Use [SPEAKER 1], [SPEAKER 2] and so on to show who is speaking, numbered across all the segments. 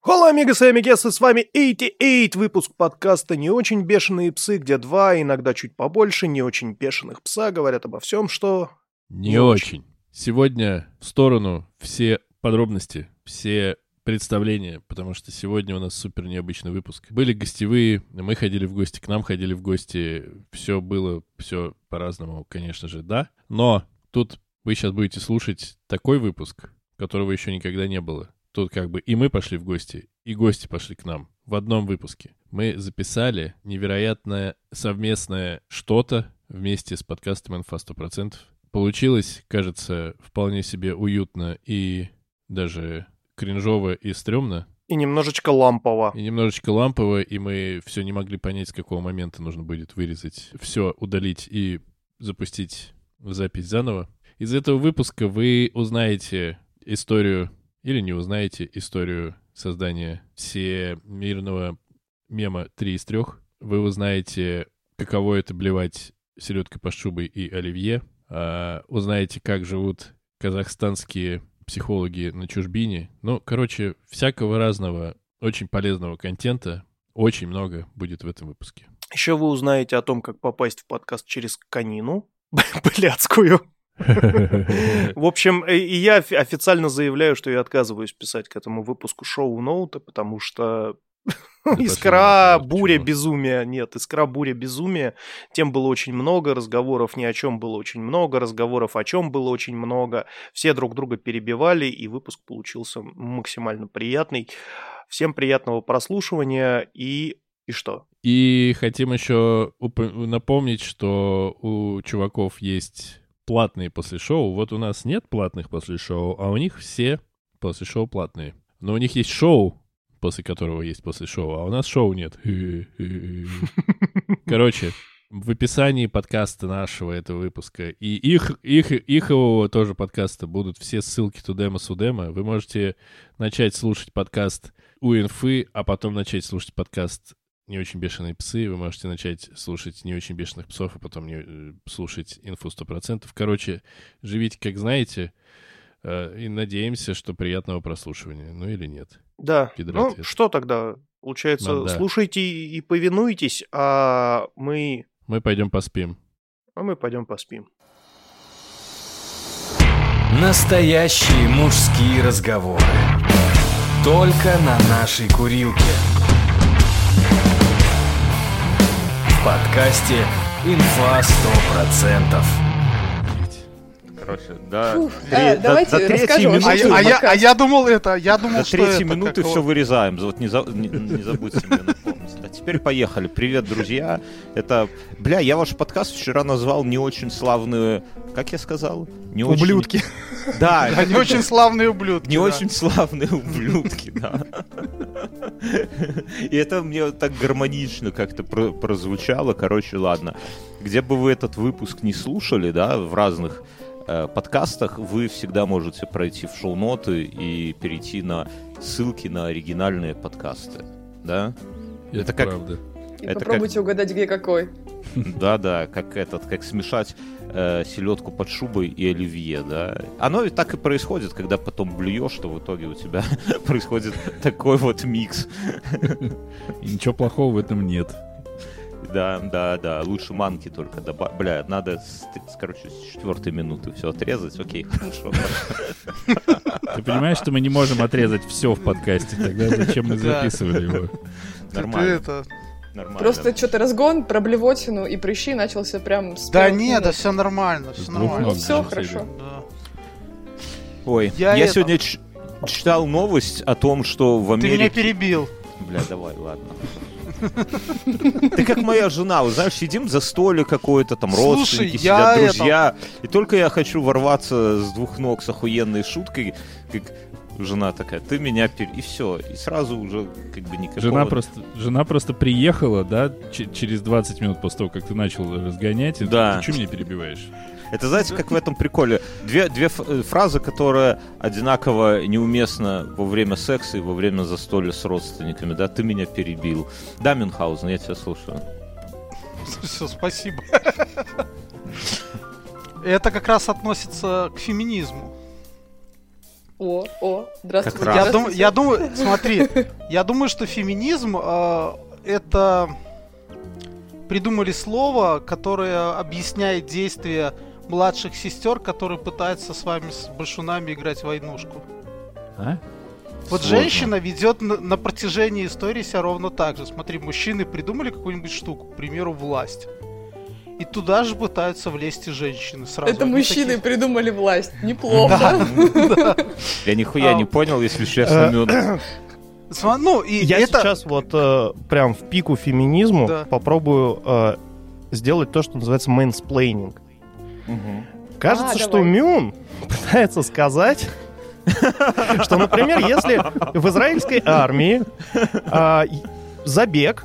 [SPEAKER 1] Холла, амигос и амигесы, с вами 88, выпуск подкаста «Не очень бешеные псы», где два, иногда чуть побольше, не очень бешеных пса говорят обо всем, что...
[SPEAKER 2] Не, очень. Сегодня в сторону все подробности, все представления, потому что сегодня у нас супер необычный выпуск. Были гостевые, мы ходили в гости, к нам ходили в гости, все было, все по-разному, конечно же, да. Но тут вы сейчас будете слушать такой выпуск, которого еще никогда не было. Тут как бы и мы пошли в гости, и гости пошли к нам в одном выпуске. Мы записали невероятное совместное что-то вместе с подкастом «Инфа 100%». Получилось, кажется, вполне себе уютно и даже кринжово и стрёмно.
[SPEAKER 1] И немножечко лампово.
[SPEAKER 2] И немножечко лампово, и мы все не могли понять, с какого момента нужно будет вырезать все, удалить и запустить запись заново. Из этого выпуска вы узнаете историю или не узнаете историю создания всемирного мема 3 из 3. Вы узнаете, каково это блевать селедкой под шубой и оливье. А, узнаете, как живут казахстанские психологи на чужбине. Ну, короче, всякого разного очень полезного контента очень много будет в этом выпуске.
[SPEAKER 1] Еще вы узнаете о том, как попасть в подкаст через конину. Блядскую. В общем, и и я офи- официально заявляю, что я отказываюсь писать к этому выпуску шоу-ноута, потому что
[SPEAKER 2] пошла
[SPEAKER 1] искра,
[SPEAKER 2] нахер,
[SPEAKER 1] буря,
[SPEAKER 2] чего?
[SPEAKER 1] безумия. Нет, искра, буря, безумия. Тем было очень много, разговоров ни о чем было очень много, разговоров о чем было очень много. Все друг друга перебивали, и выпуск получился максимально приятный. Всем приятного прослушивания и... И что?
[SPEAKER 2] И хотим еще упо- напомнить, что у чуваков есть платные после шоу. Вот у нас нет платных после шоу, а у них все после шоу платные. Но у них есть шоу, после которого есть после шоу, а у нас шоу нет. Короче, в описании подкаста нашего этого выпуска и их, их, ихового тоже подкаста будут все ссылки Тудема Судема. Вы можете начать слушать подкаст у инфы, а потом начать слушать подкаст не очень бешеные псы. Вы можете начать слушать не очень бешеных псов, а потом не, э, слушать инфу 100%. Короче, живите как знаете. э, И надеемся, что приятного прослушивания. Ну или нет.
[SPEAKER 1] Да.
[SPEAKER 2] Пидорат
[SPEAKER 1] Ну,
[SPEAKER 2] это.
[SPEAKER 1] что тогда? Получается,
[SPEAKER 2] Ну да.
[SPEAKER 1] слушайте и повинуйтесь, а мы,
[SPEAKER 2] Мы пойдем поспим.
[SPEAKER 1] а мы пойдем поспим.
[SPEAKER 3] Настоящие мужские разговоры. Только на нашей курилке. В подкасте «Инфа 100%».
[SPEAKER 4] Короче, да.
[SPEAKER 5] А, давайте расскажу.
[SPEAKER 6] А, я- а я, а я думал это, я думал,
[SPEAKER 4] До
[SPEAKER 6] что
[SPEAKER 4] третьей
[SPEAKER 6] это
[SPEAKER 4] минуты
[SPEAKER 6] как
[SPEAKER 4] все
[SPEAKER 6] его-
[SPEAKER 4] вырезаем. Вот не, за- не- не забудьте мне напомнить. А теперь поехали. Привет, друзья. Это, бля, я ваш подкаст вчера назвал не очень славные, как я сказал? Не очень-
[SPEAKER 6] ублюдки.
[SPEAKER 4] Да,
[SPEAKER 6] Да, не очень славные ублюдки.
[SPEAKER 4] не
[SPEAKER 6] да.
[SPEAKER 4] очень славные ублюдки, да. И это мне так гармонично как-то про- прозвучало. Короче, ладно. Где бы вы этот выпуск не слушали, да, в разных э, подкастах, вы всегда можете пройти в шоу-ноты и перейти на ссылки на оригинальные подкасты. Да?
[SPEAKER 2] Это,
[SPEAKER 4] как-
[SPEAKER 2] правда.
[SPEAKER 5] И
[SPEAKER 4] это
[SPEAKER 5] попробуйте угадать, где какой.
[SPEAKER 4] Да-да, как этот, как смешать э, селедку под шубой и оливье, да. Оно и так и происходит, когда потом блюешь, что в итоге у тебя происходит такой вот микс.
[SPEAKER 7] И ничего плохого в этом нет.
[SPEAKER 4] Да, да, да, лучше манки только добавить. Бля, надо, с, т- с, короче, с четвертой минуты все отрезать. Окей, хорошо.
[SPEAKER 7] Ты понимаешь, что мы не можем отрезать все в подкасте, тогда зачем мы
[SPEAKER 6] Да.
[SPEAKER 7] записывали его?
[SPEAKER 6] Ты- ты
[SPEAKER 4] Нормально,
[SPEAKER 6] это-
[SPEAKER 4] нормально.
[SPEAKER 5] Просто что-то разгон про блевотину и прыщи начался прям с
[SPEAKER 6] Да
[SPEAKER 5] первых
[SPEAKER 6] нет,
[SPEAKER 5] минут.
[SPEAKER 6] да все нормально, все
[SPEAKER 7] С двух
[SPEAKER 6] нормально.
[SPEAKER 7] ног
[SPEAKER 5] Все
[SPEAKER 7] залетели.
[SPEAKER 5] хорошо.
[SPEAKER 6] Да.
[SPEAKER 4] Ой,
[SPEAKER 6] я
[SPEAKER 4] я,
[SPEAKER 6] это-
[SPEAKER 4] сегодня ч- читал новость о том, что в
[SPEAKER 6] Ты меня
[SPEAKER 4] Америке...
[SPEAKER 6] перебил.
[SPEAKER 4] Бля, давай, ладно. Ты как моя жена, вот знаешь, сидим за столе какой-то, там
[SPEAKER 6] Слушай,
[SPEAKER 4] родственники
[SPEAKER 6] я
[SPEAKER 4] сидят, друзья. И только я хочу ворваться с двух ног с охуенной шуткой, как жена такая, ты меня пер... И все, и сразу уже как бы никакого...
[SPEAKER 7] Жена просто, жена просто приехала, да, ч- через 20 минут после того, как ты начал разгонять, и
[SPEAKER 4] Да.
[SPEAKER 7] ты что меня перебиваешь?
[SPEAKER 4] Это знаете, как в этом приколе. Две, две ф- э, фразы, которые одинаково неуместно во время секса и во время застолья с родственниками. Да, ты меня перебил. Да, Мюнхгаузен, я тебя слушаю.
[SPEAKER 6] Все, спасибо. Это как раз относится к феминизму.
[SPEAKER 5] О, о, здравствуйте.
[SPEAKER 4] Как раз.
[SPEAKER 6] Я, дум-
[SPEAKER 5] здравствуйте.
[SPEAKER 6] я думаю, смотри, я думаю, что феминизм э, это придумали слово, которое объясняет действия младших сестер, которые пытаются с вами с башунами играть в войнушку.
[SPEAKER 2] А?
[SPEAKER 6] Вот
[SPEAKER 4] Сложно.
[SPEAKER 6] женщина ведет на, на протяжении истории себя ровно так же. Смотри, мужчины придумали какую-нибудь штуку, к примеру, власть. И туда же пытаются влезть и женщины сразу.
[SPEAKER 5] Это
[SPEAKER 6] Они
[SPEAKER 5] мужчины
[SPEAKER 6] такие,
[SPEAKER 5] придумали власть. Неплохо.
[SPEAKER 4] Я
[SPEAKER 6] а,
[SPEAKER 4] нихуя не понял, если честно. но-
[SPEAKER 6] «Сма- Ну, и
[SPEAKER 1] Я
[SPEAKER 6] это...
[SPEAKER 1] сейчас вот э, прям в пику феминизму
[SPEAKER 6] Да.
[SPEAKER 1] попробую э, сделать то, что называется мейнсплейнинг.
[SPEAKER 4] Мгм.
[SPEAKER 1] Кажется,
[SPEAKER 5] А,
[SPEAKER 1] что
[SPEAKER 5] давай.
[SPEAKER 1] Мюн пытается сказать, что, например, если в израильской армии а, и- забег,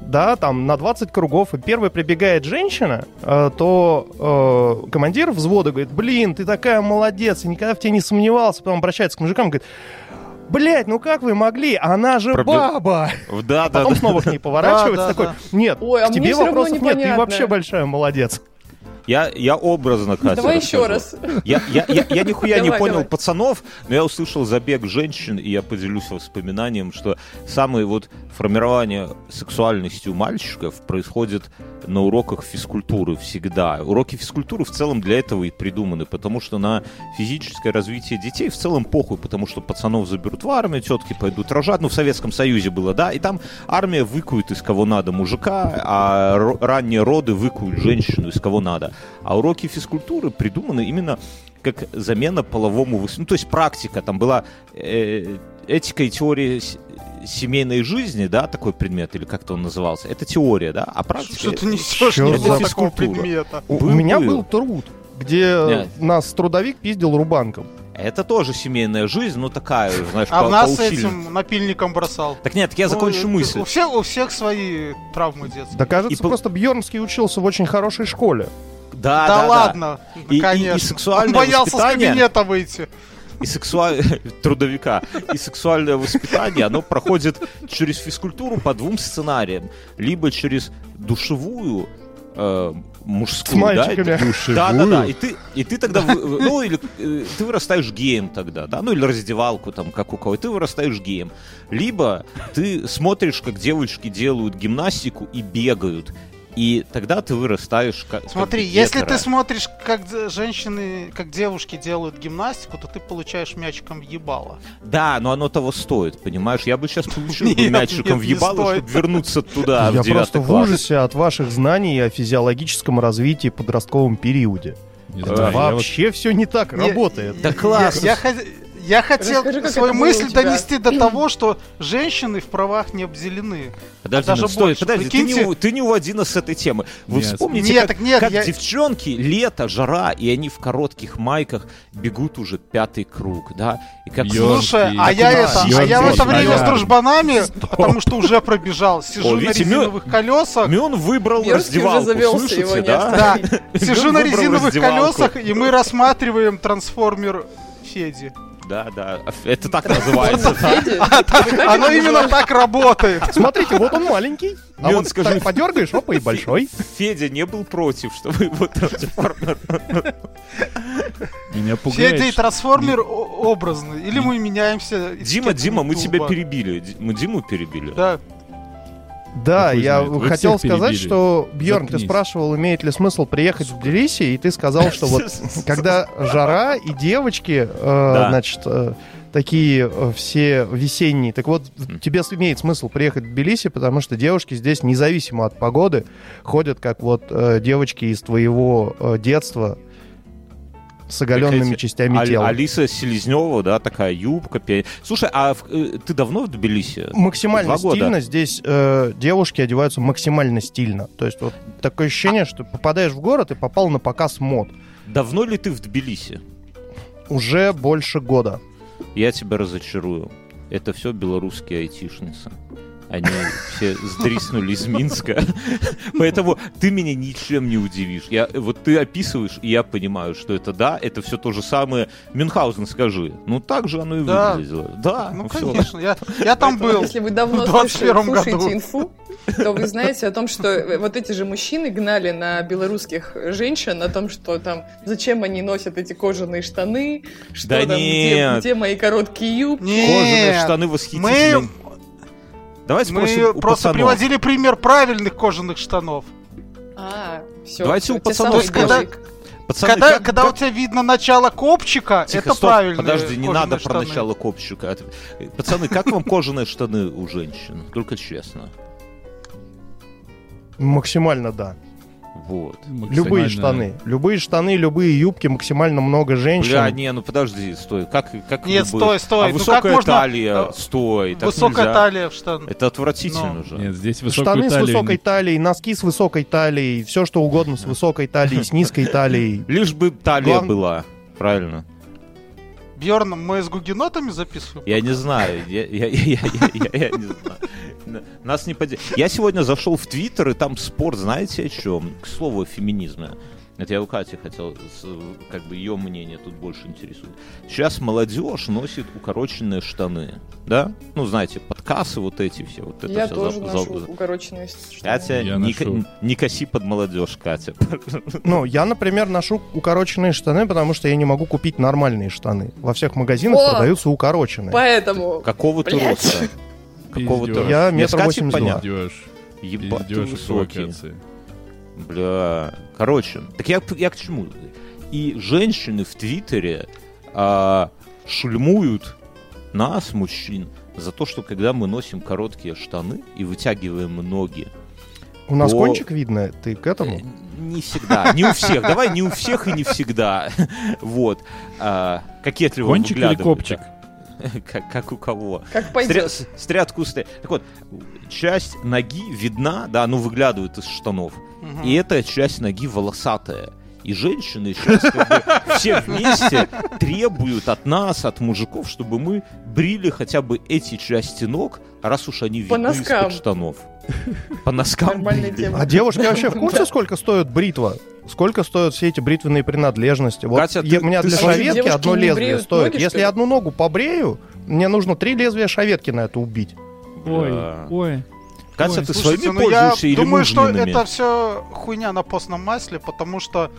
[SPEAKER 1] да, там на 20 кругов, и первой прибегает женщина, а, то э, командир взвода говорит, блин, ты такая молодец, я никогда в тебе не сомневался, потом обращается к мужикам, говорит, блядь, ну как вы могли, она же
[SPEAKER 4] Пробле-
[SPEAKER 1] баба. А
[SPEAKER 4] В-
[SPEAKER 5] А
[SPEAKER 4] Да, да,
[SPEAKER 1] Потом
[SPEAKER 4] да.
[SPEAKER 1] снова к ней поворачивается,
[SPEAKER 6] Да, да,
[SPEAKER 1] такой,
[SPEAKER 6] да.
[SPEAKER 1] нет,
[SPEAKER 5] Ой, а
[SPEAKER 1] к
[SPEAKER 5] мне
[SPEAKER 1] тебе
[SPEAKER 5] всё равно
[SPEAKER 1] вопросов нет, ты
[SPEAKER 5] непонятно.
[SPEAKER 1] вообще большая молодец.
[SPEAKER 4] Я, я образно, Катя,
[SPEAKER 5] Ну, Давай еще
[SPEAKER 4] расскажу.
[SPEAKER 5] раз.
[SPEAKER 4] Я, я, я, я нихуя не
[SPEAKER 5] Давай,
[SPEAKER 4] понял
[SPEAKER 5] давай.
[SPEAKER 4] пацанов, но я услышал забег женщин, и я поделюсь воспоминанием, что самое вот формирование сексуальности у мальчиков происходит на уроках физкультуры всегда. Уроки физкультуры в целом для этого и придуманы, потому что на физическое развитие детей в целом похуй, потому что пацанов заберут в армию, тетки пойдут рожать, ну в Советском Союзе было, да, и там армия выкует из кого надо мужика, а ро- ранние роды выкуют женщину из кого надо. А уроки физкультуры придуманы именно как замена половому выс- Ну, то есть практика. Там была э, этика и теория с- семейной жизни, да, такой предмет, или как-то он назывался. Это теория, да, а практика...
[SPEAKER 6] Что ты несешь?
[SPEAKER 1] Чёрт
[SPEAKER 6] Не было
[SPEAKER 4] за
[SPEAKER 6] такого
[SPEAKER 4] физкультура.
[SPEAKER 6] предмета.
[SPEAKER 1] У,
[SPEAKER 4] Был-
[SPEAKER 1] меня
[SPEAKER 4] был.
[SPEAKER 1] был труд, где
[SPEAKER 4] Нет.
[SPEAKER 1] нас трудовик пиздил рубанком.
[SPEAKER 4] Это тоже семейная жизнь, но такая, знаешь,
[SPEAKER 6] А
[SPEAKER 4] по-
[SPEAKER 6] в нас
[SPEAKER 4] поусилен-
[SPEAKER 6] этим напильником бросал.
[SPEAKER 4] Так нет, так я
[SPEAKER 6] Ну,
[SPEAKER 4] закончу
[SPEAKER 6] это-
[SPEAKER 4] мысль.
[SPEAKER 6] У всех, у всех свои травмы детства.
[SPEAKER 1] Да кажется,
[SPEAKER 4] И пол-
[SPEAKER 1] просто Бьернский учился в очень хорошей школе.
[SPEAKER 4] Да,
[SPEAKER 6] да,
[SPEAKER 4] да, да.
[SPEAKER 6] ладно,
[SPEAKER 4] И- и- и
[SPEAKER 6] конечно.
[SPEAKER 4] сексуальное
[SPEAKER 6] Он боялся с
[SPEAKER 4] воспитание.
[SPEAKER 6] кабинета выйти.
[SPEAKER 4] и сексуаль... трудовика, и сексуальное воспитание, оно проходит через физкультуру по двум сценариям. Либо через душевую э, мужскую,
[SPEAKER 1] С
[SPEAKER 4] да,
[SPEAKER 1] мальчиками.
[SPEAKER 4] Да, да, да. И ты, и ты тогда, вы- вы- ну, или э, ты вырастаешь геем тогда, да, ну, или раздевалку там, как у кого, и ты вырастаешь геем. Либо ты смотришь, как девочки делают гимнастику и бегают, и тогда ты вырастаешь как
[SPEAKER 6] Смотри,
[SPEAKER 4] как
[SPEAKER 6] если
[SPEAKER 4] гетера.
[SPEAKER 6] ты смотришь, как д- женщины, как девушки делают гимнастику, то ты получаешь мячиком в ебало.
[SPEAKER 4] Да, но оно того стоит, понимаешь? Я бы сейчас получил бы
[SPEAKER 6] Нет,
[SPEAKER 4] мячиком
[SPEAKER 6] нет,
[SPEAKER 4] в
[SPEAKER 6] не
[SPEAKER 4] ебало,
[SPEAKER 6] стоит.
[SPEAKER 4] чтобы вернуться туда,
[SPEAKER 1] Я
[SPEAKER 4] в девятый
[SPEAKER 1] просто в
[SPEAKER 4] класс.
[SPEAKER 1] ужасе от ваших знаний о физиологическом развитии в подростковом периоде.
[SPEAKER 2] Не
[SPEAKER 4] Да,
[SPEAKER 2] знаю, я вот-
[SPEAKER 1] Э, Вообще все не так
[SPEAKER 6] Не-
[SPEAKER 1] работает.
[SPEAKER 4] Да классно.
[SPEAKER 6] Я, я хо- я хотел
[SPEAKER 5] Расскажи, как
[SPEAKER 6] свою
[SPEAKER 5] это было у
[SPEAKER 6] мысль
[SPEAKER 5] тебя.
[SPEAKER 6] донести до того, что женщины в правах не обделены.
[SPEAKER 4] Подожди,
[SPEAKER 5] А
[SPEAKER 6] даже
[SPEAKER 4] ну, стой,
[SPEAKER 6] больше.
[SPEAKER 4] подожди, ты
[SPEAKER 6] Прикиньте-
[SPEAKER 4] не, у- ты не уводи нас с этой темы. Вы
[SPEAKER 2] Нет.
[SPEAKER 4] вспомните,
[SPEAKER 6] Нет,
[SPEAKER 4] как,
[SPEAKER 6] так нет,
[SPEAKER 4] как
[SPEAKER 6] я-
[SPEAKER 4] девчонки, лето, жара, и они в коротких майках бегут уже пятый круг, да? И как
[SPEAKER 2] Ёж.
[SPEAKER 6] Слушай, а
[SPEAKER 2] Так
[SPEAKER 6] я
[SPEAKER 4] и
[SPEAKER 6] это,
[SPEAKER 4] да,
[SPEAKER 6] а я в
[SPEAKER 4] ёж,
[SPEAKER 6] это время с
[SPEAKER 2] наверное.
[SPEAKER 6] дружбанами, потому что уже пробежал,
[SPEAKER 4] О,
[SPEAKER 6] сижу на
[SPEAKER 4] видите, мё-
[SPEAKER 6] резиновых колесах,
[SPEAKER 4] Мён выбрал
[SPEAKER 5] Бьерский уже
[SPEAKER 4] раздевалку,
[SPEAKER 5] завелся,
[SPEAKER 4] слышите,
[SPEAKER 5] его не
[SPEAKER 4] да?
[SPEAKER 5] остановить.
[SPEAKER 6] сижу
[SPEAKER 4] Мён
[SPEAKER 6] на
[SPEAKER 4] выбрал
[SPEAKER 6] резиновых
[SPEAKER 4] раздевалку.
[SPEAKER 6] колесах, и мы рассматриваем трансформер Феди.
[SPEAKER 4] Да, да, это так называется.
[SPEAKER 5] Федя,
[SPEAKER 6] Оно именно так работает.
[SPEAKER 1] Смотрите, вот он маленький, а
[SPEAKER 4] Мюн,
[SPEAKER 1] вот
[SPEAKER 4] скажи-
[SPEAKER 1] так подергаешь, опа, и большой.
[SPEAKER 4] Федя не был против, чтобы его трансформер
[SPEAKER 2] Меня пугает.
[SPEAKER 6] Федя и
[SPEAKER 2] что-
[SPEAKER 6] трансформер о- образный. Или мы меняемся... из
[SPEAKER 4] Дима,
[SPEAKER 6] кепки
[SPEAKER 4] Дима, мы
[SPEAKER 6] на
[SPEAKER 4] тебя
[SPEAKER 6] туба.
[SPEAKER 4] перебили. Ди- Мы Диму перебили.
[SPEAKER 6] а? Да.
[SPEAKER 1] Да,
[SPEAKER 2] Какой
[SPEAKER 1] я
[SPEAKER 2] знает, вы
[SPEAKER 1] хотел
[SPEAKER 2] всех
[SPEAKER 1] сказать,
[SPEAKER 2] перебили.
[SPEAKER 1] что Бьорн, ты
[SPEAKER 2] Заткнись.
[SPEAKER 1] спрашивал, имеет ли смысл приехать в Тбилиси, и ты сказал, что вот когда жара и девочки, э, значит, э, такие э, все весенние. Так вот, в- тебе с- имеет смысл приехать в Тбилиси, потому что девушки здесь, независимо от погоды, ходят как вот э, девочки из твоего э, детства с оголенными
[SPEAKER 4] эти
[SPEAKER 1] частями
[SPEAKER 4] Аль-
[SPEAKER 1] тела.
[SPEAKER 4] Алиса Селезнева, да, такая юбка. пе- Слушай, а в- э, ты давно в Тбилиси?
[SPEAKER 1] Максимально
[SPEAKER 4] Два года.
[SPEAKER 1] стильно здесь э, девушки одеваются максимально стильно. То есть вот такое ощущение, что попадаешь в город и попал на показ мод.
[SPEAKER 4] Давно ли ты в Тбилиси?
[SPEAKER 1] Уже больше года.
[SPEAKER 4] Я тебя разочарую. Это все белорусские айтишницы. Они все сдриснули из Минска. Поэтому ты меня ничем не удивишь. Я, вот ты описываешь, и я понимаю, что это да, это все то же самое. Мюнхгаузен, скажи. Ну так же оно и
[SPEAKER 6] Да.
[SPEAKER 4] выглядело. Да,
[SPEAKER 6] Ну,
[SPEAKER 4] всё.
[SPEAKER 6] конечно, я, я там был.
[SPEAKER 5] Если вы давно
[SPEAKER 6] В 21
[SPEAKER 5] слушали-
[SPEAKER 6] году.
[SPEAKER 5] слушаете инфу, то вы знаете о том, что вот эти же мужчины гнали на белорусских женщин о том, что там зачем они носят эти кожаные штаны, что
[SPEAKER 4] Да
[SPEAKER 5] там, где,
[SPEAKER 4] нет.
[SPEAKER 5] где мои короткие юбки.
[SPEAKER 4] Кожаные
[SPEAKER 6] Нет,
[SPEAKER 4] штаны
[SPEAKER 6] мы,
[SPEAKER 4] восхитительные. Давай спросим
[SPEAKER 6] мы
[SPEAKER 4] у
[SPEAKER 6] просто
[SPEAKER 4] пацанов.
[SPEAKER 6] приводили пример правильных кожаных штанов.
[SPEAKER 5] А, все.
[SPEAKER 4] Давайте у
[SPEAKER 5] Ну,
[SPEAKER 4] пацанов
[SPEAKER 6] То есть, когда,
[SPEAKER 4] Пацаны,
[SPEAKER 6] когда,
[SPEAKER 4] как-
[SPEAKER 6] когда у
[SPEAKER 4] как-
[SPEAKER 6] тебя видно начало копчика,
[SPEAKER 4] Тихо,
[SPEAKER 6] это
[SPEAKER 4] стоп,
[SPEAKER 6] правильно.
[SPEAKER 4] Подожди, не надо про начало копчика. Э, Пацаны, как вам кожаные штаны у женщин? Только честно.
[SPEAKER 1] Максимально да.
[SPEAKER 4] Вот.
[SPEAKER 1] Любые штаны. Любые штаны, любые юбки, максимально много женщин.
[SPEAKER 4] Бля, не, ну подожди, стой. Как, как
[SPEAKER 6] Нет,
[SPEAKER 4] любые?
[SPEAKER 6] стой, стой.
[SPEAKER 4] А
[SPEAKER 6] Ну как
[SPEAKER 4] высокая
[SPEAKER 6] можно,
[SPEAKER 4] талия,
[SPEAKER 6] э,
[SPEAKER 4] стой. так
[SPEAKER 6] Высокая
[SPEAKER 4] нельзя.
[SPEAKER 6] талия в штан.
[SPEAKER 4] Это отвратительно
[SPEAKER 6] Ну.
[SPEAKER 4] же.
[SPEAKER 2] Нет, здесь
[SPEAKER 1] Штаны
[SPEAKER 2] высокую
[SPEAKER 1] с
[SPEAKER 2] талию не-
[SPEAKER 1] высокой талией, носки с высокой талией, все что угодно с высокой талией, с низкой талией.
[SPEAKER 4] Лишь бы талия
[SPEAKER 1] Главн-
[SPEAKER 4] была. Правильно.
[SPEAKER 6] Бьерн, мы с гугенотами записываем?
[SPEAKER 4] Я не знаю, я, я- я- я- я- я не знаю. Н- Нас не поди- Я сегодня зашел в Твиттер, и там спор, знаете о чем? К слову о феминизме. Это я у Кати хотел, с- как бы ее мнение тут больше интересует. Сейчас молодежь носит укороченные штаны, да? Ну, знаете, подкасы вот эти все, вот это
[SPEAKER 5] Я
[SPEAKER 4] все.
[SPEAKER 5] тоже ношу укороченные штаны.
[SPEAKER 4] Катя,
[SPEAKER 2] Я
[SPEAKER 4] не, ко-
[SPEAKER 2] ношу.
[SPEAKER 4] не коси под молодежь, Катя.
[SPEAKER 1] Ну, я, например, ношу укороченные штаны, потому что я не могу купить нормальные штаны. Во всех магазинах
[SPEAKER 5] Вот.
[SPEAKER 1] продаются укороченные.
[SPEAKER 5] Поэтому
[SPEAKER 4] Какого ты
[SPEAKER 5] Блядь.
[SPEAKER 4] роста? Какого ты
[SPEAKER 2] Пиздёж.
[SPEAKER 4] роста?
[SPEAKER 1] Я
[SPEAKER 4] Мне с
[SPEAKER 1] метр
[SPEAKER 4] Катей
[SPEAKER 1] восемьдесят два.
[SPEAKER 4] понятно.
[SPEAKER 2] Пиздёж.
[SPEAKER 4] Ебать, ты
[SPEAKER 2] Пиздёж и
[SPEAKER 4] высокий.
[SPEAKER 2] провокации.
[SPEAKER 4] Бля, короче, так я, я к чему? И женщины в Твиттере а, шульмуют нас, мужчин, за то, что когда мы носим короткие штаны и вытягиваем ноги, э,
[SPEAKER 1] У нас
[SPEAKER 4] О.
[SPEAKER 1] кончик видно, ты к этому?
[SPEAKER 4] Э, Не всегда, не у всех, давай не у всех и не всегда. Вот. А, Кокетливо
[SPEAKER 2] Кончик или
[SPEAKER 4] выглядывают,
[SPEAKER 2] копчик?
[SPEAKER 4] да. Как, как у кого.
[SPEAKER 5] как
[SPEAKER 4] Стря-
[SPEAKER 5] пойдет.
[SPEAKER 4] с- Стрят кусты. Так вот, часть ноги видна, да, ну выглядывает из штанов.
[SPEAKER 6] Мгм.
[SPEAKER 4] И эта часть ноги волосатая. И женщины сейчас как бы все вместе требуют от нас, от мужиков, чтобы мы брили хотя бы эти части ног, раз уж они
[SPEAKER 5] По
[SPEAKER 4] видны
[SPEAKER 5] носкам.
[SPEAKER 4] из-под штанов. По носкам.
[SPEAKER 5] Нормальная
[SPEAKER 4] брили.
[SPEAKER 5] тема.
[SPEAKER 1] А девушки вообще в курсе, сколько стоит бритва? Сколько стоят все эти бритвенные принадлежности? Вот
[SPEAKER 4] Катя,
[SPEAKER 1] я-
[SPEAKER 4] ты-
[SPEAKER 1] у меня
[SPEAKER 4] ты
[SPEAKER 1] для
[SPEAKER 4] смотри,
[SPEAKER 1] шаветки
[SPEAKER 5] девушки
[SPEAKER 1] одно
[SPEAKER 5] не
[SPEAKER 1] лезвие
[SPEAKER 5] бреют
[SPEAKER 1] стоит.
[SPEAKER 5] ноги, что
[SPEAKER 1] Если
[SPEAKER 5] ли?
[SPEAKER 1] я одну ногу побрею, мне нужно три лезвия шаветки на это убить.
[SPEAKER 4] Да.
[SPEAKER 2] ой.
[SPEAKER 4] Катя,
[SPEAKER 2] Ой,
[SPEAKER 4] ты
[SPEAKER 6] Слушайте,
[SPEAKER 4] своими
[SPEAKER 6] ну я
[SPEAKER 4] пользуешься или
[SPEAKER 6] думаю, что
[SPEAKER 4] мужниными?
[SPEAKER 6] это все хуйня на постном масле, потому что...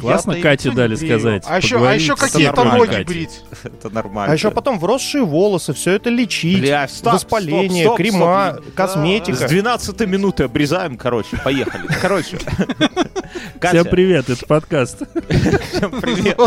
[SPEAKER 2] Классно
[SPEAKER 6] я-то и
[SPEAKER 2] Кате
[SPEAKER 6] лицо не
[SPEAKER 2] дали
[SPEAKER 6] брею.
[SPEAKER 2] сказать.
[SPEAKER 6] А еще, а
[SPEAKER 2] Поговорите
[SPEAKER 6] еще
[SPEAKER 2] с
[SPEAKER 6] какие-то
[SPEAKER 2] нормальной
[SPEAKER 6] ноги
[SPEAKER 2] Катей.
[SPEAKER 6] брить.
[SPEAKER 4] Это нормально.
[SPEAKER 1] А еще потом вросшие волосы, все это лечить.
[SPEAKER 4] Бля, стоп,
[SPEAKER 1] воспаление,
[SPEAKER 4] стоп, стоп,
[SPEAKER 1] крема,
[SPEAKER 4] стоп.
[SPEAKER 1] косметика.
[SPEAKER 4] С 12 минуты обрезаем, короче, поехали. Короче,
[SPEAKER 2] Всем
[SPEAKER 4] Катя,
[SPEAKER 2] привет, это подкаст.
[SPEAKER 4] всем привет.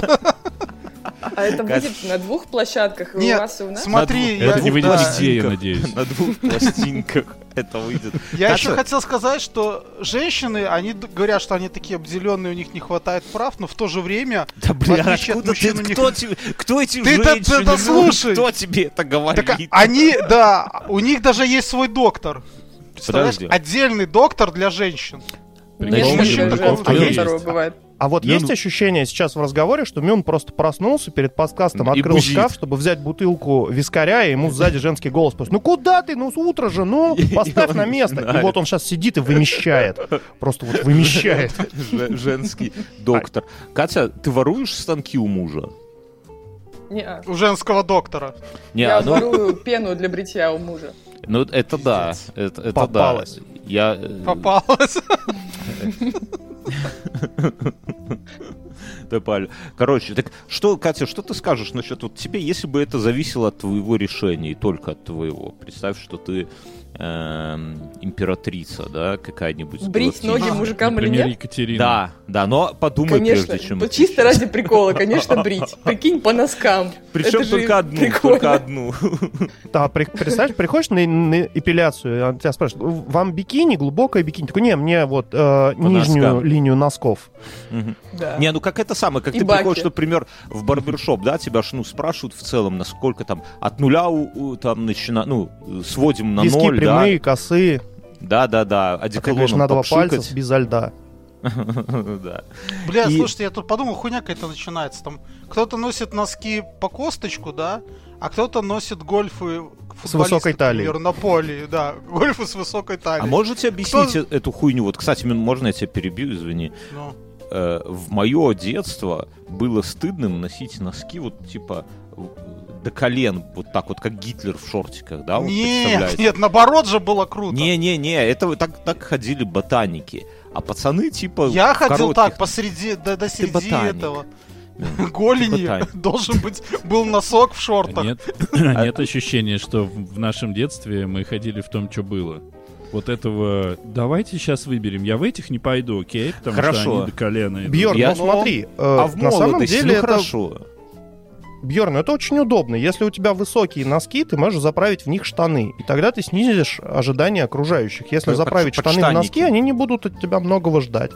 [SPEAKER 5] А это будет на двух площадках, и у
[SPEAKER 6] Нет,
[SPEAKER 5] вас, и у нас?
[SPEAKER 6] Смотри,
[SPEAKER 4] На
[SPEAKER 6] я-
[SPEAKER 2] Это не выйдет
[SPEAKER 6] да.
[SPEAKER 2] нигде, я надеюсь.
[SPEAKER 4] На двух пластинках это выйдет.
[SPEAKER 6] Я
[SPEAKER 4] Катя,
[SPEAKER 6] еще хотел сказать, что женщины, они д- говорят, что они такие обделенные, у них не хватает прав, но в то же время...
[SPEAKER 4] Да бля,
[SPEAKER 6] в отличие от
[SPEAKER 4] откуда ты,
[SPEAKER 6] мужчин, у них-
[SPEAKER 4] кто, тебе, кто эти
[SPEAKER 6] Ты это-
[SPEAKER 4] женщины?
[SPEAKER 6] ты это
[SPEAKER 4] ну,
[SPEAKER 6] слушай.
[SPEAKER 4] Кто тебе это говорит?
[SPEAKER 6] Так а они, да, у них даже есть свой доктор. Представляешь?
[SPEAKER 4] Подожди.
[SPEAKER 6] Отдельный доктор для женщин.
[SPEAKER 5] Нет,
[SPEAKER 1] По-моему,
[SPEAKER 5] еще
[SPEAKER 1] такого
[SPEAKER 5] женского,
[SPEAKER 1] второго есть.
[SPEAKER 5] второго бывает.
[SPEAKER 1] А вот
[SPEAKER 2] Мюн-
[SPEAKER 1] есть ощущение сейчас в разговоре, что Мюн просто проснулся перед подкастом,
[SPEAKER 4] И
[SPEAKER 1] открыл
[SPEAKER 4] бузит.
[SPEAKER 1] шкаф, чтобы взять бутылку вискаря, и ему сзади женский голос просит, ну куда ты, ну с утра же, ну поставь на место. И
[SPEAKER 4] знает.
[SPEAKER 1] вот он сейчас сидит и вымещает, просто вот вымещает.
[SPEAKER 4] Ж- женский доктор. Катя, ты воруешь станки у мужа?
[SPEAKER 5] Неа.
[SPEAKER 6] У женского доктора.
[SPEAKER 4] Не,
[SPEAKER 5] а. я
[SPEAKER 4] ну,
[SPEAKER 5] ворую пену для бритья у мужа.
[SPEAKER 4] ну, это да, это, это
[SPEAKER 1] Попалась.
[SPEAKER 4] да. Я э,
[SPEAKER 6] Попалось.
[SPEAKER 4] Топаль. Короче, так что, Катя, что ты скажешь насчет вот тебе, если бы это зависело от твоего решения и только от твоего? Представь, что ты эм, императрица, да, какая-нибудь.
[SPEAKER 5] Брить
[SPEAKER 4] галактическая.
[SPEAKER 5] ноги мужикам или
[SPEAKER 2] Например,
[SPEAKER 5] нет?
[SPEAKER 2] Екатерина.
[SPEAKER 4] Да, да, но подумай
[SPEAKER 5] Конечно,
[SPEAKER 4] прежде, чем.
[SPEAKER 5] ну,
[SPEAKER 4] отвечать.
[SPEAKER 5] чисто ради прикола, конечно, брить. Прикинь, по носкам.
[SPEAKER 4] Причем
[SPEAKER 5] Это же
[SPEAKER 4] только одну,
[SPEAKER 5] прикольно.
[SPEAKER 4] только одну.
[SPEAKER 1] Да, при- представляешь, приходишь на, на эпиляцию, и она тебя спрашивает, вам бикини, глубокая бикини? Такой, не, мне вот э, нижнюю
[SPEAKER 4] носкам.
[SPEAKER 1] линию носков.
[SPEAKER 4] Мгм.
[SPEAKER 5] Да.
[SPEAKER 4] Не, ну как это самое, как
[SPEAKER 5] И
[SPEAKER 4] ты
[SPEAKER 5] баки.
[SPEAKER 4] приходишь, например, в барбершоп, да, тебя ж, ну, спрашивают в целом, насколько там от нуля у- у- там начина, ну, э, сводим на
[SPEAKER 1] Виски
[SPEAKER 4] ноль, да,
[SPEAKER 1] прямые, косые,
[SPEAKER 4] да, да, да,
[SPEAKER 1] а ты говоришь,
[SPEAKER 4] одеколоном
[SPEAKER 1] на два
[SPEAKER 4] попшикать.
[SPEAKER 1] пальца, безо льда.
[SPEAKER 4] Да.
[SPEAKER 6] Бля,
[SPEAKER 4] И-
[SPEAKER 6] слушайте, я тут подумал, хуйня какая-то начинается. Там кто-то носит носки по косточку, да, а кто-то носит гольфы
[SPEAKER 1] С высокой талией.
[SPEAKER 6] Например, на поле, да, гольфы с высокой
[SPEAKER 4] А
[SPEAKER 6] талией.
[SPEAKER 4] можете объяснить э- эту хуйню? Вот, кстати, мин- можно я тебя перебью, извини.
[SPEAKER 6] Ну.
[SPEAKER 4] Э, в мое детство было стыдным носить носки вот типа в- до колен, вот так вот, как Гитлер в шортиках, да? а вот
[SPEAKER 6] Нет,
[SPEAKER 4] представляете?
[SPEAKER 6] нет, ну наоборот же было круто.
[SPEAKER 4] Не-не-не, это вот так, так ходили ботаники. А пацаны типа...
[SPEAKER 6] Я
[SPEAKER 4] в
[SPEAKER 6] ходил так,
[SPEAKER 4] коротких
[SPEAKER 6] посреди, до, до середины
[SPEAKER 4] ботаник.
[SPEAKER 6] этого.
[SPEAKER 4] Да,
[SPEAKER 6] Голени
[SPEAKER 4] ботаник.
[SPEAKER 6] должен быть, был носок в шортах.
[SPEAKER 2] А Нет,
[SPEAKER 4] А-
[SPEAKER 2] нет ощущения, что в в нашем детстве мы ходили в том, что было. Вот этого давайте сейчас выберем. Я в этих не пойду, окей? Потому
[SPEAKER 4] Хорошо.
[SPEAKER 2] что они до колена идут.
[SPEAKER 4] Бьёрн,
[SPEAKER 8] Бьорн,
[SPEAKER 4] Я-
[SPEAKER 8] ну смотри, э,
[SPEAKER 4] А в
[SPEAKER 8] на самом
[SPEAKER 4] молодости,
[SPEAKER 8] деле
[SPEAKER 4] ну,
[SPEAKER 8] это
[SPEAKER 4] хорошо.
[SPEAKER 8] Бьерн, это очень удобно. Если у тебя высокие носки, ты можешь заправить в них штаны. И тогда ты снизишь ожидания окружающих. Если
[SPEAKER 4] Под-
[SPEAKER 8] заправить
[SPEAKER 4] под-
[SPEAKER 8] штаны в носки,
[SPEAKER 4] подштанники.
[SPEAKER 8] они не будут от тебя многого ждать.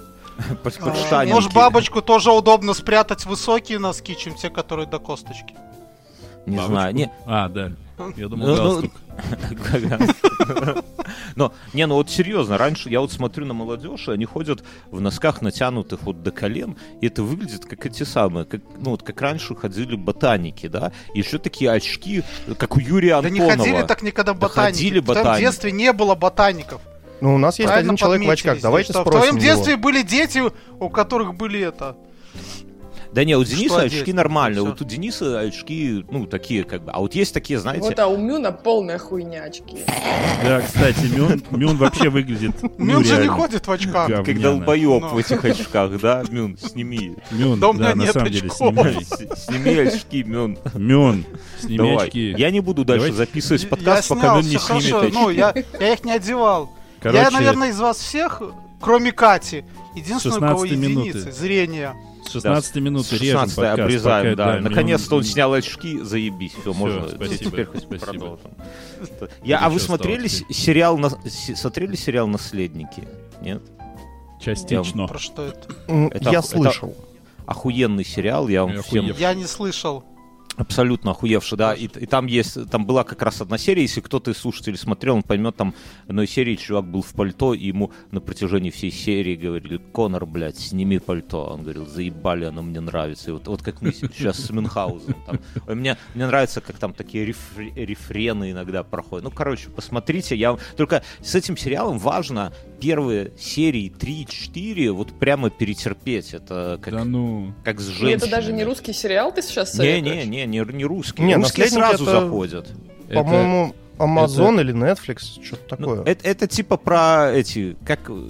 [SPEAKER 4] Под-
[SPEAKER 6] А,
[SPEAKER 4] под штанинки.
[SPEAKER 6] Может, бабочку тоже удобно спрятать в высокие носки, чем те, которые до косточки.
[SPEAKER 4] Не
[SPEAKER 2] Бабочку.
[SPEAKER 4] знаю, не,
[SPEAKER 2] А, да. Я думал,
[SPEAKER 4] Ну, ну,
[SPEAKER 2] галстук.
[SPEAKER 4] Но, не, ну вот серьезно, раньше я вот смотрю на молодежь, и они ходят в носках, натянутых вот до колен, и это выглядит как эти самые, как, ну вот как раньше ходили ботаники, да, и еще такие очки, как у Юрия
[SPEAKER 6] Да не
[SPEAKER 4] Антонова.
[SPEAKER 6] ходили так никогда
[SPEAKER 4] Да
[SPEAKER 6] ботаники.
[SPEAKER 4] ходили
[SPEAKER 6] в твоем
[SPEAKER 4] ботаники.
[SPEAKER 6] детстве не было ботаников.
[SPEAKER 8] Ну, у нас есть
[SPEAKER 6] Правильно
[SPEAKER 8] один человек в
[SPEAKER 6] подметили
[SPEAKER 8] очках.
[SPEAKER 6] здесь,
[SPEAKER 8] Давайте
[SPEAKER 6] что
[SPEAKER 8] спросим
[SPEAKER 6] В твоем
[SPEAKER 8] его.
[SPEAKER 6] детстве были дети, у которых были это...
[SPEAKER 4] Да не, у Дениса
[SPEAKER 6] Что
[SPEAKER 4] очки
[SPEAKER 6] одеть?
[SPEAKER 4] нормальные,
[SPEAKER 6] Всё.
[SPEAKER 4] вот у Дениса очки, ну, такие как бы, а вот есть такие, знаете,
[SPEAKER 5] Вот, а у Мюна полная хуйня очки.
[SPEAKER 2] Да, кстати, Мюн, Мюн вообще выглядит... ну,
[SPEAKER 6] Мюн же не
[SPEAKER 2] реально
[SPEAKER 6] ходит в очках.
[SPEAKER 2] говняно.
[SPEAKER 4] как долбоеб
[SPEAKER 6] Ну.
[SPEAKER 4] в этих очках, да, Мюн, сними,
[SPEAKER 2] Мюн,
[SPEAKER 6] Да у меня
[SPEAKER 2] да, на
[SPEAKER 6] нет
[SPEAKER 2] самом деле,
[SPEAKER 6] очков.
[SPEAKER 2] сними.
[SPEAKER 4] С- сними очки, Мюн,
[SPEAKER 2] Мюн, сними
[SPEAKER 4] давай.
[SPEAKER 2] очки.
[SPEAKER 4] Я не буду дальше
[SPEAKER 2] Давайте.
[SPEAKER 4] записывать
[SPEAKER 6] Я
[SPEAKER 4] подкаст,
[SPEAKER 6] снял,
[SPEAKER 4] пока Мюн не
[SPEAKER 6] всё
[SPEAKER 4] снимет
[SPEAKER 6] хорошо.
[SPEAKER 4] очки.
[SPEAKER 6] Ну, я, я их не одевал.
[SPEAKER 2] Короче,
[SPEAKER 6] Я, наверное, из вас всех, кроме Кати, единственный, у кого
[SPEAKER 2] 16 минуты.
[SPEAKER 6] единицы зрения.
[SPEAKER 2] с 16 минуты
[SPEAKER 4] С
[SPEAKER 2] режем
[SPEAKER 4] 16
[SPEAKER 2] подкаст,
[SPEAKER 4] обрезаем,
[SPEAKER 2] пока,
[SPEAKER 4] да.
[SPEAKER 2] Мюн-
[SPEAKER 4] Наконец-то он снял очки, заебись, все,
[SPEAKER 2] Всё,
[SPEAKER 4] можно.
[SPEAKER 2] спасибо,
[SPEAKER 4] теперь хоть
[SPEAKER 2] спасибо.
[SPEAKER 4] продолжим. Я, а вы
[SPEAKER 2] Ничего
[SPEAKER 4] смотрели с-
[SPEAKER 2] осталось
[SPEAKER 4] сериал, на- с- смотрели сериал «Наследники»? Нет?
[SPEAKER 2] Частично.
[SPEAKER 6] Про что это?
[SPEAKER 8] М,
[SPEAKER 4] Это оху-
[SPEAKER 8] Я
[SPEAKER 4] это-
[SPEAKER 8] слышал.
[SPEAKER 4] Охуенный сериал, я вам
[SPEAKER 2] Охуев.
[SPEAKER 4] всем
[SPEAKER 6] Я не слышал.
[SPEAKER 4] абсолютно охуевший, да. И, и там есть, там была как раз одна серия, если кто-то из слушателей смотрел, он поймет, там в одной серии чувак был в пальто, и ему на протяжении всей серии говорили, Конор, блядь, сними пальто. Он говорил, заебали, оно мне нравится. И вот, вот как мы сейчас с Мюнхгаузеном. Там. Ой, Мне, мне нравится, как там такие рефре- рефрены иногда проходят. Ну, короче, посмотрите. Я... вам- Только с этим сериалом важно первые серии 3-4 вот прямо перетерпеть. Это как,
[SPEAKER 2] Да ну.
[SPEAKER 4] как с
[SPEAKER 5] И
[SPEAKER 4] женщинами.
[SPEAKER 5] это даже не русский сериал ты сейчас
[SPEAKER 4] Не, не,
[SPEAKER 5] советуешь?
[SPEAKER 4] не, не, не русские.
[SPEAKER 8] Не,
[SPEAKER 4] русские
[SPEAKER 8] «Наследники»
[SPEAKER 4] сразу
[SPEAKER 8] это-
[SPEAKER 4] заходят.
[SPEAKER 2] это-
[SPEAKER 8] По-моему, Amazon или Netflix, что-то
[SPEAKER 4] Ну,
[SPEAKER 8] такое.
[SPEAKER 4] это, это типа про эти, как э,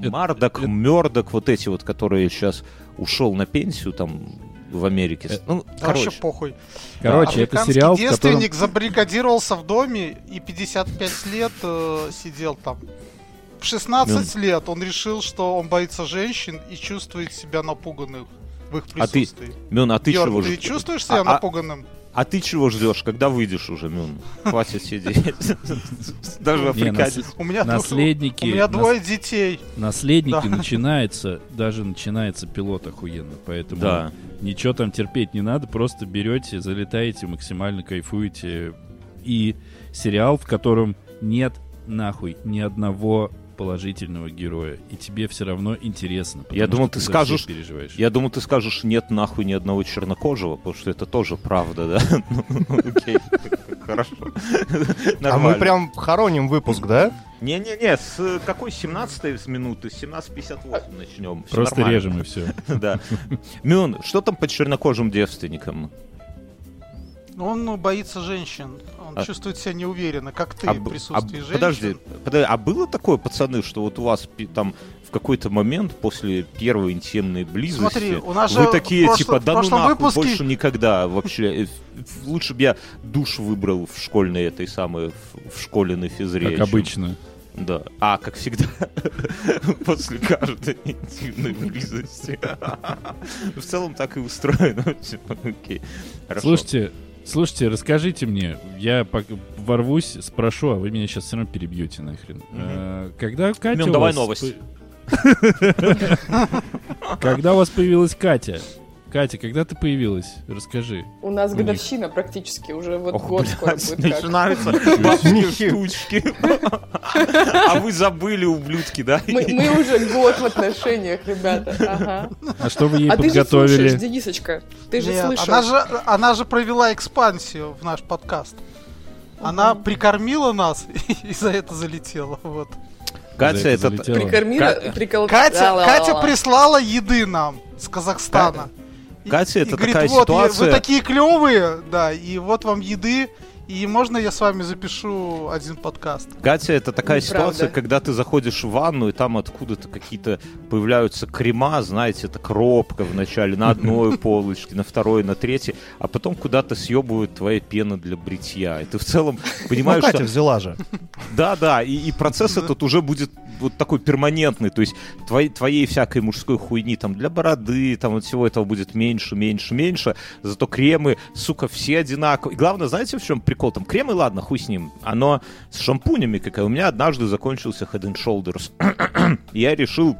[SPEAKER 2] Это-
[SPEAKER 4] Мардок,
[SPEAKER 2] это-
[SPEAKER 4] Мёрдок, вот эти вот, которые сейчас ушел на пенсию там в Америке.
[SPEAKER 2] Э,
[SPEAKER 4] Ну,
[SPEAKER 6] Да
[SPEAKER 4] короче,
[SPEAKER 6] Вообще похуй.
[SPEAKER 9] Короче, это
[SPEAKER 6] Африканский
[SPEAKER 9] сериал, в котором...
[SPEAKER 6] девственник забаррикадировался в доме и 55 лет э, сидел там. В 16
[SPEAKER 4] Ну.
[SPEAKER 6] лет он решил, что он боится женщин и чувствует себя напуганным в их
[SPEAKER 4] А ты-
[SPEAKER 6] присутствии.
[SPEAKER 4] Мюн, а ты
[SPEAKER 6] Бьёрн,
[SPEAKER 4] чего
[SPEAKER 6] ты
[SPEAKER 4] ждешь?
[SPEAKER 6] чувствуешь себя
[SPEAKER 4] А- а-
[SPEAKER 6] напуганным?
[SPEAKER 4] А ты чего ждешь, когда выйдешь уже, Мюн? Хватит сидеть. ну, Даже
[SPEAKER 2] Не, нас-
[SPEAKER 4] африканец.
[SPEAKER 6] У меня, дво-
[SPEAKER 2] Наследники.
[SPEAKER 6] у меня
[SPEAKER 2] нас-
[SPEAKER 6] двое детей.
[SPEAKER 2] Наследники
[SPEAKER 6] Да.
[SPEAKER 2] начинается, даже начинается пилот охуенно, поэтому
[SPEAKER 4] Да.
[SPEAKER 2] ничего там терпеть не надо, просто берете, залетаете, максимально кайфуете. И сериал, в котором нет нахуй ни одного положительного героя, и тебе все равно интересно. потому
[SPEAKER 4] Я думал,
[SPEAKER 2] что
[SPEAKER 4] ты
[SPEAKER 2] за
[SPEAKER 4] скажешь-
[SPEAKER 2] всех переживаешь.
[SPEAKER 4] Я думал, ты скажешь, нет нахуй ни одного чернокожего, потому что это тоже правда, да? Ну, Окей, хорошо.
[SPEAKER 8] А мы
[SPEAKER 4] Нормально.
[SPEAKER 8] прям хороним выпуск, да?
[SPEAKER 4] Не-не-не, с э, какой 17 с минуты? С 17.58 начнем. Всё
[SPEAKER 2] Просто
[SPEAKER 4] нормально.
[SPEAKER 2] режем и все.
[SPEAKER 4] Да. Мюн, что там по чернокожим девственникам?
[SPEAKER 6] Он ну, боится женщин. Он
[SPEAKER 4] А-
[SPEAKER 6] чувствует себя неуверенно, как ты
[SPEAKER 4] А
[SPEAKER 6] в
[SPEAKER 4] б- а б-
[SPEAKER 6] присутствии женщин.
[SPEAKER 4] Подожди, подожди, а было такое, пацаны, что вот у вас пи- там в какой-то момент после первой интимной близости
[SPEAKER 6] Смотри, у нас же
[SPEAKER 4] вы
[SPEAKER 6] в
[SPEAKER 4] такие
[SPEAKER 6] прошло-
[SPEAKER 4] типа,
[SPEAKER 6] в
[SPEAKER 4] да ну
[SPEAKER 6] прошлом
[SPEAKER 4] нахуй,
[SPEAKER 6] выпуске-
[SPEAKER 4] больше никогда вообще. Э, ф- ф- Лучше бы я душ выбрал в школьной этой самой, в- в школе на физре.
[SPEAKER 2] Как
[SPEAKER 4] чем-
[SPEAKER 2] обычно.
[SPEAKER 4] Да. А, как всегда, после каждой интимной близости. В целом так и устроено. всё, Окей. Хорошо.
[SPEAKER 2] Слушайте, слушайте, расскажите мне, я пок- ворвусь, спрошу, а вы меня сейчас все равно перебьете нахрен. Э, Когда Катя...
[SPEAKER 4] Мюн,
[SPEAKER 2] у
[SPEAKER 4] давай
[SPEAKER 2] вас
[SPEAKER 4] новость.
[SPEAKER 2] по- Когда у вас появилась Катя? Катя, когда ты появилась? Расскажи.
[SPEAKER 5] У нас
[SPEAKER 2] У них.
[SPEAKER 5] годовщина практически уже вот
[SPEAKER 4] Ох,
[SPEAKER 5] год
[SPEAKER 4] блядь,
[SPEAKER 5] скоро будет ну, как.
[SPEAKER 4] начинаются бабские штучки. А вы забыли, ублюдки, да?
[SPEAKER 5] Мы, мы уже год в отношениях, ребята. Ага.
[SPEAKER 2] А что вы ей
[SPEAKER 5] А ты же слушаешь,
[SPEAKER 2] подготовили?
[SPEAKER 5] Денисочка. Ты же
[SPEAKER 6] Нет,
[SPEAKER 5] слышал.
[SPEAKER 6] Она же, она же провела экспансию в наш подкаст. Она
[SPEAKER 5] Мгм.
[SPEAKER 6] прикормила нас и за это залетела. Вот.
[SPEAKER 4] Катя,
[SPEAKER 2] За это
[SPEAKER 4] это...
[SPEAKER 2] залетела.
[SPEAKER 5] Прикормила,
[SPEAKER 4] Ка-
[SPEAKER 5] прикол-
[SPEAKER 6] Катя,
[SPEAKER 5] Да, ла- ла-
[SPEAKER 6] Катя
[SPEAKER 5] ла.
[SPEAKER 6] прислала еды нам с Казахстана.
[SPEAKER 4] Катя,
[SPEAKER 6] и
[SPEAKER 4] это
[SPEAKER 6] говорит,
[SPEAKER 4] такая
[SPEAKER 6] вот, я-
[SPEAKER 4] ситуация.
[SPEAKER 6] Вы такие клевые, да, и вот вам еды, и можно я с вами запишу один подкаст?
[SPEAKER 4] Катя, это такая
[SPEAKER 5] Неправда.
[SPEAKER 4] ситуация, когда ты заходишь в ванну, и там откуда-то какие-то появляются крема, знаете, это кропка вначале на одной полочке, на второй, на третьей, а потом куда-то съебывают твоя пена для бритья. И ты в целом
[SPEAKER 1] Ну,
[SPEAKER 4] понимаешь,
[SPEAKER 1] Катя
[SPEAKER 4] что...
[SPEAKER 1] взяла же.
[SPEAKER 4] Да, да, и, и процесс этот уже будет вот такой перманентный, то есть твоей, твоей всякой мужской хуйни там для бороды, там вот всего этого будет меньше, меньше, меньше, зато кремы, сука, все одинаковые. И главное, знаете, в чем прикол? Там кремы, ладно, хуй с ним, оно с шампунями, как и у меня однажды закончился Head and Shoulders. Я решил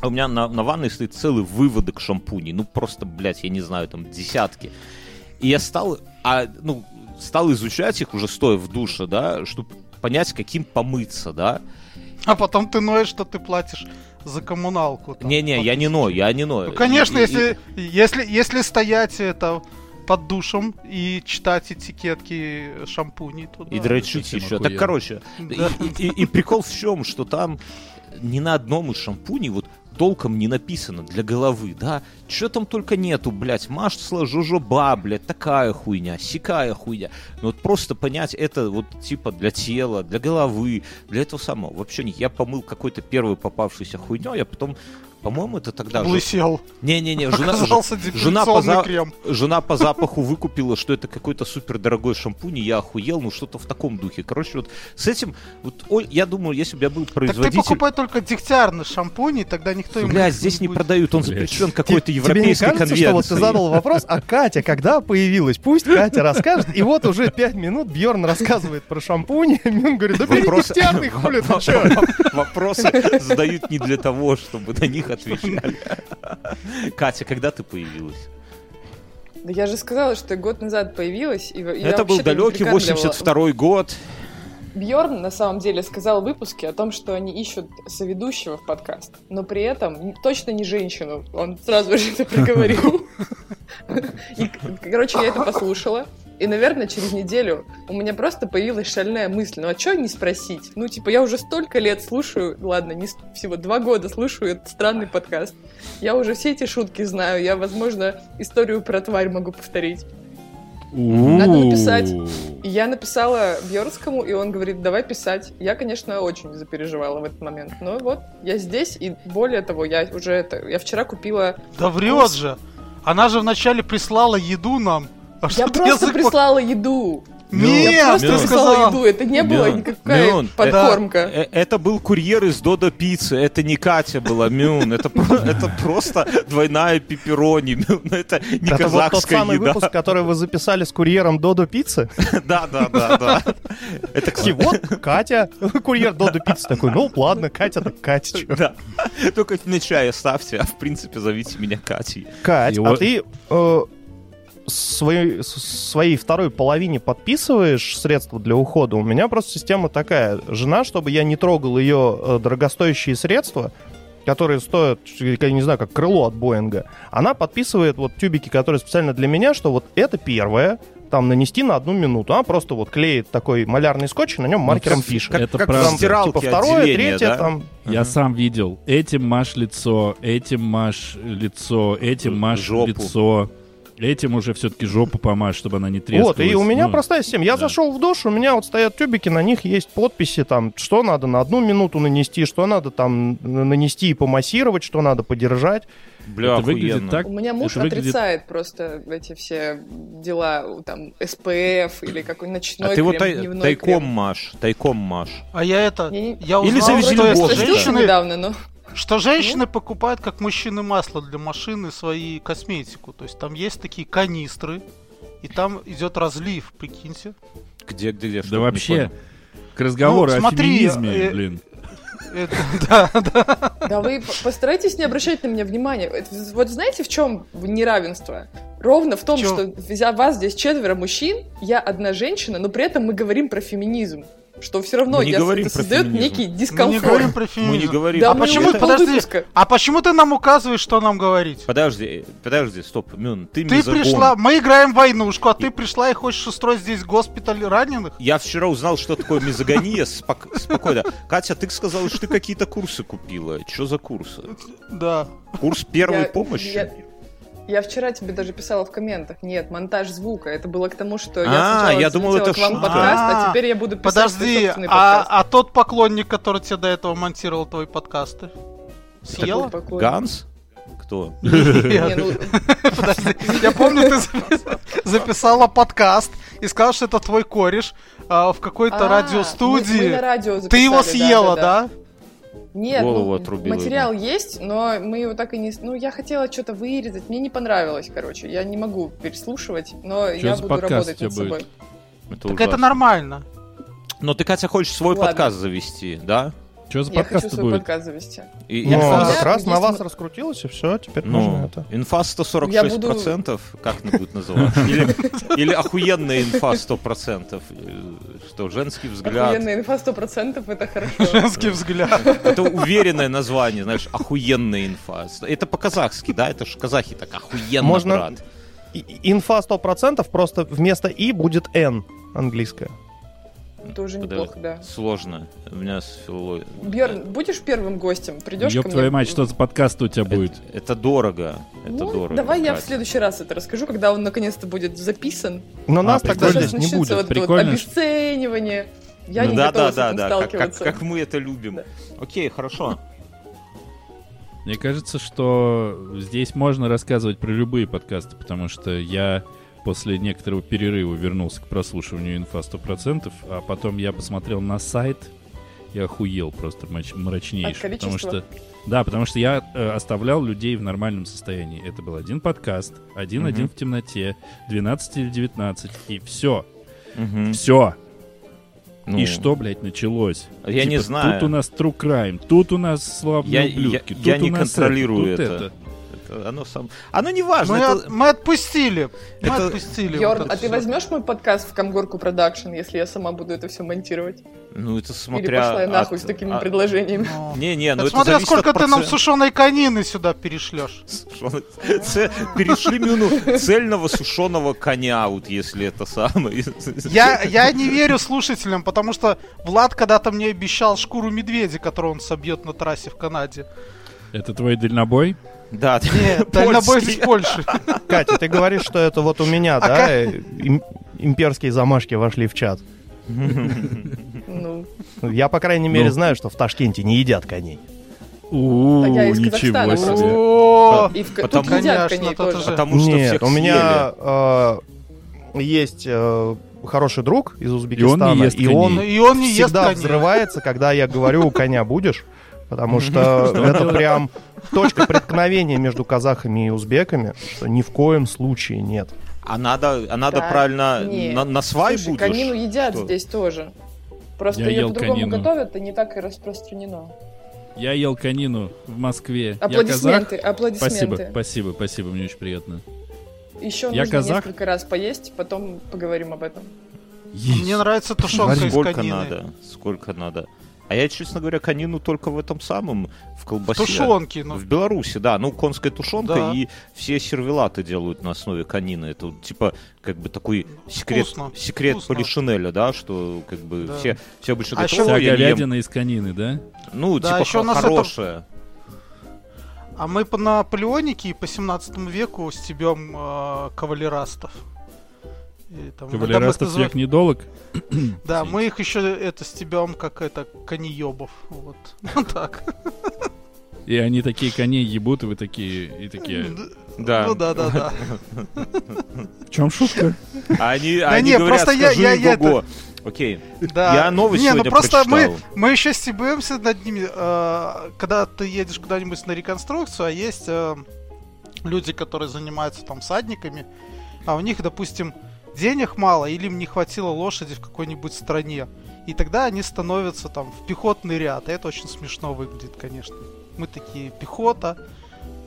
[SPEAKER 4] а у меня на, на ванной стоит целый выводок шампуней. Ну просто, блядь, я не знаю, там десятки. И я стал, а, ну, стал изучать их уже стоя в душе, да, чтобы понять, каким помыться, да.
[SPEAKER 6] А потом ты ноешь, что ты платишь за коммуналку. там,
[SPEAKER 4] Не-не, я не
[SPEAKER 6] 100
[SPEAKER 4] ною,
[SPEAKER 6] тысяч.
[SPEAKER 4] я не ною.
[SPEAKER 6] Ну, конечно,
[SPEAKER 4] И- и-
[SPEAKER 6] если, если, если стоять это под душем и читать этикетки шампуней, то
[SPEAKER 4] И
[SPEAKER 6] да.
[SPEAKER 4] дрочить
[SPEAKER 9] Совсем
[SPEAKER 4] еще. Так,
[SPEAKER 9] охуенно.
[SPEAKER 4] короче,
[SPEAKER 6] Да.
[SPEAKER 4] и, и- и прикол в чем, что там ни на одном из шампуней вот толком не написано для головы, да? Че там только нету, блядь, масло жожоба, блядь, такая хуйня, сякая хуйня. Ну вот просто понять это вот типа для тела, для головы, для этого самого. Вообще не, я помыл какой-то первый попавшийся хуйню, я а потом, по-моему, это тогда... же-
[SPEAKER 6] Облысел.
[SPEAKER 4] Не-не-не, э, жена,
[SPEAKER 6] Оказался
[SPEAKER 4] ж- жена, по
[SPEAKER 6] депиляционный
[SPEAKER 4] за-
[SPEAKER 6] крем.
[SPEAKER 4] жена по запаху выкупила, что это какой-то супер дорогой шампунь, и я охуел, ну что-то в таком духе. Короче, вот с этим, вот, Оль, я думаю, если бы я был
[SPEAKER 6] Так ты
[SPEAKER 4] производитель...
[SPEAKER 6] покупай только дегтярный шампунь, и тогда никто ему
[SPEAKER 4] Бля,
[SPEAKER 6] их
[SPEAKER 4] здесь не
[SPEAKER 6] будет.
[SPEAKER 4] продают, он
[SPEAKER 9] Блядь.
[SPEAKER 4] запрещен какой-то
[SPEAKER 1] Тебе- Тебе не
[SPEAKER 4] европейской
[SPEAKER 1] кажется, что вот ты
[SPEAKER 4] конвенцией.
[SPEAKER 1] задал вопрос, а Катя когда появилась? Пусть Катя расскажет. И вот уже пять минут Бьорн рассказывает про шампунь. и он говорит, да бери
[SPEAKER 4] Вопрос-
[SPEAKER 1] нефтяный, хули ты чё?
[SPEAKER 4] Вопросы задают не для того, чтобы на них отвечали. Катя, когда ты появилась?
[SPEAKER 5] Да я же сказала, что год назад появилась. И, и я
[SPEAKER 4] Это был
[SPEAKER 5] вообще-то не
[SPEAKER 4] далекий
[SPEAKER 5] приганивала.
[SPEAKER 4] 82 год.
[SPEAKER 5] Бьорн на самом деле сказал в выпуске о том, что они ищут соведущего в подкаст, но при этом н- точно не женщину. Он сразу же это проговорил. И, к- короче, я это послушала. И, наверное, через неделю у меня просто появилась шальная мысль. Ну, а что не спросить? Ну, типа, я уже столько лет слушаю, ладно, не ст- всего два года слушаю этот странный подкаст. Я уже все эти шутки знаю. Я, возможно, историю про тварь могу повторить. Надо написать. И Я написала Бьернскому, и он говорит, давай писать. Я, конечно, очень запереживала в этот момент. Но вот я здесь, и более того, я уже это... Я вчера купила...
[SPEAKER 6] Да врет же. Она же вначале прислала еду нам. А
[SPEAKER 5] Я
[SPEAKER 6] что ты
[SPEAKER 5] просто
[SPEAKER 6] язык-
[SPEAKER 5] прислала еду.
[SPEAKER 6] Нет,
[SPEAKER 5] я просто
[SPEAKER 6] ты
[SPEAKER 4] Милан.
[SPEAKER 5] прислала
[SPEAKER 6] сказала.
[SPEAKER 5] еду. Это не было
[SPEAKER 4] Милан,
[SPEAKER 5] никакая
[SPEAKER 4] Милан,
[SPEAKER 5] подкормка.
[SPEAKER 4] Э, Это был курьер из Додо Пиццы. Это не Катя была, Мюн. Это, про- это просто двойная пепперони. Мюн, Ну, это не
[SPEAKER 1] Это вот тот
[SPEAKER 4] казахская
[SPEAKER 1] самый
[SPEAKER 4] еда.
[SPEAKER 1] выпуск, который вы записали с курьером Додо Пиццы.
[SPEAKER 4] Да, да, да, да. Это,
[SPEAKER 1] И вот Катя, курьер Додо Пиццы такой, ну ладно, Катя, так Катя, чё?
[SPEAKER 4] да. Только на чай ставьте, а в принципе зовите меня Катей.
[SPEAKER 1] Кать,
[SPEAKER 9] Его-
[SPEAKER 1] а ты э, своей, с- своей второй половине подписываешь средства для ухода? У меня просто система такая. Жена, чтобы я не трогал ее э, дорогостоящие средства, которые стоят, я не знаю, как крыло от Боинга, она подписывает вот тюбики, которые специально для меня, что вот это первое, там нанести на одну минуту. Она просто вот клеит такой малярный скотч и на нем маркером пишет.
[SPEAKER 2] Ну, Это
[SPEAKER 4] Ну, как
[SPEAKER 2] правда.
[SPEAKER 1] Там, типа второе,
[SPEAKER 4] отделение,
[SPEAKER 1] третье,
[SPEAKER 4] да?
[SPEAKER 1] там
[SPEAKER 2] Я сам видел. Этим маш лицо, этим маш лицо,
[SPEAKER 4] Ж-
[SPEAKER 2] этим маш
[SPEAKER 4] жопу.
[SPEAKER 2] лицо. Этим уже все-таки жопу помажь, чтобы она не трескалась.
[SPEAKER 1] Вот, и у меня
[SPEAKER 2] Ну,
[SPEAKER 1] простая система. Я
[SPEAKER 2] да.
[SPEAKER 1] зашел в душ, у меня вот стоят тюбики, на них есть подписи, там, что надо на одну минуту нанести, что надо там н- нанести и помассировать, что надо подержать.
[SPEAKER 4] Бля,
[SPEAKER 2] это выглядит
[SPEAKER 4] охуенно.
[SPEAKER 2] так.
[SPEAKER 5] У меня муж
[SPEAKER 2] это выглядит-
[SPEAKER 5] отрицает просто эти все дела, там, СПФ или какой-нибудь ночной
[SPEAKER 4] А ты вот
[SPEAKER 5] крем,
[SPEAKER 4] тай-
[SPEAKER 5] дневной
[SPEAKER 4] тайком
[SPEAKER 5] крем.
[SPEAKER 4] маш, тайком маш.
[SPEAKER 6] А я это...
[SPEAKER 5] Я не-
[SPEAKER 6] Я
[SPEAKER 4] Или
[SPEAKER 6] узнал,
[SPEAKER 4] завезли
[SPEAKER 6] что,
[SPEAKER 4] в
[SPEAKER 6] это
[SPEAKER 4] Бостон.
[SPEAKER 5] Простился
[SPEAKER 6] женщины,
[SPEAKER 5] недавно, но...
[SPEAKER 6] что женщины
[SPEAKER 5] Ну.
[SPEAKER 6] покупают, как мужчины, масло для машины, свои косметику. То есть там есть такие канистры, и там идет разлив, прикиньте.
[SPEAKER 4] Где, где, где? что-то
[SPEAKER 2] Да
[SPEAKER 4] не
[SPEAKER 2] вообще,
[SPEAKER 4] понял.
[SPEAKER 2] к разговору
[SPEAKER 6] Ну,
[SPEAKER 2] о
[SPEAKER 6] смотри,
[SPEAKER 2] феминизме,
[SPEAKER 6] э,
[SPEAKER 2] блин.
[SPEAKER 6] Это- да, да.
[SPEAKER 5] Да вы по- постарайтесь не обращать на меня внимания. Это з- Вот знаете, в чем неравенство? Ровно в том,
[SPEAKER 6] В чём?
[SPEAKER 5] что взя- вас здесь четверо мужчин, я одна женщина, но при этом мы говорим про феминизм. Что все равно
[SPEAKER 4] Мы не
[SPEAKER 5] я-
[SPEAKER 4] говорим
[SPEAKER 5] это
[SPEAKER 4] про
[SPEAKER 5] создает
[SPEAKER 4] феминизм.
[SPEAKER 5] некий
[SPEAKER 6] Мы не
[SPEAKER 5] дискомфорт.
[SPEAKER 6] говорим про
[SPEAKER 4] Мы не
[SPEAKER 6] феминизм.
[SPEAKER 4] говорим.
[SPEAKER 5] Да ну,
[SPEAKER 6] А
[SPEAKER 5] мы
[SPEAKER 6] почему-
[SPEAKER 5] уже
[SPEAKER 6] подожди.
[SPEAKER 5] полвыпуска.
[SPEAKER 6] А почему ты нам указываешь, что нам говорить?
[SPEAKER 4] Подожди, подожди, стоп, Мюн, ты,
[SPEAKER 6] Ты
[SPEAKER 4] мизогон.
[SPEAKER 6] пришла, мы играем в войнушку, а ты пришла и хочешь устроить здесь госпиталь раненых?
[SPEAKER 4] Я вчера узнал, что такое мизогония. Спок- Спокойно. Катя, ты сказала, что ты какие-то курсы купила. Что за курсы?
[SPEAKER 6] Да.
[SPEAKER 4] Курс первой
[SPEAKER 5] Я-
[SPEAKER 4] помощи?
[SPEAKER 5] я- Я вчера тебе даже писала в комментах. Нет, монтаж звука. Это было к тому, что
[SPEAKER 4] А,
[SPEAKER 5] я сначала
[SPEAKER 4] я думал,
[SPEAKER 5] залетела
[SPEAKER 4] это
[SPEAKER 5] к вам
[SPEAKER 4] шутка.
[SPEAKER 5] подкаст, а
[SPEAKER 6] А,
[SPEAKER 5] теперь я буду писать свой
[SPEAKER 6] Подожди,
[SPEAKER 5] собственный
[SPEAKER 6] а,
[SPEAKER 5] подкаст.
[SPEAKER 6] а тот поклонник, который тебе до этого монтировал твои подкасты? Съела?
[SPEAKER 5] Какой покой.
[SPEAKER 4] Ганс? Кто?
[SPEAKER 5] Не, ну,
[SPEAKER 6] Подожди, я помню, ты запис- записала подкаст и сказала, что это твой кореш а, в какой-то
[SPEAKER 5] а, мы- мы на
[SPEAKER 6] радиостудии.
[SPEAKER 5] радио
[SPEAKER 6] Ты его
[SPEAKER 5] записали, да,
[SPEAKER 6] съела,
[SPEAKER 5] да,
[SPEAKER 6] да?
[SPEAKER 5] Нет,
[SPEAKER 4] Голову
[SPEAKER 5] ну,
[SPEAKER 4] отрубила
[SPEAKER 5] материал есть, но мы его так и не... с- Ну, я хотела что-то вырезать, мне не понравилось, короче. Я не могу переслушивать, но я
[SPEAKER 9] за
[SPEAKER 5] буду
[SPEAKER 9] подкаст
[SPEAKER 5] работать
[SPEAKER 9] у тебя
[SPEAKER 5] над
[SPEAKER 9] будет?
[SPEAKER 5] собой.
[SPEAKER 6] Так это нормально.
[SPEAKER 4] Но ты, Катя, хочешь свой
[SPEAKER 5] Ладно.
[SPEAKER 4] подкаст завести, да?
[SPEAKER 9] Что за
[SPEAKER 5] Я хочу
[SPEAKER 9] подкаст
[SPEAKER 5] свой
[SPEAKER 9] будет?
[SPEAKER 5] подкаст завести.
[SPEAKER 4] И
[SPEAKER 1] Ну,
[SPEAKER 4] инфа-
[SPEAKER 1] как
[SPEAKER 5] да,
[SPEAKER 1] раз на
[SPEAKER 5] есть
[SPEAKER 1] вас
[SPEAKER 5] м-
[SPEAKER 1] раскрутилось, и все, теперь нужно
[SPEAKER 4] Ну,
[SPEAKER 1] это.
[SPEAKER 4] инфа 146%, как она будет называться? Или, или охуенная инфа 100%, э, что женский взгляд.
[SPEAKER 5] Охуенная инфа, 100% это хорошо.
[SPEAKER 6] Женский взгляд.
[SPEAKER 4] Это уверенное название, знаешь, охуенная инфа. Это по-казахски, да? Это же казахи так, охуенно,
[SPEAKER 1] Можно-
[SPEAKER 4] брат.
[SPEAKER 1] И- и- Инфа 100%, просто вместо «и» будет «н» английское.
[SPEAKER 5] Это уже
[SPEAKER 4] Это
[SPEAKER 5] неплохо, да.
[SPEAKER 4] Сложно. У меня с фило-
[SPEAKER 5] Бьерн, будешь первым гостем? Придешь ко
[SPEAKER 9] Ёб
[SPEAKER 5] мне?
[SPEAKER 9] твою мать, что за подкаст у тебя будет?
[SPEAKER 4] Это, это дорого. Это
[SPEAKER 5] Ну,
[SPEAKER 4] дорого.
[SPEAKER 5] Давай я в
[SPEAKER 4] Катя.
[SPEAKER 5] следующий раз это расскажу, когда он наконец-то будет записан.
[SPEAKER 1] Но
[SPEAKER 9] А,
[SPEAKER 1] нас тогда
[SPEAKER 9] прикольно.
[SPEAKER 5] Сейчас
[SPEAKER 1] здесь не
[SPEAKER 5] начнется
[SPEAKER 1] будет.
[SPEAKER 5] вот это вот
[SPEAKER 9] Прикольно, что-
[SPEAKER 5] обесценивание. Я
[SPEAKER 4] Ну
[SPEAKER 5] не
[SPEAKER 4] да,
[SPEAKER 5] готова
[SPEAKER 4] да,
[SPEAKER 5] с
[SPEAKER 4] да,
[SPEAKER 5] этим
[SPEAKER 4] да. Как, как,
[SPEAKER 5] сталкиваться.
[SPEAKER 4] как мы это любим. Окей, хорошо.
[SPEAKER 2] Мне кажется, что здесь можно рассказывать про любые подкасты, потому что я после некоторого перерыва вернулся к прослушиванию инфа 100%, а потом я посмотрел на сайт и охуел просто мрач- мрачнейший.
[SPEAKER 5] От
[SPEAKER 2] потому
[SPEAKER 5] количества?
[SPEAKER 2] что Да, потому что я э, оставлял людей в нормальном состоянии. Это был один подкаст, один-один в темноте, 12 или 19, и все,
[SPEAKER 4] Мгм.
[SPEAKER 2] все.
[SPEAKER 4] Ну,
[SPEAKER 2] И что, блядь, началось? Типа,
[SPEAKER 4] Я не знаю.
[SPEAKER 2] Тут у нас true crime, тут у нас славные
[SPEAKER 4] Я- я-
[SPEAKER 2] ублюдки,
[SPEAKER 4] я
[SPEAKER 2] тут
[SPEAKER 4] не
[SPEAKER 2] у нас
[SPEAKER 4] контролирую
[SPEAKER 2] тут
[SPEAKER 4] это. Это оно сам. Оно не важно.
[SPEAKER 6] Мы
[SPEAKER 4] Ну, это-
[SPEAKER 6] от- мы отпустили. Мы
[SPEAKER 4] это-
[SPEAKER 6] отпустили.
[SPEAKER 5] Бьерн,
[SPEAKER 6] вот
[SPEAKER 5] а
[SPEAKER 6] это
[SPEAKER 5] ты
[SPEAKER 6] всё.
[SPEAKER 5] возьмешь мой подкаст в Комгорку Продакшн, если я сама буду это все монтировать?
[SPEAKER 4] Ну это смотря.
[SPEAKER 5] Или пошла я
[SPEAKER 4] от-
[SPEAKER 5] нахуй с такими
[SPEAKER 4] а-
[SPEAKER 5] предложениями?
[SPEAKER 6] Ну.
[SPEAKER 4] Не, не, ну
[SPEAKER 6] Это
[SPEAKER 4] это
[SPEAKER 6] смотря
[SPEAKER 4] зависит от
[SPEAKER 6] сколько ты нам
[SPEAKER 4] процента.
[SPEAKER 6] сушеной конины сюда перешлешь.
[SPEAKER 4] Сушёный- Це- Перешли мину цельного сушеного коня, вот если это самое.
[SPEAKER 6] Я, я не верю слушателям, потому что Влад когда-то мне обещал шкуру медведя, которую он собьет на трассе в Канаде.
[SPEAKER 2] Это твой дальнобой?
[SPEAKER 4] Да,
[SPEAKER 6] Нет, дальнобой из Польши.
[SPEAKER 1] Катя, ты говоришь, что это вот у меня,
[SPEAKER 6] А
[SPEAKER 1] да, э, им- имперские замашки вошли в чат.
[SPEAKER 5] Ну,
[SPEAKER 1] Я, по крайней мере, знаю, что в Ташкенте не едят коней.
[SPEAKER 2] У,
[SPEAKER 5] А я из
[SPEAKER 2] ничего
[SPEAKER 5] Казахстана.
[SPEAKER 2] себе.
[SPEAKER 6] О,
[SPEAKER 5] и в... ко-
[SPEAKER 4] Потому-
[SPEAKER 5] тут едят
[SPEAKER 6] Конечно,
[SPEAKER 5] коней
[SPEAKER 6] тот
[SPEAKER 5] тоже.
[SPEAKER 6] же.
[SPEAKER 4] Потому что
[SPEAKER 1] Нет,
[SPEAKER 4] всех
[SPEAKER 1] у меня э, есть э, хороший друг из Узбекистана,
[SPEAKER 2] ест коней.
[SPEAKER 6] ну и он не ест
[SPEAKER 1] всегда
[SPEAKER 6] коней.
[SPEAKER 1] взрывается, когда я говорю «у коня будешь», потому что это прям точка преткновения между казахами и узбеками, что ни в коем случае нет.
[SPEAKER 4] А надо, а надо
[SPEAKER 5] Да,
[SPEAKER 4] правильно
[SPEAKER 5] не.
[SPEAKER 4] на, на свай
[SPEAKER 5] Слушай,
[SPEAKER 4] будешь?
[SPEAKER 5] конину едят
[SPEAKER 4] Что?
[SPEAKER 5] здесь тоже. Просто
[SPEAKER 2] Я
[SPEAKER 5] ее
[SPEAKER 2] ел
[SPEAKER 5] по-другому
[SPEAKER 2] конину.
[SPEAKER 5] готовят, и не так и распространено.
[SPEAKER 2] Я ел конину в Москве. Я казах.
[SPEAKER 5] Аплодисменты, аплодисменты.
[SPEAKER 2] Спасибо, спасибо, спасибо, мне очень приятно.
[SPEAKER 5] Еще
[SPEAKER 2] Я
[SPEAKER 5] нужно
[SPEAKER 2] казах.
[SPEAKER 5] несколько раз поесть, потом поговорим об этом.
[SPEAKER 6] Мне нравится тушенка из
[SPEAKER 4] Сколько
[SPEAKER 6] конины.
[SPEAKER 4] надо? Сколько надо? А я, честно говоря, конину только в этом самом, в колбасе.
[SPEAKER 6] Тушенки, ну.
[SPEAKER 4] В Беларуси, да, ну конская тушенка
[SPEAKER 6] Да.
[SPEAKER 4] и все сервелаты делают на основе конины. Это вот, типа как бы такой секрет,
[SPEAKER 6] Вкусно,
[SPEAKER 4] секрет
[SPEAKER 6] вкусно.
[SPEAKER 4] Полишинеля, да, что как бы
[SPEAKER 6] Да.
[SPEAKER 4] все, все обычно
[SPEAKER 6] А
[SPEAKER 4] говорят,
[SPEAKER 6] ещё
[SPEAKER 4] «Ой,
[SPEAKER 2] Вся
[SPEAKER 4] я не ем».
[SPEAKER 2] говядина из конины, да?
[SPEAKER 4] Ну,
[SPEAKER 6] Да,
[SPEAKER 4] типа
[SPEAKER 6] ещё у
[SPEAKER 4] хо-
[SPEAKER 6] нас это-
[SPEAKER 4] хорошая.
[SPEAKER 6] А мы по Наполеонике и по 17 веку стебем э, кавалерастов. И
[SPEAKER 4] А
[SPEAKER 6] там иногда мы их
[SPEAKER 2] Кавалерастов
[SPEAKER 6] называем-
[SPEAKER 2] всех недолог.
[SPEAKER 6] Да, мы их еще это стебем, как это, конеебов. Вот. Ну так.
[SPEAKER 2] И они такие коней ебут, и вы такие, и такие...
[SPEAKER 4] Да.
[SPEAKER 6] Ну да, да, да.
[SPEAKER 2] В чем шутка?
[SPEAKER 4] А Они,
[SPEAKER 6] Да
[SPEAKER 4] они
[SPEAKER 6] не,
[SPEAKER 4] говорят,
[SPEAKER 6] просто я-
[SPEAKER 4] «Скажи
[SPEAKER 6] я- я
[SPEAKER 4] го-го». Окей.
[SPEAKER 6] Да.
[SPEAKER 4] Я новость
[SPEAKER 6] Не, ну
[SPEAKER 4] сегодня
[SPEAKER 6] просто мы,
[SPEAKER 4] прочитал.
[SPEAKER 6] мы еще стебемся над ними. э, Когда ты едешь куда-нибудь на реконструкцию, а есть э, люди, которые занимаются там садниками, а у них, допустим, денег мало или им не хватило лошади в какой-нибудь стране. И тогда они становятся там в пехотный ряд. И это очень смешно выглядит, конечно. Мы такие пехота,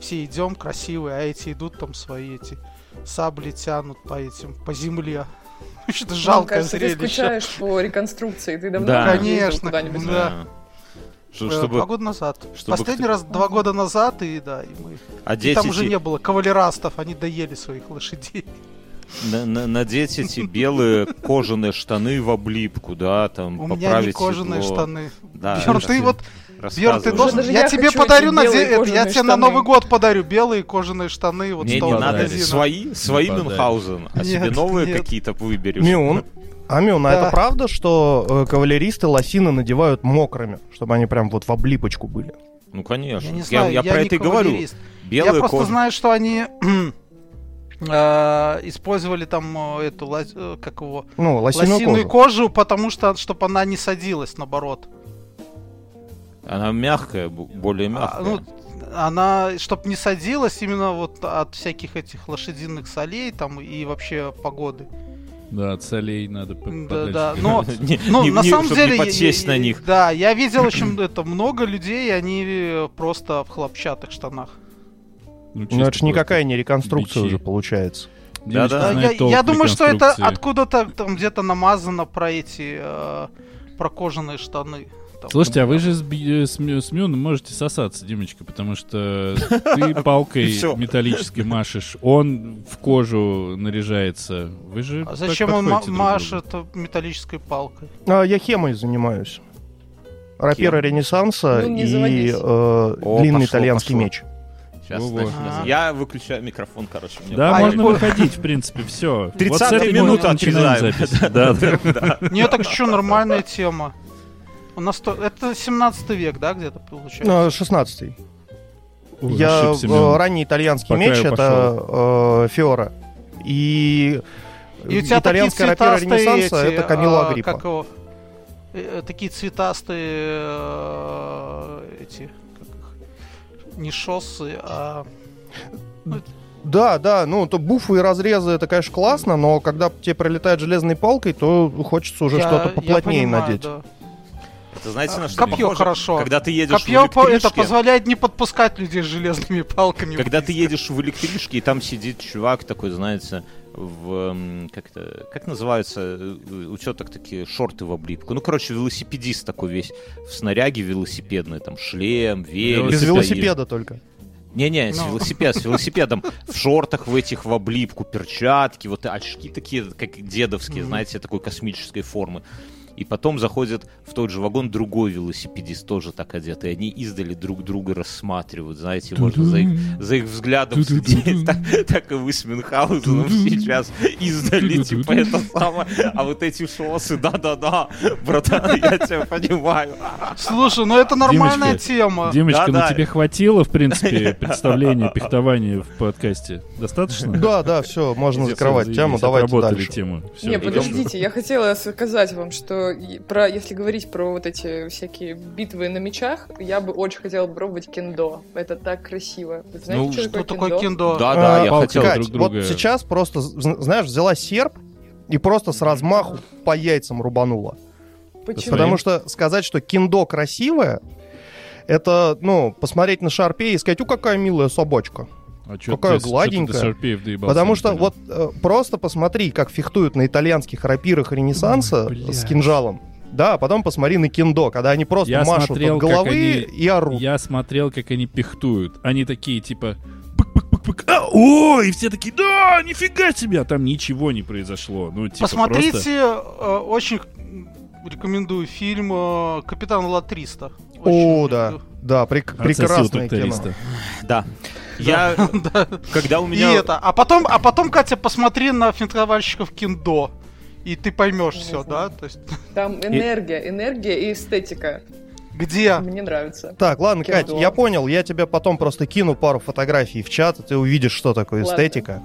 [SPEAKER 6] все идем красивые, а эти идут там свои эти сабли тянут по этим, по земле. Что-то
[SPEAKER 5] Мне
[SPEAKER 6] жалкое
[SPEAKER 5] кажется, ты
[SPEAKER 6] зрелище.
[SPEAKER 5] скучаешь по реконструкции. Ты давно
[SPEAKER 4] Да.
[SPEAKER 5] не ездил
[SPEAKER 6] Конечно.
[SPEAKER 5] куда-нибудь.
[SPEAKER 6] Да.
[SPEAKER 4] А, Что-
[SPEAKER 6] Э,
[SPEAKER 4] чтобы...
[SPEAKER 6] Два года назад.
[SPEAKER 4] чтобы
[SPEAKER 6] Последний
[SPEAKER 4] кто-
[SPEAKER 6] раз два года назад, и да, и мы.
[SPEAKER 4] А
[SPEAKER 6] И
[SPEAKER 4] дети
[SPEAKER 6] там уже
[SPEAKER 4] те-
[SPEAKER 6] не было кавалерастов, они доели своих лошадей.
[SPEAKER 4] на- на- надеть эти белые кожаные штаны в облипку, да, там
[SPEAKER 6] У меня не
[SPEAKER 4] поправить А, ну,
[SPEAKER 6] кожаные
[SPEAKER 4] седло.
[SPEAKER 6] штаны.
[SPEAKER 4] Да,
[SPEAKER 6] Бьёрн,
[SPEAKER 4] это
[SPEAKER 6] ты
[SPEAKER 4] же-
[SPEAKER 6] вот Бьерн, ты
[SPEAKER 4] рассказывай.
[SPEAKER 6] должен...
[SPEAKER 5] Даже
[SPEAKER 6] я
[SPEAKER 5] я
[SPEAKER 6] тебе
[SPEAKER 5] хочу
[SPEAKER 6] подарю,
[SPEAKER 5] эти
[SPEAKER 6] на
[SPEAKER 5] белые
[SPEAKER 6] де- это, я
[SPEAKER 5] кожаные
[SPEAKER 6] тебе на
[SPEAKER 5] штаны.
[SPEAKER 6] Новый год подарю белые кожаные штаны вот
[SPEAKER 4] Не,
[SPEAKER 6] с
[SPEAKER 4] не
[SPEAKER 6] того
[SPEAKER 4] надо.
[SPEAKER 6] магазина.
[SPEAKER 4] Свои, свои
[SPEAKER 9] подарит.
[SPEAKER 4] Мюнхгаузен, а себе
[SPEAKER 6] Нет,
[SPEAKER 4] новые
[SPEAKER 6] нет.
[SPEAKER 4] какие-то выберешь.
[SPEAKER 1] Мюн. А Мюн, а
[SPEAKER 6] Да.
[SPEAKER 1] это правда, что э, кавалеристы лосины надевают мокрыми, чтобы они прям вот в облипочку были?
[SPEAKER 4] Ну, конечно.
[SPEAKER 6] Я не знаю, я,
[SPEAKER 4] про
[SPEAKER 6] не
[SPEAKER 4] это и говорю.
[SPEAKER 6] кавалерист.
[SPEAKER 4] Белая
[SPEAKER 6] я просто
[SPEAKER 4] кожа.
[SPEAKER 6] знаю, что они э, использовали там э, эту лось- э, как его
[SPEAKER 1] Ну, лосиную, кожу.
[SPEAKER 6] лосиную кожу, потому что чтобы она не садилась, наоборот.
[SPEAKER 4] Она мягкая, бу- более
[SPEAKER 6] А,
[SPEAKER 4] мягкая.
[SPEAKER 6] ну, она, чтобы не садилась именно вот от всяких этих лошадиных солей там и вообще погоды.
[SPEAKER 2] Да, от солей надо по-
[SPEAKER 6] Да, да.
[SPEAKER 2] подальше.
[SPEAKER 6] Но
[SPEAKER 4] Не-
[SPEAKER 6] Ну,
[SPEAKER 4] не-
[SPEAKER 6] на
[SPEAKER 4] не-
[SPEAKER 6] самом
[SPEAKER 4] чтобы не
[SPEAKER 6] деле... я-
[SPEAKER 4] подсесть
[SPEAKER 6] я-
[SPEAKER 4] на них.
[SPEAKER 6] Да, я видел очень это, много людей, и они э, просто в хлопчатых штанах.
[SPEAKER 1] Ну, это же никакая не реконструкция
[SPEAKER 2] бичи.
[SPEAKER 1] уже получается.
[SPEAKER 2] Да-да.
[SPEAKER 4] Да, ну,
[SPEAKER 6] Да, я, я думаю, что это откуда-то там где-то намазано про эти... э, про кожаные штаны. Там.
[SPEAKER 2] Слушайте, а вы же с, Би- э, с Мю- с Мюном можете сосаться, Димочка, потому что ты палкой
[SPEAKER 4] Всё.
[SPEAKER 2] металлически машешь, он в кожу наряжается. Вы
[SPEAKER 4] Ну,
[SPEAKER 2] же
[SPEAKER 6] А
[SPEAKER 2] так
[SPEAKER 6] зачем он ма-
[SPEAKER 2] подходите друг к другу.
[SPEAKER 6] машет металлической палкой?
[SPEAKER 1] А, я хемой занимаюсь. Рапира Ренессанса
[SPEAKER 5] Ну, не
[SPEAKER 1] и
[SPEAKER 5] заводись.
[SPEAKER 1] э,
[SPEAKER 4] О,
[SPEAKER 1] длинный
[SPEAKER 4] пошло,
[SPEAKER 1] итальянский
[SPEAKER 4] пошло.
[SPEAKER 1] меч.
[SPEAKER 4] Сейчас
[SPEAKER 2] Во-во.
[SPEAKER 4] начнём.
[SPEAKER 6] А.
[SPEAKER 4] Я выключаю микрофон, короче. у
[SPEAKER 2] Ну
[SPEAKER 4] меня
[SPEAKER 2] Да,
[SPEAKER 4] палец.
[SPEAKER 2] можно выходить, в принципе, все.
[SPEAKER 4] 30-я минута отрезаем.
[SPEAKER 2] Да, да.
[SPEAKER 6] Не, так что, нормальная тема. У нас то... Это 17 век, да, где-то получается?
[SPEAKER 1] Э, 16-й.
[SPEAKER 2] Ой,
[SPEAKER 1] я
[SPEAKER 2] ошибся,
[SPEAKER 1] э,
[SPEAKER 2] Мюн.
[SPEAKER 1] ранний итальянский
[SPEAKER 2] Пока
[SPEAKER 1] меч
[SPEAKER 2] я
[SPEAKER 1] это э, Фиора. И,
[SPEAKER 6] И у тебя
[SPEAKER 1] итальянская
[SPEAKER 6] такие
[SPEAKER 1] рапира
[SPEAKER 6] цветастые
[SPEAKER 1] Ренессанса
[SPEAKER 6] эти,
[SPEAKER 1] это Камила
[SPEAKER 6] а,
[SPEAKER 1] Агриппа.
[SPEAKER 6] как его? Э, э, такие цветастые э, эти, как их, не шоссы, а...
[SPEAKER 1] Да, да, ну то буфы и разрезы это, конечно, классно, но когда тебе прилетает железной палкой, то хочется уже
[SPEAKER 6] Я-
[SPEAKER 1] что-то
[SPEAKER 6] я
[SPEAKER 1] поплотнее
[SPEAKER 6] понимаю,
[SPEAKER 1] надеть.
[SPEAKER 6] да.
[SPEAKER 4] Это знаете, на что
[SPEAKER 6] Копье
[SPEAKER 4] похоже?
[SPEAKER 6] хорошо.
[SPEAKER 4] Когда ты едешь
[SPEAKER 6] Копье
[SPEAKER 4] в
[SPEAKER 6] по- это
[SPEAKER 4] электричке-
[SPEAKER 6] позволяет не подпускать людей с железными палками.
[SPEAKER 4] Когда ты едешь в электричке, и там сидит чувак такой, знаете, в... м, Как, это, как называется? э, У чего так такие шорты в облипку? Ну, короче, велосипедист такой весь в снаряге велосипедный, там шлем, велик.
[SPEAKER 1] Без
[SPEAKER 4] стоит.
[SPEAKER 1] велосипеда только.
[SPEAKER 4] Не-не, с
[SPEAKER 6] Ну.
[SPEAKER 4] велосипед, с велосипедом. В шортах в этих, в облипку, перчатки, вот и очки такие, как дедовские,
[SPEAKER 6] Мгм.
[SPEAKER 4] знаете, такой космической формы. И потом заходит в тот же вагон другой велосипедист, тоже так одетый. И они издали друг друга рассматривают, знаете, можно за их, за их взглядом следить. Так, так и вы с Мюнхгаузеном сейчас издали, типа, это самое. А вот эти шоссы, да-да-да, братан, я тебя понимаю.
[SPEAKER 6] Слушай, ну это нормальная
[SPEAKER 2] Димочка,
[SPEAKER 6] тема.
[SPEAKER 2] Димочка,
[SPEAKER 4] Да-да.
[SPEAKER 2] ну тебе хватило, в принципе, представления пихтования в подкасте? Достаточно?
[SPEAKER 1] Да, да, все, можно
[SPEAKER 2] Всё,
[SPEAKER 1] закрывать тему,
[SPEAKER 2] заебись,
[SPEAKER 1] давайте
[SPEAKER 2] отработали
[SPEAKER 1] дальше.
[SPEAKER 2] тему. Всё,
[SPEAKER 5] Не,
[SPEAKER 2] идём.
[SPEAKER 5] подождите, я хотела сказать вам, что и- про, если говорить про вот эти всякие битвы на мечах, я бы очень хотела пробовать кендо. Это так красиво. Вы знаете,
[SPEAKER 4] Ну,
[SPEAKER 5] что,
[SPEAKER 6] Что
[SPEAKER 5] такое
[SPEAKER 6] такое
[SPEAKER 5] кендо?
[SPEAKER 6] киндо?
[SPEAKER 4] Да-да,
[SPEAKER 1] А,
[SPEAKER 4] я
[SPEAKER 2] палка.
[SPEAKER 4] хотел...
[SPEAKER 2] друг
[SPEAKER 1] Кать,
[SPEAKER 2] друга.
[SPEAKER 1] вот сейчас просто, зн- знаешь, взяла серп и просто с размаху по яйцам рубанула.
[SPEAKER 5] Почему?
[SPEAKER 1] Потому что сказать, что киндо красивое, это, ну, посмотреть на шарпе и сказать, у, какая милая собачка.
[SPEAKER 2] А чё
[SPEAKER 1] какая
[SPEAKER 2] ты- чё ты
[SPEAKER 1] гладенькая.
[SPEAKER 2] до Шарпеев доебался,
[SPEAKER 1] Потому
[SPEAKER 2] не
[SPEAKER 1] что
[SPEAKER 2] понял?
[SPEAKER 1] вот э, просто посмотри, как фехтуют на итальянских рапирах Ренессанса
[SPEAKER 2] Ой, блядь.
[SPEAKER 1] с кинжалом. Да, а потом посмотри на киндо, когда они просто
[SPEAKER 2] Я
[SPEAKER 1] машут
[SPEAKER 2] смотрел,
[SPEAKER 1] от
[SPEAKER 2] как
[SPEAKER 1] головы
[SPEAKER 2] они-
[SPEAKER 1] и орут.
[SPEAKER 2] Я смотрел, как они пихтуют. Они такие, типа... пык-пык-пык-пык, а, о, и все такие, да, нифига себе, а там ничего не произошло. Ну, типа, просто-
[SPEAKER 6] Посмотрите, э, очень м, рекомендую фильм э, «Капитан Латриста».
[SPEAKER 1] О, да, да, прек-
[SPEAKER 2] Отсосил
[SPEAKER 1] прекрасное кино.
[SPEAKER 2] тракториста.
[SPEAKER 4] Да. Я, когда у
[SPEAKER 6] И
[SPEAKER 4] меня...
[SPEAKER 6] это. А потом, а потом, Катя, посмотри на финтровальщиков киндо. И ты поймешь
[SPEAKER 5] Не
[SPEAKER 6] все, да?
[SPEAKER 5] знаю.
[SPEAKER 6] То есть,
[SPEAKER 5] Там энергия, энергия и эстетика.
[SPEAKER 6] где?
[SPEAKER 5] Мне нравится.
[SPEAKER 1] Так, ладно, Кать,
[SPEAKER 5] Киндо.
[SPEAKER 1] я понял, я тебе потом просто кину пару фотографий в чат, и ты увидишь, что такое
[SPEAKER 5] Ладно.
[SPEAKER 1] эстетика.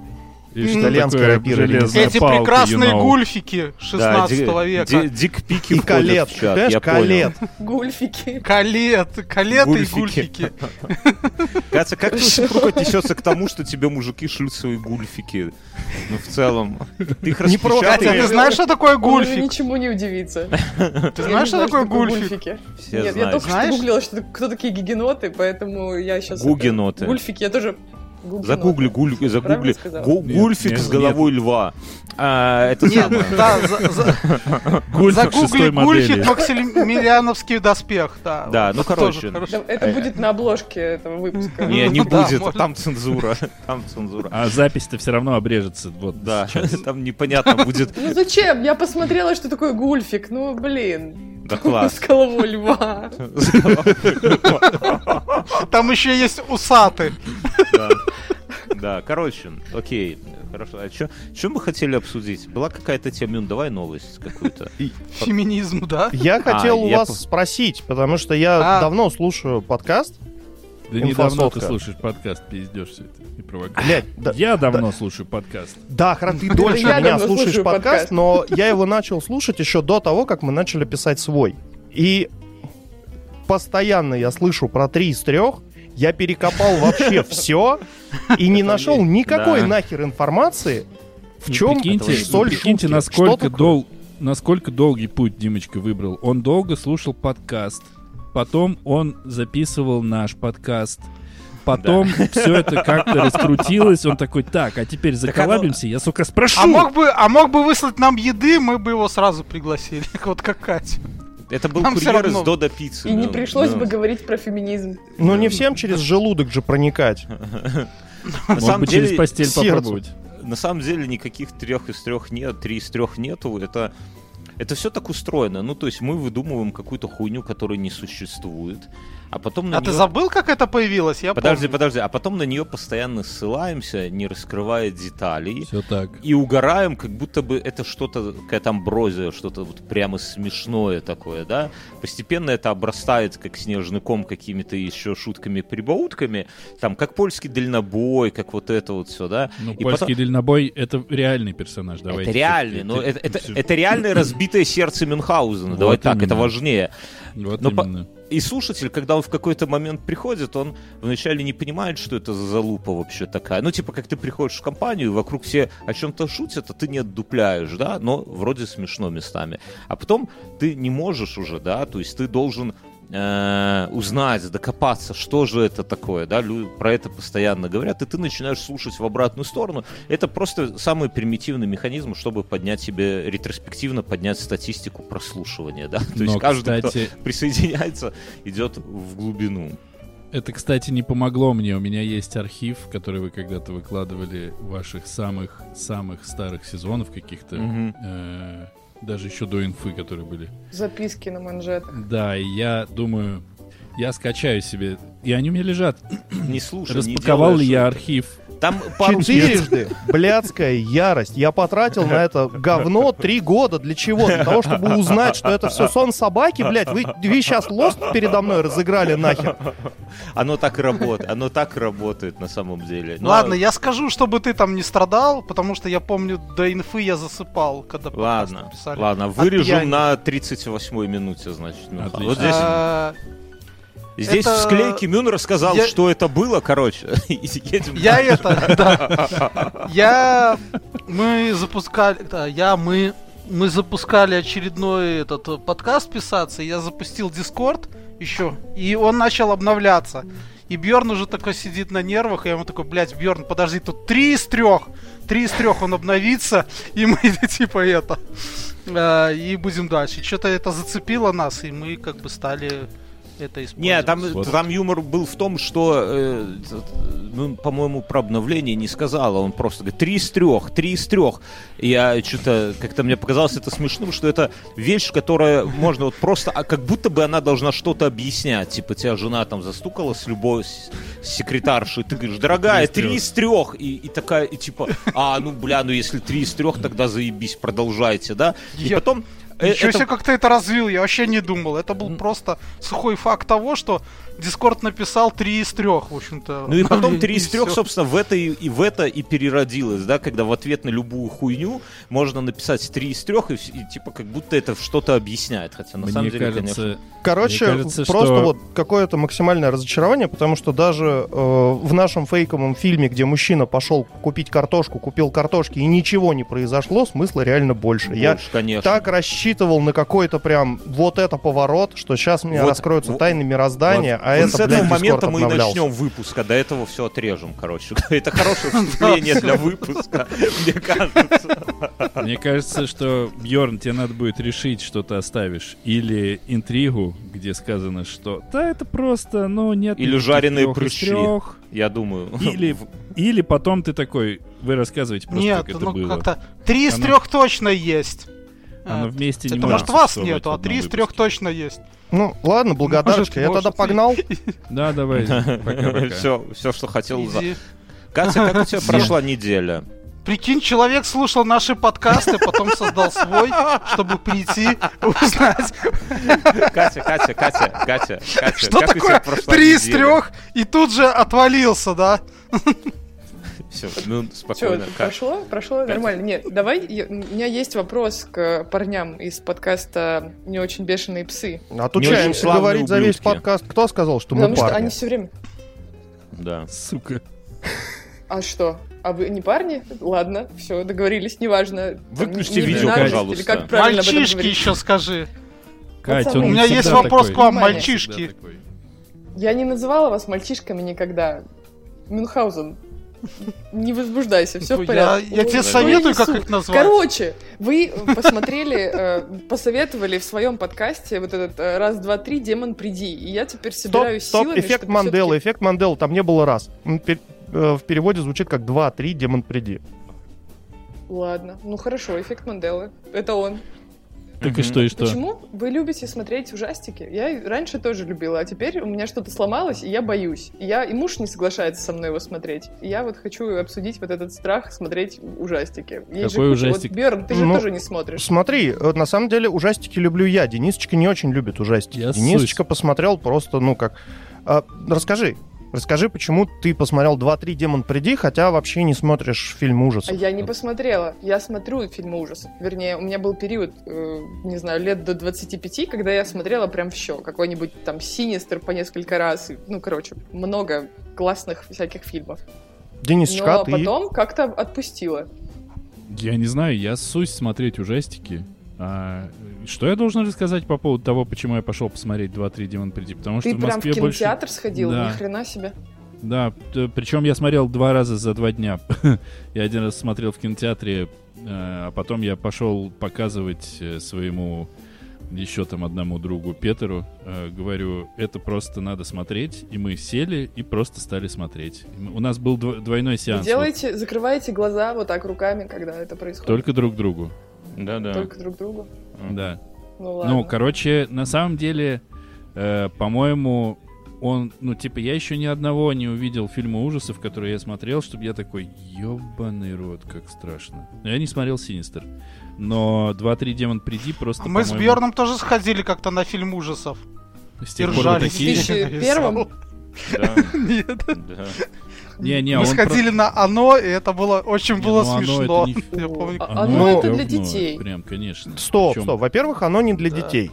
[SPEAKER 2] И что
[SPEAKER 1] Итальянские
[SPEAKER 2] такое
[SPEAKER 1] рапиры.
[SPEAKER 2] железная
[SPEAKER 6] Эти
[SPEAKER 2] палка,
[SPEAKER 6] прекрасные
[SPEAKER 2] you know?
[SPEAKER 6] гульфики 16 века.
[SPEAKER 4] дикпики
[SPEAKER 1] И
[SPEAKER 4] входят
[SPEAKER 1] колет,
[SPEAKER 4] в чат,
[SPEAKER 1] знаешь,
[SPEAKER 4] я понял.
[SPEAKER 1] колет.
[SPEAKER 5] Гульфики.
[SPEAKER 6] Калет, калеты и
[SPEAKER 4] Гульфики.
[SPEAKER 6] гульфики.
[SPEAKER 4] Катя, как ты
[SPEAKER 5] Хорошо.
[SPEAKER 4] супруг отнесется к тому, что тебе мужики шлют свои гульфики? Ну, в целом. Ты их
[SPEAKER 1] Не просто,
[SPEAKER 6] Катя,
[SPEAKER 4] распечатаешь,
[SPEAKER 6] ты знаешь, что такое
[SPEAKER 5] Он уже
[SPEAKER 6] гульфик?
[SPEAKER 5] ничему не удивится.
[SPEAKER 6] Ты знаешь, что такое гульфик?
[SPEAKER 5] гульфики?
[SPEAKER 4] все
[SPEAKER 5] Нет, я
[SPEAKER 4] знают.
[SPEAKER 5] только
[SPEAKER 6] Знаешь?
[SPEAKER 5] что гуглила, что, кто такие гигеноты, поэтому я сейчас...
[SPEAKER 4] Гугеноты.
[SPEAKER 5] Гульфики, я тоже... гугеноты.
[SPEAKER 4] Загугли, гуль- загугли.
[SPEAKER 5] сказала?
[SPEAKER 4] Гу-
[SPEAKER 2] Нет,
[SPEAKER 4] Гульфик
[SPEAKER 2] нет,
[SPEAKER 4] с головой льва. А, это
[SPEAKER 6] Нет, ну,
[SPEAKER 4] самое.
[SPEAKER 6] да, за- за-
[SPEAKER 2] Гульфик
[SPEAKER 6] загугли
[SPEAKER 2] шестой
[SPEAKER 6] гульфик
[SPEAKER 2] модели.
[SPEAKER 6] Максимилиановский доспех, да.
[SPEAKER 4] Да, ну,
[SPEAKER 6] Это
[SPEAKER 4] короче.
[SPEAKER 6] тоже хорошо.
[SPEAKER 5] Да, Это будет на обложке этого выпуска.
[SPEAKER 4] Э. Не, не
[SPEAKER 6] Ну, да,
[SPEAKER 4] будет,
[SPEAKER 6] можно.
[SPEAKER 4] там цензура. Там цензура.
[SPEAKER 2] А запись-то все равно обрежется. Вот
[SPEAKER 4] Да,
[SPEAKER 2] сейчас.
[SPEAKER 4] там непонятно будет.
[SPEAKER 5] Ну зачем? Я посмотрела, что такое гульфик. Ну, блин.
[SPEAKER 4] Да класс.
[SPEAKER 5] С головой льва.
[SPEAKER 6] Там еще есть усаты.
[SPEAKER 4] Да. Да, короче, окей, хорошо. А что мы хотели обсудить? Была какая-то тема, ну, давай новость какую-то.
[SPEAKER 6] Феминизм, да?
[SPEAKER 1] Я хотел у
[SPEAKER 4] А, я
[SPEAKER 1] вас
[SPEAKER 4] по-
[SPEAKER 1] спросить, потому что я
[SPEAKER 6] А.
[SPEAKER 1] давно слушаю подкаст.
[SPEAKER 9] Да недавно ты
[SPEAKER 1] Инфосотка.
[SPEAKER 9] слушаешь подкаст, пиздешь все это. И провокаешь.
[SPEAKER 1] Блять, да,
[SPEAKER 2] Я давно слушаю подкаст.
[SPEAKER 1] да, хрен, ты дольше
[SPEAKER 5] я
[SPEAKER 1] меня
[SPEAKER 5] давно
[SPEAKER 1] слушаешь
[SPEAKER 5] слушаю
[SPEAKER 1] подкаст,
[SPEAKER 5] подкаст.
[SPEAKER 1] но я его начал слушать еще до того, как мы начали писать свой. И постоянно я слышу про три из трех. Я перекопал вообще все и не нашел никакой
[SPEAKER 4] Да.
[SPEAKER 1] нахер информации, в чем
[SPEAKER 2] прикиньте,
[SPEAKER 1] соль
[SPEAKER 2] прикиньте
[SPEAKER 1] шутки.
[SPEAKER 2] насколько,
[SPEAKER 1] Что такое?
[SPEAKER 2] дол... насколько долгий путь Димочка выбрал. Он долго слушал подкаст, потом он записывал наш подкаст, потом все это как-то раскрутилось, он такой, так, а теперь заколабимся, я, сука, спрошу.
[SPEAKER 6] А мог, бы, а мог бы выслать нам еды, мы бы его сразу пригласили. Вот как Катя.
[SPEAKER 4] Это был
[SPEAKER 6] Нам всё
[SPEAKER 4] курьер из
[SPEAKER 6] равно.
[SPEAKER 4] Дода Пиццы.
[SPEAKER 5] И не
[SPEAKER 4] ну,
[SPEAKER 5] пришлось
[SPEAKER 4] ну.
[SPEAKER 5] бы говорить про феминизм.
[SPEAKER 1] Ну не всем через желудок же проникать.
[SPEAKER 4] На
[SPEAKER 2] Мог
[SPEAKER 4] самом
[SPEAKER 2] бы через
[SPEAKER 4] деле,
[SPEAKER 2] постель
[SPEAKER 1] сердцу.
[SPEAKER 2] попробовать.
[SPEAKER 4] на самом деле никаких трех из трех нет, три из трех нету. Это это все так устроено. Ну, то есть мы выдумываем какую-то хуйню, которая не существует, а потом на
[SPEAKER 6] А ты
[SPEAKER 4] неё-
[SPEAKER 6] забыл, как это появилось? Я
[SPEAKER 4] Подожди,
[SPEAKER 6] помню.
[SPEAKER 4] подожди, а потом на нее постоянно ссылаемся, не раскрывая деталей.
[SPEAKER 9] Все так.
[SPEAKER 4] И угораем, как будто бы это что-то, какая-то амброзия, что-то вот прямо смешное такое, да? Постепенно это обрастает, как снежный ком, какими-то еще шутками-прибаутками. Там, как польский дальнобой, как вот это вот все, да?
[SPEAKER 2] Ну,
[SPEAKER 4] И
[SPEAKER 2] польский дальнобой — это реальный персонаж, давайте.
[SPEAKER 4] Это реальный, но это, это, это реальное разбитое сердце Мюнхгаузена.
[SPEAKER 2] Вот
[SPEAKER 4] Давай так,
[SPEAKER 2] именно.
[SPEAKER 4] это важнее.
[SPEAKER 2] Вот
[SPEAKER 4] но по-
[SPEAKER 2] именно.
[SPEAKER 4] И слушатель, когда он в какой-то момент приходит, он вначале не понимает, что это за залупа вообще такая. Ну, типа, как ты приходишь в компанию, и вокруг все о чем-то шутят, а ты не отдупляешь, да, но вроде смешно местами. А потом ты не можешь уже, да, то есть ты должен э, узнать, докопаться, что же это такое, да, лю- про это постоянно говорят, и ты начинаешь слушать в обратную сторону. Это просто самый примитивный механизм, чтобы поднять себе, ретроспективно поднять статистику прослушивания, да, то есть
[SPEAKER 2] Но,
[SPEAKER 4] каждый, кто
[SPEAKER 2] кстати,
[SPEAKER 4] присоединяется, идет в глубину.
[SPEAKER 2] Это, кстати, не помогло мне. У меня есть архив, который вы когда-то выкладывали ваших самых-самых старых сезонов каких-то.
[SPEAKER 4] Мгм.
[SPEAKER 2] э, даже еще до инфы, которые были.
[SPEAKER 5] Записки на манжетах.
[SPEAKER 2] Да, и я думаю, я скачаю себе. И они у меня лежат.
[SPEAKER 4] Не слушай, не
[SPEAKER 2] Распаковал
[SPEAKER 4] делай,
[SPEAKER 2] ли я
[SPEAKER 4] что-
[SPEAKER 2] архив?
[SPEAKER 4] Там пару
[SPEAKER 1] Четырежды. Блядская ярость. Я потратил на это говно три года. Для чего? Для того, чтобы узнать, что это все сон собаки, блядь. Вы, вы сейчас лост передо мной разыграли нахер.
[SPEAKER 4] Оно так и работает, оно так и работает на самом деле. Ну, Но-
[SPEAKER 6] Ладно, я скажу, чтобы ты там не страдал, потому что я помню, до инфы я засыпал, когда подкаст
[SPEAKER 4] Ладно,
[SPEAKER 6] писали.
[SPEAKER 4] ладно, вырежем
[SPEAKER 6] пьяни.
[SPEAKER 4] на 38-й минуте, значит. Мюнхгаузен.
[SPEAKER 2] Отлично.
[SPEAKER 4] Вот здесь,
[SPEAKER 6] А,
[SPEAKER 4] здесь
[SPEAKER 6] это-
[SPEAKER 4] в склейке Мюн рассказал,
[SPEAKER 6] я-
[SPEAKER 4] что это было, короче. И едем
[SPEAKER 6] Я
[SPEAKER 4] дальше.
[SPEAKER 6] это, да. Я, мы запускали, да, я, мы, мы запускали очередной этот э, подкаст писаться, я запустил Дискорд еще, и он начал обновляться. И Бьорн уже такой сидит на нервах, и я ему такой, блядь, Бьорн, подожди, тут три из трех, три из трех он обновится, и мы типа это, э, и будем дальше. Что-то это зацепило нас, и мы как бы стали это использовать.
[SPEAKER 4] Не, там,
[SPEAKER 2] Вот.
[SPEAKER 4] там юмор был в том, что, э, т- ну, по-моему, про обновление не сказала. Он просто говорит, три из трех, три из трех. Я что-то, как-то мне показалось это смешным, что это вещь, которая можно вот просто, а как будто бы она должна что-то объяснять. Типа тебя жена там застукала с любой с- с секретаршей, ты говоришь, дорогая, три из трех. И, и такая, и типа, а, ну, бля, ну если три из трех, тогда заебись, продолжайте, да? И
[SPEAKER 6] Я-
[SPEAKER 4] потом... э,
[SPEAKER 6] Ничего
[SPEAKER 4] это-
[SPEAKER 6] себе, как ты это развил, я вообще не думал. Это был просто сухой факт того, что Дискорд написал 3 из 3, в общем-то.
[SPEAKER 4] Ну и потом 3
[SPEAKER 6] три
[SPEAKER 4] из 3, собственно, в это и, и в это и переродилось, да, когда в ответ на любую хуйню можно написать 3 из 3, и, вс- и типа как будто это что-то объясняет, хотя на самом
[SPEAKER 2] Мне
[SPEAKER 4] деле, конечно.
[SPEAKER 2] кажется,
[SPEAKER 1] Короче,
[SPEAKER 2] Мне кажется,
[SPEAKER 1] просто
[SPEAKER 2] что-
[SPEAKER 1] вот какое-то максимальное разочарование, потому что даже э, в нашем фейковом фильме, где мужчина пошел купить картошку, купил картошки и ничего не произошло, смысла реально больше. Я
[SPEAKER 4] больше, конечно.
[SPEAKER 1] так рассчитывал на какой-то прям вот это поворот, что сейчас мне
[SPEAKER 4] Вот,
[SPEAKER 1] раскроются
[SPEAKER 4] вот,
[SPEAKER 1] тайны мироздания, а
[SPEAKER 4] Вот
[SPEAKER 1] это,
[SPEAKER 4] с этого
[SPEAKER 1] блядь,
[SPEAKER 4] момента
[SPEAKER 1] Discord
[SPEAKER 4] мы и
[SPEAKER 1] обновлялся.
[SPEAKER 4] начнем выпуск, а до этого все отрежем, короче. Это хорошее вступление для выпуска, мне кажется.
[SPEAKER 2] мне кажется, что, Бьорн, тебе надо будет решить, что ты оставишь. Или интригу, где сказано, что да, это просто, ну, нет...
[SPEAKER 4] Или
[SPEAKER 2] никаких
[SPEAKER 4] жареные
[SPEAKER 2] трёх из
[SPEAKER 4] прыщи.
[SPEAKER 2] трёх».
[SPEAKER 4] Я думаю.
[SPEAKER 2] Или, или потом ты такой, вы рассказываете просто,
[SPEAKER 6] Нет,
[SPEAKER 2] как это
[SPEAKER 6] ну
[SPEAKER 2] было.
[SPEAKER 6] как-то 3 из
[SPEAKER 2] Оно-
[SPEAKER 6] 3 точно есть.
[SPEAKER 2] Она
[SPEAKER 6] А,
[SPEAKER 2] ну, вместе не
[SPEAKER 1] это
[SPEAKER 2] может
[SPEAKER 6] Может, вас
[SPEAKER 2] существовать
[SPEAKER 6] нету,
[SPEAKER 2] в
[SPEAKER 6] а
[SPEAKER 2] одном
[SPEAKER 6] три из
[SPEAKER 2] выпуске.
[SPEAKER 6] трех точно есть.
[SPEAKER 1] Ну, ладно, благодарочка, я
[SPEAKER 6] может,
[SPEAKER 1] тогда
[SPEAKER 6] может, и-
[SPEAKER 1] погнал.
[SPEAKER 2] Да, давай. Пока-пока.
[SPEAKER 4] Все, все, что хотел. за-
[SPEAKER 6] Иди.
[SPEAKER 4] Катя, как у тебя прошла неделя?
[SPEAKER 6] Прикинь, человек слушал наши подкасты, потом создал свой, чтобы прийти узнать,
[SPEAKER 4] Катя, Катя, Катя, Катя, Катя.
[SPEAKER 6] что
[SPEAKER 4] как у тебя
[SPEAKER 6] такое
[SPEAKER 4] прошла
[SPEAKER 6] три из
[SPEAKER 4] неделя?
[SPEAKER 6] трех, и тут же отвалился, да?
[SPEAKER 4] Всё, ну
[SPEAKER 5] Что,
[SPEAKER 4] спокойно. Катя.
[SPEAKER 5] прошло? Прошло нормально. Нет, давай, я- у меня есть вопрос к парням из подкаста «Не очень бешеные псы».
[SPEAKER 4] Не очень
[SPEAKER 1] Отучаемся
[SPEAKER 4] славные
[SPEAKER 1] А говорить за весь
[SPEAKER 4] ублюдки.
[SPEAKER 1] подкаст. Кто сказал, что мы
[SPEAKER 5] Потому что
[SPEAKER 1] парни?
[SPEAKER 5] они все время...
[SPEAKER 4] Да.
[SPEAKER 2] Сука.
[SPEAKER 5] А что? А вы не парни? Ладно, все, договорились, неважно. Там,
[SPEAKER 4] Выключите
[SPEAKER 5] не
[SPEAKER 4] видео,
[SPEAKER 5] 12 или
[SPEAKER 4] пожалуйста.
[SPEAKER 5] как правильно об этом
[SPEAKER 6] Мальчишки
[SPEAKER 5] говорить.
[SPEAKER 6] еще скажи.
[SPEAKER 2] Кать,
[SPEAKER 4] Ну,
[SPEAKER 5] Пацаны,
[SPEAKER 2] он
[SPEAKER 6] У меня есть
[SPEAKER 2] всегда
[SPEAKER 6] вопрос к
[SPEAKER 2] такой.
[SPEAKER 6] вам,
[SPEAKER 5] Внимание.
[SPEAKER 6] мальчишки.
[SPEAKER 5] Я не называла вас мальчишками никогда. Мюнхгаузен, не возбуждайся, все
[SPEAKER 6] Ну,
[SPEAKER 5] в
[SPEAKER 6] я-
[SPEAKER 5] порядке.
[SPEAKER 6] я тебе
[SPEAKER 5] Ой,
[SPEAKER 6] советую, как
[SPEAKER 5] сука.
[SPEAKER 6] их назвать.
[SPEAKER 5] Короче, вы посмотрели, э, посоветовали в своем подкасте вот этот э, раз, два, три, демон, приди. И я теперь
[SPEAKER 1] Стоп,
[SPEAKER 5] собираюсь
[SPEAKER 1] стоп,
[SPEAKER 5] силами,
[SPEAKER 1] эффект
[SPEAKER 5] чтобы
[SPEAKER 1] Манделы,
[SPEAKER 5] всё-таки-
[SPEAKER 1] эффект Манделы, там не было раз. М, пер- э, В переводе звучит как 2-3, демон приди.
[SPEAKER 5] Ладно, ну хорошо, эффект Манделы. Это он.
[SPEAKER 2] Так и что, и что?
[SPEAKER 5] Почему вы любите смотреть ужастики? Я и раньше тоже любила, а теперь у меня что-то сломалось, и я боюсь. И, я, и муж не соглашается со мной его смотреть. И я вот хочу обсудить вот этот страх смотреть ужастики. Есть
[SPEAKER 2] Какой
[SPEAKER 5] куча-
[SPEAKER 2] ужастик?
[SPEAKER 5] Вот, Бёрн, ты же
[SPEAKER 1] Ну,
[SPEAKER 5] тоже не смотришь.
[SPEAKER 1] Смотри, э, на самом деле ужастики люблю я. Денисочка не очень любит ужастики.
[SPEAKER 2] Я
[SPEAKER 1] Денисочка посмотрел просто, ну как... А, расскажи, расскажи, почему ты посмотрел 2-3, демон приди, хотя вообще не смотришь фильм
[SPEAKER 5] А
[SPEAKER 1] ужасов.
[SPEAKER 5] я не посмотрела. Я смотрю фильмы ужасов. Вернее, у меня был период, э, не знаю, лет до 25, когда я смотрела прям все. Какой-нибудь там Синистер по несколько раз. И, Ну, короче, много классных всяких фильмов.
[SPEAKER 1] Денисочка,
[SPEAKER 5] Но
[SPEAKER 1] а ты...
[SPEAKER 5] ну, потом как-то отпустила.
[SPEAKER 2] Я не знаю, я сусь смотреть ужастики. А, что я должен рассказать по поводу того, почему я пошел посмотреть 2-3 Демон Приди? Потому
[SPEAKER 5] Ты
[SPEAKER 2] что в
[SPEAKER 5] прям в
[SPEAKER 2] Москве больше...
[SPEAKER 5] кинотеатр сходил?
[SPEAKER 2] Да.
[SPEAKER 5] Ни хрена себе.
[SPEAKER 2] Да, причем я смотрел два раза за два дня. я один раз смотрел в кинотеатре, э, а потом я пошел показывать э, своему еще там одному другу Петеру. э, Говорю, это просто надо смотреть. И мы сели и просто стали смотреть. И мы- У нас был дво- двойной
[SPEAKER 5] Вы
[SPEAKER 2] сеанс. вот,
[SPEAKER 5] Делаете, закрываете глаза вот так руками, когда это происходит.
[SPEAKER 2] только друг другу.
[SPEAKER 4] Да, да.
[SPEAKER 5] Только друг другу.
[SPEAKER 2] Да.
[SPEAKER 5] Ну ладно.
[SPEAKER 2] Ну, короче, на самом деле, э, по-моему, он, ну, типа, я еще ни одного не увидел фильма ужасов, которые я смотрел, чтобы я такой, ебаный рот, как страшно. Но я не смотрел Синистер. Но 2-3 Демон Приди просто,
[SPEAKER 6] Мы с
[SPEAKER 2] по-моему,
[SPEAKER 6] Бьерном тоже сходили как-то на фильм ужасов.
[SPEAKER 2] с
[SPEAKER 6] И
[SPEAKER 2] тех пор вот
[SPEAKER 6] ржали.
[SPEAKER 2] такие-
[SPEAKER 5] В 2001?
[SPEAKER 4] да,
[SPEAKER 6] Нет.
[SPEAKER 4] да.
[SPEAKER 2] Не-не,
[SPEAKER 6] Мы
[SPEAKER 2] он
[SPEAKER 6] сходили на оно, и это было очень
[SPEAKER 2] Не,
[SPEAKER 6] было
[SPEAKER 2] ну, «Оно»
[SPEAKER 6] смешно.
[SPEAKER 2] это не фи-
[SPEAKER 6] Я помню,
[SPEAKER 5] А-
[SPEAKER 2] про-
[SPEAKER 5] оно
[SPEAKER 1] Ну,
[SPEAKER 5] это для
[SPEAKER 2] говно,
[SPEAKER 5] детей.
[SPEAKER 2] Прям, конечно.
[SPEAKER 1] Стоп,
[SPEAKER 2] Причём- Ну,
[SPEAKER 1] стоп. Во-первых, оно не для
[SPEAKER 6] Да.
[SPEAKER 1] детей.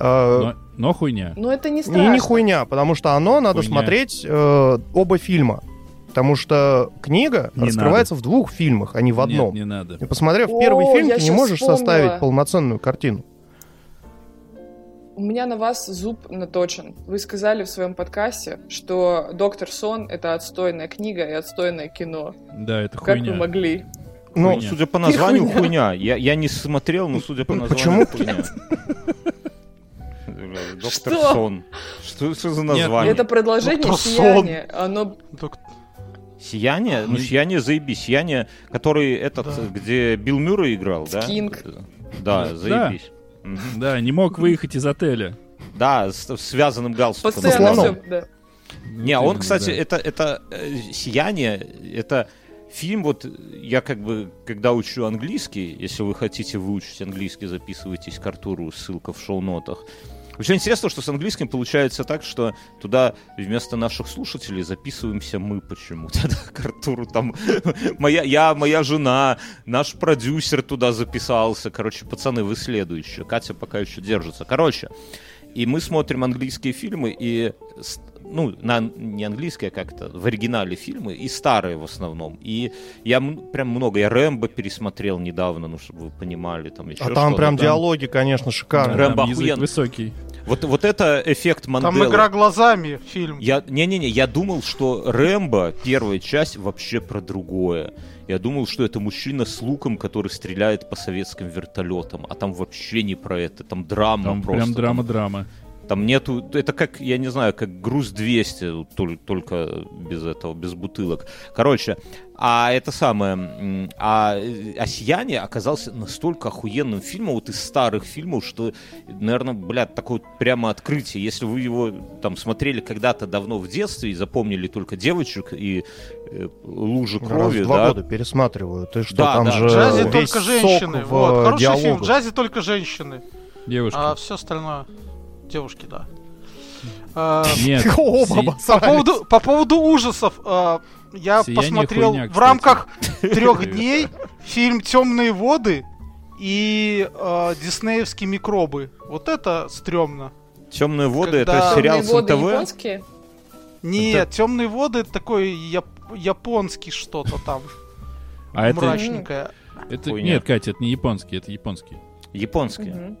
[SPEAKER 1] Э,
[SPEAKER 2] Но, но хуйня.
[SPEAKER 5] Но Ну, это не
[SPEAKER 1] И
[SPEAKER 5] страшно.
[SPEAKER 1] не хуйня, потому что оно надо
[SPEAKER 2] Хуйня.
[SPEAKER 1] смотреть э, оба фильма. Потому что книга
[SPEAKER 2] Не
[SPEAKER 1] раскрывается в двух фильмах, а не в одном.
[SPEAKER 2] Нет, не надо.
[SPEAKER 1] И посмотрев
[SPEAKER 5] О,
[SPEAKER 1] первый фильм,
[SPEAKER 5] я
[SPEAKER 1] ты не
[SPEAKER 5] щас
[SPEAKER 1] можешь
[SPEAKER 5] вспомнила.
[SPEAKER 1] составить полноценную картину.
[SPEAKER 5] У меня на вас зуб наточен. Вы сказали в своем подкасте, что «Доктор Сон» — это отстойная книга и отстойное кино.
[SPEAKER 2] Да, это
[SPEAKER 5] Как
[SPEAKER 2] хуйня.
[SPEAKER 5] вы могли?
[SPEAKER 1] Ну,
[SPEAKER 2] Хуйня.
[SPEAKER 4] Судя по названию,
[SPEAKER 5] Хуйня.
[SPEAKER 4] хуйня. Я, я не смотрел, но судя по
[SPEAKER 1] Почему?
[SPEAKER 4] названию, хуйня. Доктор
[SPEAKER 5] Что?
[SPEAKER 4] Сон. Что, что за
[SPEAKER 2] Нет,
[SPEAKER 4] название?
[SPEAKER 5] Это продолжение
[SPEAKER 6] «Доктор Сон».
[SPEAKER 5] «Сияния». Оно...
[SPEAKER 6] Док-
[SPEAKER 4] Сияние? Ну,
[SPEAKER 2] Ну,
[SPEAKER 4] сияние заеби. Сияние, который этот,
[SPEAKER 6] Да.
[SPEAKER 4] где Билл Мюррей играл, да?
[SPEAKER 5] Кинг.
[SPEAKER 4] Да,
[SPEAKER 2] Да.
[SPEAKER 4] заебись. Мгм.
[SPEAKER 2] Да, не мог выехать из отеля.
[SPEAKER 4] Да, с, с связанным галстуком.
[SPEAKER 5] Постоянно
[SPEAKER 1] слоном.
[SPEAKER 5] все... Да.
[SPEAKER 4] Не, а
[SPEAKER 2] Вот
[SPEAKER 4] он,
[SPEAKER 2] именно,
[SPEAKER 4] кстати,
[SPEAKER 2] да.
[SPEAKER 4] это, это э, сияние, это фильм, вот я как бы, когда учу английский, если вы хотите выучить английский, записывайтесь к Артуру, ссылка в шоу-нотах. Очень интересно, что с английским получается так, что туда вместо наших слушателей записываемся мы почему-то. да, К Артуру там моя, я, моя жена, наш продюсер туда записался. Короче, пацаны, вы следующие. Катя пока еще держится. Короче, и мы смотрим английские фильмы, и с- ну, на, не английские а как-то, в оригинале фильмы, и старые в основном. И я м- прям много, я Рэмбо пересмотрел недавно, ну, чтобы вы понимали, там еще
[SPEAKER 1] а там
[SPEAKER 4] что-то.
[SPEAKER 1] прям
[SPEAKER 4] Да.
[SPEAKER 1] диалоги, конечно,
[SPEAKER 2] Да,
[SPEAKER 1] шикарные.
[SPEAKER 4] Рэмбо
[SPEAKER 2] там язык
[SPEAKER 4] охуенный.
[SPEAKER 2] высокий.
[SPEAKER 4] Вот, вот это эффект
[SPEAKER 6] Там
[SPEAKER 4] Манделы.
[SPEAKER 6] игра глазами фильм.
[SPEAKER 4] Я, не-не-не, я думал, что Рэмбо, первая часть, вообще про другое. Я думал, что это мужчина с луком, который стреляет по советским вертолетам. А там вообще не про это. Там драма
[SPEAKER 2] Там
[SPEAKER 4] просто.
[SPEAKER 2] Ну, прям драма-драма.
[SPEAKER 4] Там- Там нету, это как, я не знаю, как груз 200, тол- только без этого, без бутылок. Короче, а это самое, м, а, а «Сияние» оказался настолько охуенным фильмом, вот из старых фильмов, что, наверное, блядь, такое вот прямо открытие. Если вы его там смотрели когда-то давно в детстве и запомнили только девочек и э, лужи
[SPEAKER 1] Раз
[SPEAKER 4] крови,
[SPEAKER 1] в два
[SPEAKER 4] да,
[SPEAKER 1] года пересматриваю. Ты что,
[SPEAKER 4] Да,
[SPEAKER 1] там
[SPEAKER 4] да.
[SPEAKER 1] же
[SPEAKER 4] Э,
[SPEAKER 6] В джазе
[SPEAKER 1] весь
[SPEAKER 6] только
[SPEAKER 1] сок
[SPEAKER 6] женщины.
[SPEAKER 1] в э,
[SPEAKER 6] Вот, хороший фильм. В
[SPEAKER 1] диалогах.
[SPEAKER 6] джазе только женщины.
[SPEAKER 2] Девушки.
[SPEAKER 6] А все остальное девушки, да. А,
[SPEAKER 2] Нет.
[SPEAKER 1] Оба
[SPEAKER 2] си-
[SPEAKER 6] По
[SPEAKER 1] обосрались.
[SPEAKER 6] поводу, по поводу ужасов, э, я
[SPEAKER 2] Сияние
[SPEAKER 6] посмотрел
[SPEAKER 2] хуйня,
[SPEAKER 6] в
[SPEAKER 2] кстати.
[SPEAKER 6] рамках трех дней фильм Темные воды и э, диснеевские микробы. Вот это стрёмно.
[SPEAKER 4] Темные воды
[SPEAKER 6] Когда-
[SPEAKER 4] это сериал с
[SPEAKER 5] Темные воды
[SPEAKER 4] НТВ.
[SPEAKER 5] японские?
[SPEAKER 6] Нет, темные воды это такой яп- японский что-то там.
[SPEAKER 2] А это,
[SPEAKER 6] мрачненькое.
[SPEAKER 2] это-
[SPEAKER 4] Хуйня.
[SPEAKER 2] нет, Катя, это не японский, это японский.
[SPEAKER 4] Японские. Э,
[SPEAKER 5] Мгм.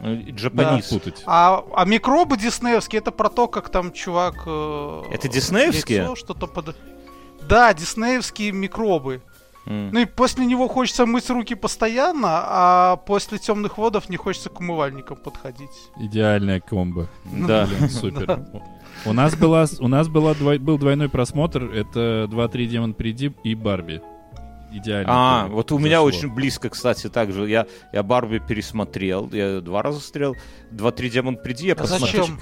[SPEAKER 2] Да. Не
[SPEAKER 4] Джапанис.
[SPEAKER 2] путать.
[SPEAKER 6] А, а микробы диснеевские это про то, как там чувак... э,
[SPEAKER 4] Это диснеевские?
[SPEAKER 6] яйцо что-то под... Да, диснеевские микробы.
[SPEAKER 4] М.
[SPEAKER 6] Ну и после него хочется мыть руки постоянно, а после темных водов не хочется к умывальникам подходить.
[SPEAKER 2] Идеальная комбо.
[SPEAKER 1] Ну,
[SPEAKER 4] Да.
[SPEAKER 2] Блин, супер. У нас, была, у нас была двой- был двойной просмотр. Это 2-3 Демон Приди и Барби. Идеально.
[SPEAKER 4] А,
[SPEAKER 2] Прям
[SPEAKER 4] вот у меня
[SPEAKER 2] зашло.
[SPEAKER 4] очень близко, кстати, также. Я, я Барби пересмотрел, я два раза стрел, два-три демон приди, я
[SPEAKER 6] А
[SPEAKER 4] посмотрел.
[SPEAKER 6] зачем?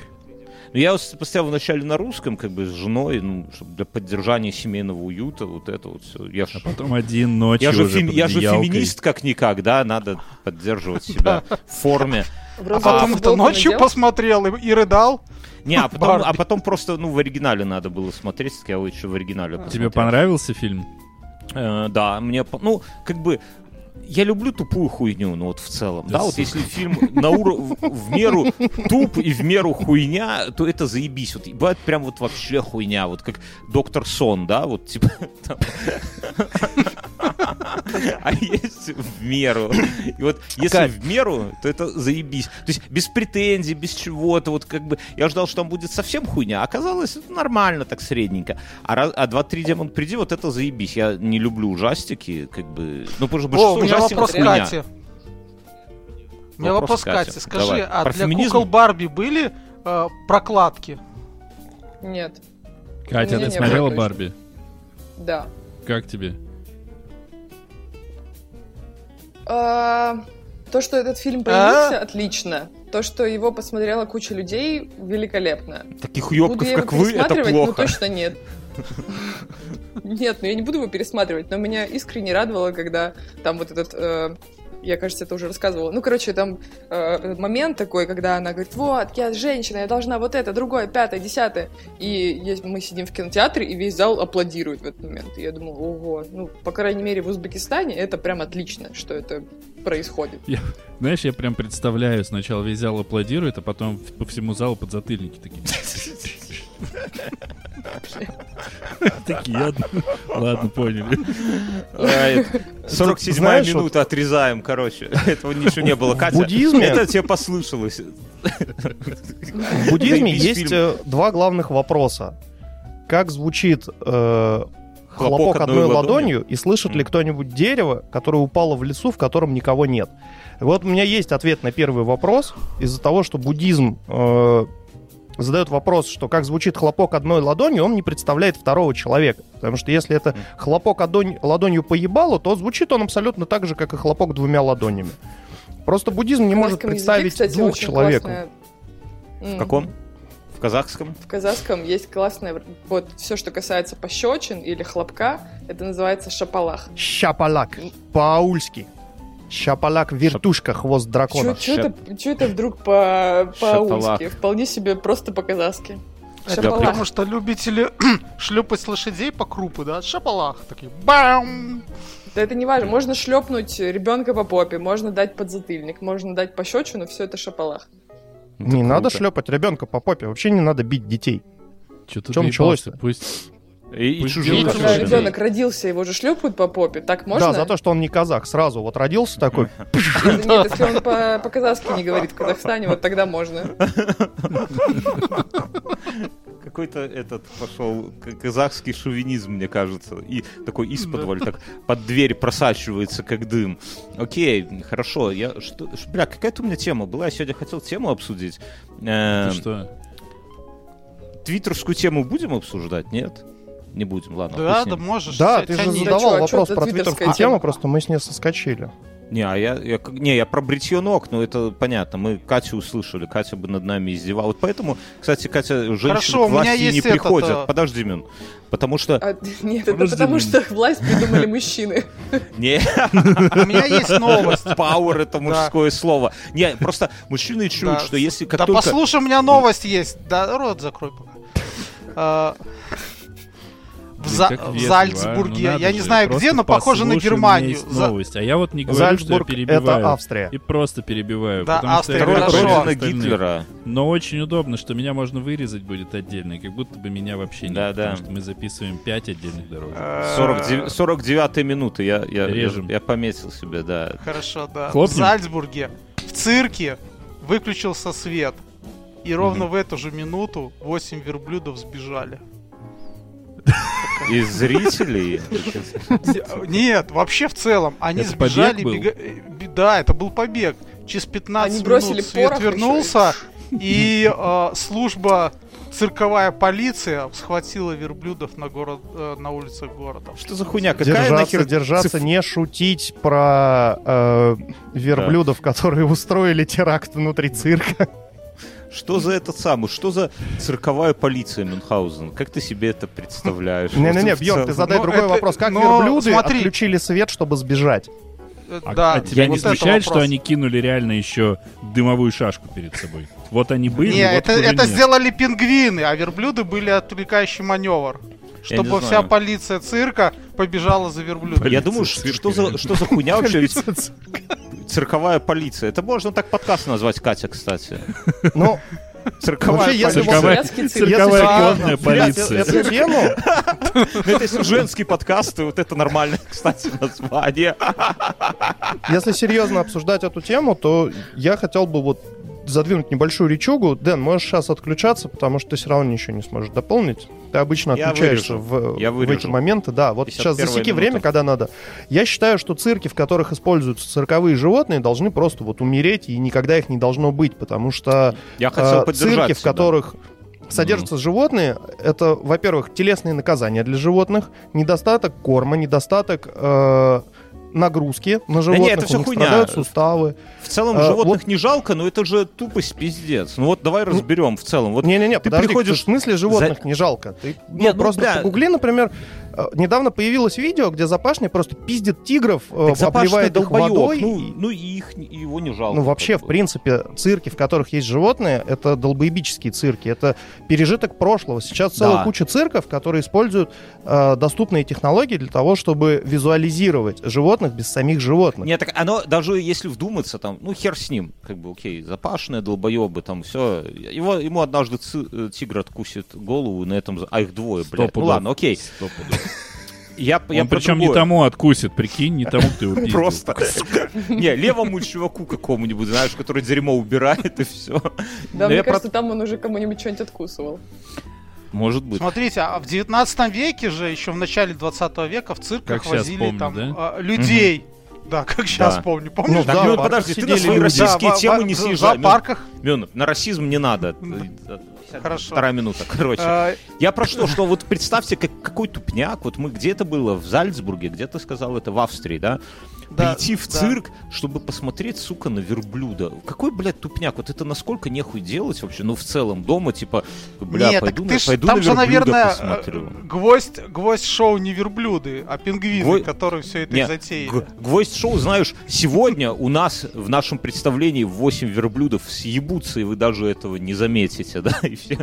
[SPEAKER 4] Ну, я вот поставил вначале на русском, как бы с женой, ну, чтобы для поддержания семейного уюта, вот это вот все. Я ж-
[SPEAKER 2] А потом один ночью
[SPEAKER 4] я же,
[SPEAKER 2] уже
[SPEAKER 4] фем-
[SPEAKER 2] под
[SPEAKER 4] я же
[SPEAKER 2] одеялкой.
[SPEAKER 4] феминист как-никак, да, надо поддерживать себя в форме.
[SPEAKER 5] В
[SPEAKER 6] А
[SPEAKER 5] розовую
[SPEAKER 6] потом это
[SPEAKER 5] футболку
[SPEAKER 6] ночью
[SPEAKER 5] надел?
[SPEAKER 6] посмотрел и, и рыдал.
[SPEAKER 4] Не, а потом, а
[SPEAKER 6] Барби.
[SPEAKER 4] потом просто, ну, в оригинале надо было смотреть, так я его еще в
[SPEAKER 6] А.
[SPEAKER 4] оригинале
[SPEAKER 2] Тебе
[SPEAKER 4] посмотрел.
[SPEAKER 2] понравился фильм?
[SPEAKER 4] Э, да, мне, по- ну, как бы, я люблю тупую хуйню, ну вот в целом,
[SPEAKER 2] Да
[SPEAKER 4] да, вот
[SPEAKER 2] сука.
[SPEAKER 4] если фильм на уро- в, в меру туп и в меру хуйня, то это заебись, вот и бывает прям вот вообще хуйня, вот как Доктор Сон, да, вот типа там. А есть в меру. И вот если в меру, то это заебись. То есть без претензий, без чего-то, вот как бы, я ждал, что там будет совсем хуйня, а оказалось это нормально так средненько. А, раз- а 2-3 демон приди, вот это заебись. Я не люблю ужастики, как бы. Ну, потому что
[SPEAKER 6] О, у
[SPEAKER 4] большинство
[SPEAKER 6] меня
[SPEAKER 4] ужастиков
[SPEAKER 6] вопрос к
[SPEAKER 4] хуйня.
[SPEAKER 6] Кате. У меня
[SPEAKER 4] Вопрос
[SPEAKER 6] вопрос
[SPEAKER 4] к
[SPEAKER 6] к
[SPEAKER 4] Кате.
[SPEAKER 6] Кате. Скажи,
[SPEAKER 4] Давай.
[SPEAKER 6] а
[SPEAKER 4] Про
[SPEAKER 6] для
[SPEAKER 4] феминизм?
[SPEAKER 6] кукол Барби были э, прокладки?
[SPEAKER 5] Нет,
[SPEAKER 2] Катя,
[SPEAKER 5] Не,
[SPEAKER 2] ты
[SPEAKER 5] не,
[SPEAKER 2] смотрела
[SPEAKER 5] точно.
[SPEAKER 2] Барби?
[SPEAKER 5] да.
[SPEAKER 2] Как тебе?
[SPEAKER 5] А, То, что этот фильм появился, отлично. То, что его посмотрела куча людей, великолепно.
[SPEAKER 4] Таких
[SPEAKER 5] Буду
[SPEAKER 4] ёбков,
[SPEAKER 5] я его
[SPEAKER 4] как вы, это
[SPEAKER 5] пересматривать? Ну,
[SPEAKER 4] плохо.
[SPEAKER 5] точно нет. Нет, ну я не буду его пересматривать, но меня искренне радовало, когда там вот этот... э, я, кажется, это уже рассказывала. Ну, короче, там э, момент такой, когда она говорит, вот, я женщина, я должна вот это, другое, пятое, десятое. И есть- мы сидим в кинотеатре, и весь зал аплодирует в этот момент. И я думаю, ого, ну, по крайней мере, в Узбекистане это прям отлично, что это происходит.
[SPEAKER 2] Знаешь, я прям представляю, сначала весь зал аплодирует, а потом в- по всему залу подзатыльники такие. Такие, ладно, ладно, поняли.
[SPEAKER 4] Ай, 47-я
[SPEAKER 1] Знаешь, вот-
[SPEAKER 4] минута отрезаем, короче. Этого ничего не было. Катя,
[SPEAKER 1] буддизме-
[SPEAKER 4] это тебе послышалось.
[SPEAKER 1] В буддизме
[SPEAKER 4] Заебись
[SPEAKER 1] есть
[SPEAKER 4] фильм.
[SPEAKER 1] э, два главных вопроса. Как звучит э, хлопок,
[SPEAKER 4] Хлопок
[SPEAKER 1] одной
[SPEAKER 4] одной
[SPEAKER 1] ладонью,
[SPEAKER 4] ладонью,
[SPEAKER 1] и слышит ли
[SPEAKER 4] Мгм.
[SPEAKER 1] кто-нибудь дерево, которое упало в лесу, в котором никого нет? Вот у меня есть ответ на первый вопрос. Из-за того, что буддизм э, задает вопрос, что как звучит хлопок одной ладонью, он не представляет второго человека. Потому что если это хлопок одонь- ладонью поебало, то звучит он абсолютно так же, как и хлопок двумя ладонями. Просто буддизм не
[SPEAKER 5] В
[SPEAKER 1] может
[SPEAKER 5] казахском языке,
[SPEAKER 1] представить
[SPEAKER 5] кстати,
[SPEAKER 1] двух
[SPEAKER 5] очень
[SPEAKER 1] человек.
[SPEAKER 5] классная-
[SPEAKER 4] В
[SPEAKER 5] М.
[SPEAKER 4] каком? В казахском?
[SPEAKER 5] В казахском есть классное, вот все, что касается пощечин или хлопка, это называется шапалах.
[SPEAKER 1] Шапалак. По-аульски. Шапалак, вертушка, хвост дракона.
[SPEAKER 5] Чё это, чё это вдруг по- по-аульски?
[SPEAKER 4] Шапалах.
[SPEAKER 5] Вполне себе просто по-казахски.
[SPEAKER 6] Это
[SPEAKER 5] Шапалах.
[SPEAKER 6] потому что любители шлепать с лошадей по крупу, да? Шапалах. Такие бам!
[SPEAKER 5] Да это не важно. Можно шлепнуть ребенка по попе, можно дать подзатыльник, можно дать пощечину, все это шапалах.
[SPEAKER 6] Ну,
[SPEAKER 1] не надо шлепать ребенка по попе. Вообще не надо бить детей.
[SPEAKER 2] Что
[SPEAKER 1] В чём началось-то?
[SPEAKER 2] Пусть...
[SPEAKER 4] И, и
[SPEAKER 2] Пусть
[SPEAKER 4] чужих.
[SPEAKER 2] делают,
[SPEAKER 4] тоже.
[SPEAKER 5] Когда ребенок родился, его же шлепают по попе. Так можно?
[SPEAKER 1] Да, за то, что он не казах. Сразу вот родился такой.
[SPEAKER 5] Нет, если он по- по-казахски не говорит в Казахстане, вот тогда можно.
[SPEAKER 4] какой-то этот пошел к- казахский шовинизм, мне кажется. И такой из-под так под дверь просачивается, как дым. Окей, хорошо. Я, что, ш- бля, какая-то у меня тема была. Я сегодня хотел тему обсудить. Э,
[SPEAKER 6] Эм,
[SPEAKER 2] Ты что?
[SPEAKER 4] Твиттерскую тему будем обсуждать, нет? Не будем, ладно. хуй
[SPEAKER 6] Да,
[SPEAKER 4] с
[SPEAKER 6] да
[SPEAKER 4] ним.
[SPEAKER 6] можешь.
[SPEAKER 1] Да,
[SPEAKER 6] вся-
[SPEAKER 1] ты
[SPEAKER 6] вся
[SPEAKER 1] же
[SPEAKER 6] не-
[SPEAKER 5] задал-
[SPEAKER 1] задавал
[SPEAKER 5] а чё,
[SPEAKER 1] вопрос
[SPEAKER 5] это
[SPEAKER 1] про
[SPEAKER 5] твиттерская
[SPEAKER 1] твиттерскую
[SPEAKER 5] тема?
[SPEAKER 1] тему, просто мы с ней соскочили.
[SPEAKER 4] Не, а я, я, как- не, я про бритье ног, но это понятно. Мы Катю услышали, Катя бы над нами издевалась. Вот поэтому, кстати, Катя, женщины
[SPEAKER 6] Хорошо, у
[SPEAKER 4] к
[SPEAKER 6] меня
[SPEAKER 4] власти не
[SPEAKER 6] есть это,
[SPEAKER 4] приходят.
[SPEAKER 6] да.
[SPEAKER 4] Подожди, Мин. Потому что...
[SPEAKER 5] А, нет, это
[SPEAKER 2] Подожди,
[SPEAKER 5] потому
[SPEAKER 2] блин.
[SPEAKER 5] что власть придумали мужчины.
[SPEAKER 6] А,
[SPEAKER 4] Не,
[SPEAKER 6] У меня есть новость.
[SPEAKER 4] пауэр — это мужское слово. Не, просто мужчины чуют,
[SPEAKER 6] Да.
[SPEAKER 4] что если как
[SPEAKER 6] да
[SPEAKER 4] только...
[SPEAKER 6] послушай, у меня новость есть. Да, рот закрой пока. А, В,
[SPEAKER 2] Блин,
[SPEAKER 6] За-
[SPEAKER 2] как
[SPEAKER 6] в
[SPEAKER 2] вежливо, а. Ну
[SPEAKER 6] Зальцбурге.
[SPEAKER 2] надо
[SPEAKER 6] я не
[SPEAKER 2] же,
[SPEAKER 6] знаю
[SPEAKER 2] просто
[SPEAKER 6] где, но похоже на
[SPEAKER 2] послушай, у меня
[SPEAKER 6] Германию.
[SPEAKER 2] есть
[SPEAKER 6] За-
[SPEAKER 2] новость. А я вот не говорю,
[SPEAKER 1] Зальцбург
[SPEAKER 2] что я перебиваю.
[SPEAKER 1] это Австрия.
[SPEAKER 2] И просто перебиваю.
[SPEAKER 6] Да,
[SPEAKER 2] потому что я
[SPEAKER 6] Австрия,
[SPEAKER 2] говорю,
[SPEAKER 6] хорошо.
[SPEAKER 2] что
[SPEAKER 4] Родина
[SPEAKER 2] остальные.
[SPEAKER 4] Гитлера.
[SPEAKER 2] Но очень удобно, что меня можно вырезать будет отдельно, и как будто бы меня вообще нет.
[SPEAKER 4] Да, да.
[SPEAKER 2] Потому что мы записываем 5 отдельных дорожек.
[SPEAKER 1] Э.
[SPEAKER 4] 49, 49 минуты, я, я, я,
[SPEAKER 2] Режем.
[SPEAKER 4] я пометил себе, да.
[SPEAKER 6] э, Хорошо, да.
[SPEAKER 2] Хлопнем?
[SPEAKER 6] В Зальцбурге, в цирке, выключился свет. И ровно в эту же минуту 8 верблюдов сбежали.
[SPEAKER 4] И зрителей...
[SPEAKER 6] Нет, вообще в целом. Они
[SPEAKER 2] Это побег
[SPEAKER 6] сбежали.
[SPEAKER 2] был?
[SPEAKER 6] бега- э, бе- Да, это был побег. Через 15
[SPEAKER 5] Они бросили
[SPEAKER 6] минут свет
[SPEAKER 5] порох
[SPEAKER 6] вернулся, и э, служба цирковая полиция схватила верблюдов на город э, на улицах города.
[SPEAKER 4] Что за хуйня? Какая
[SPEAKER 1] Держаться,
[SPEAKER 4] нахер
[SPEAKER 1] держаться,
[SPEAKER 4] циф-
[SPEAKER 1] не шутить про э, верблюдов, которые устроили теракт внутри цирка.
[SPEAKER 4] Что за этот самый, что за цирковая полиция Мюнхгаузен? Как ты себе это представляешь?
[SPEAKER 1] Не-не-не,
[SPEAKER 4] Вот в
[SPEAKER 1] Бьорн, ты
[SPEAKER 4] целом.
[SPEAKER 1] задай
[SPEAKER 6] Ну,
[SPEAKER 1] другой
[SPEAKER 6] это-
[SPEAKER 1] вопрос. Как
[SPEAKER 6] но
[SPEAKER 1] верблюды
[SPEAKER 6] смотри.
[SPEAKER 1] отключили свет, чтобы сбежать?
[SPEAKER 6] Э,
[SPEAKER 2] А,
[SPEAKER 6] да,
[SPEAKER 2] а тебя
[SPEAKER 6] вот
[SPEAKER 2] не
[SPEAKER 6] это
[SPEAKER 2] смущает, что
[SPEAKER 6] вопрос.
[SPEAKER 2] они кинули реально еще дымовую шашку перед собой? Вот они были,
[SPEAKER 6] Не,
[SPEAKER 2] вот
[SPEAKER 6] это,
[SPEAKER 2] уже
[SPEAKER 6] это
[SPEAKER 2] нет.
[SPEAKER 6] сделали пингвины, а верблюды были отвлекающий маневр. Чтобы
[SPEAKER 4] не
[SPEAKER 6] вся
[SPEAKER 4] знаю.
[SPEAKER 6] полиция цирка побежала за верблюдом.
[SPEAKER 4] Я
[SPEAKER 2] Полиция
[SPEAKER 4] думаю, ш-
[SPEAKER 2] цирка,
[SPEAKER 4] что за,
[SPEAKER 2] реально.
[SPEAKER 4] что за хуйня вообще? Ведь
[SPEAKER 1] Ну,
[SPEAKER 4] цирковая полиция. Это можно так подкаст назвать, Катя, кстати.
[SPEAKER 1] Ну,
[SPEAKER 4] Цирковая
[SPEAKER 1] вообще, если бы-
[SPEAKER 2] Цирковая,
[SPEAKER 5] Брянский цирк.
[SPEAKER 2] цирковая
[SPEAKER 1] Если-
[SPEAKER 2] конная
[SPEAKER 1] блядь,
[SPEAKER 2] полиция.
[SPEAKER 1] Эту тему
[SPEAKER 4] полиция. Ну, Это если женские подкасты, вот это нормальное, кстати, название.
[SPEAKER 1] Если серьезно обсуждать эту тему, то я хотел бы вот задвинуть небольшую речугу. Дэн, можешь сейчас отключаться, потому что ты все равно ничего не сможешь дополнить. Ты обычно
[SPEAKER 4] Я
[SPEAKER 1] отключаешься
[SPEAKER 4] вырежу.
[SPEAKER 1] в,
[SPEAKER 4] Я
[SPEAKER 1] в
[SPEAKER 4] вырежу.
[SPEAKER 1] эти моменты. Да, вот сейчас
[SPEAKER 4] 51-я
[SPEAKER 1] засеки
[SPEAKER 4] минута.
[SPEAKER 1] время, когда надо. Я считаю, что цирки, в которых используются цирковые животные, должны просто вот умереть, и никогда их не должно быть, потому что
[SPEAKER 4] Я хотел
[SPEAKER 1] э,
[SPEAKER 4] поддержать
[SPEAKER 1] цирки, в
[SPEAKER 4] тебя.
[SPEAKER 1] которых содержатся животные, это, во-первых, телесные наказания для животных, недостаток корма, недостаток э, нагрузки на животных,
[SPEAKER 4] это всё
[SPEAKER 1] у них
[SPEAKER 4] хуйня.
[SPEAKER 1] страдают суставы.
[SPEAKER 4] В целом
[SPEAKER 1] А,
[SPEAKER 4] животных не жалко, но это же тупость пиздец. Ну вот давай разберем в целом. Вот
[SPEAKER 1] Не-не-не,
[SPEAKER 4] ты
[SPEAKER 1] подожди,
[SPEAKER 4] приходишь-
[SPEAKER 1] в смысле животных не жалко. Ты ну,
[SPEAKER 4] Нет, ну,
[SPEAKER 1] просто
[SPEAKER 4] бля.
[SPEAKER 1] погугли, например, э, недавно появилось видео, где Запашный просто пиздит тигров, э,
[SPEAKER 4] так запашный
[SPEAKER 1] обливает их
[SPEAKER 4] долбоёб,
[SPEAKER 1] водой.
[SPEAKER 4] Ну,
[SPEAKER 1] и-
[SPEAKER 4] ну и их, и его не жалко.
[SPEAKER 1] Ну, вообще,
[SPEAKER 4] как
[SPEAKER 1] в
[SPEAKER 4] бы.
[SPEAKER 1] принципе, цирки, в которых есть животные, это долбоебические цирки. Это пережиток прошлого. Сейчас целая
[SPEAKER 4] Да.
[SPEAKER 1] куча цирков, которые используют э, доступные технологии для того, чтобы визуализировать животных без самих животных.
[SPEAKER 4] Не, так оно, даже если вдуматься, там, ну, хер с ним, как бы, окей, запашные долбоебы, там, все. Его, ему однажды ци- э, тигр откусит голову, и на этом... за- А их двое,
[SPEAKER 2] Сто
[SPEAKER 4] блядь. Ну,
[SPEAKER 2] пудов.
[SPEAKER 4] ладно, окей.
[SPEAKER 2] Сто пудов.
[SPEAKER 4] Я, я
[SPEAKER 2] Он
[SPEAKER 4] про
[SPEAKER 2] причем не
[SPEAKER 4] другое.
[SPEAKER 2] тому откусит, прикинь, не тому ты его
[SPEAKER 4] Просто. Не, левому чуваку какому-нибудь, знаешь, который дерьмо убирает, и все.
[SPEAKER 5] Да,
[SPEAKER 4] я
[SPEAKER 5] мне
[SPEAKER 4] про-
[SPEAKER 5] кажется, там он уже кому-нибудь что-нибудь откусывал.
[SPEAKER 4] Может быть.
[SPEAKER 6] Смотрите, а в 19 веке же, еще в начале 20 века, в
[SPEAKER 2] Как
[SPEAKER 6] цирках
[SPEAKER 2] щас
[SPEAKER 6] возили
[SPEAKER 2] помню,
[SPEAKER 6] там
[SPEAKER 2] да? Ну
[SPEAKER 6] а, людей. Да, как сейчас
[SPEAKER 4] Да.
[SPEAKER 6] помню. Помнишь?
[SPEAKER 1] да,
[SPEAKER 4] Так, Мён,
[SPEAKER 1] пар-
[SPEAKER 4] подожди, ты на
[SPEAKER 1] сидели
[SPEAKER 4] свои
[SPEAKER 1] люди.
[SPEAKER 4] российские
[SPEAKER 6] во-
[SPEAKER 4] темы
[SPEAKER 6] во-
[SPEAKER 4] не
[SPEAKER 6] в
[SPEAKER 4] съезжай. ну, Мён,
[SPEAKER 6] зоопарках.
[SPEAKER 4] Мён, на расизм не надо.
[SPEAKER 6] Хорошо.
[SPEAKER 4] Вторая минута, короче.
[SPEAKER 6] э,
[SPEAKER 4] Я про что, что вот представьте, как, какой тупняк, вот мы где-то было, в Зальцбурге, где ты сказал это, в Австрии, да?
[SPEAKER 6] Да,
[SPEAKER 4] Прийти в
[SPEAKER 6] да.
[SPEAKER 4] цирк, чтобы посмотреть, сука, на верблюда. Какой, блядь, тупняк, вот это насколько нехуй делать вообще, ну в целом дома, типа, бля,
[SPEAKER 6] Нет,
[SPEAKER 4] пойду,
[SPEAKER 6] так
[SPEAKER 4] на,
[SPEAKER 6] ты ж-
[SPEAKER 4] пойду
[SPEAKER 6] там
[SPEAKER 4] на
[SPEAKER 6] же,
[SPEAKER 4] верблюда
[SPEAKER 6] наверное,
[SPEAKER 4] посмотрю.
[SPEAKER 6] э, гвоздь, гвоздь шоу не верблюды, а пингвины,
[SPEAKER 4] Гвоздь-
[SPEAKER 6] которые все это
[SPEAKER 4] Не,
[SPEAKER 6] и затеяли.
[SPEAKER 4] г- гвоздь шоу, знаешь, сегодня у нас в нашем представлении 8 верблюдов съебутся, и вы даже этого не заметите, да, и все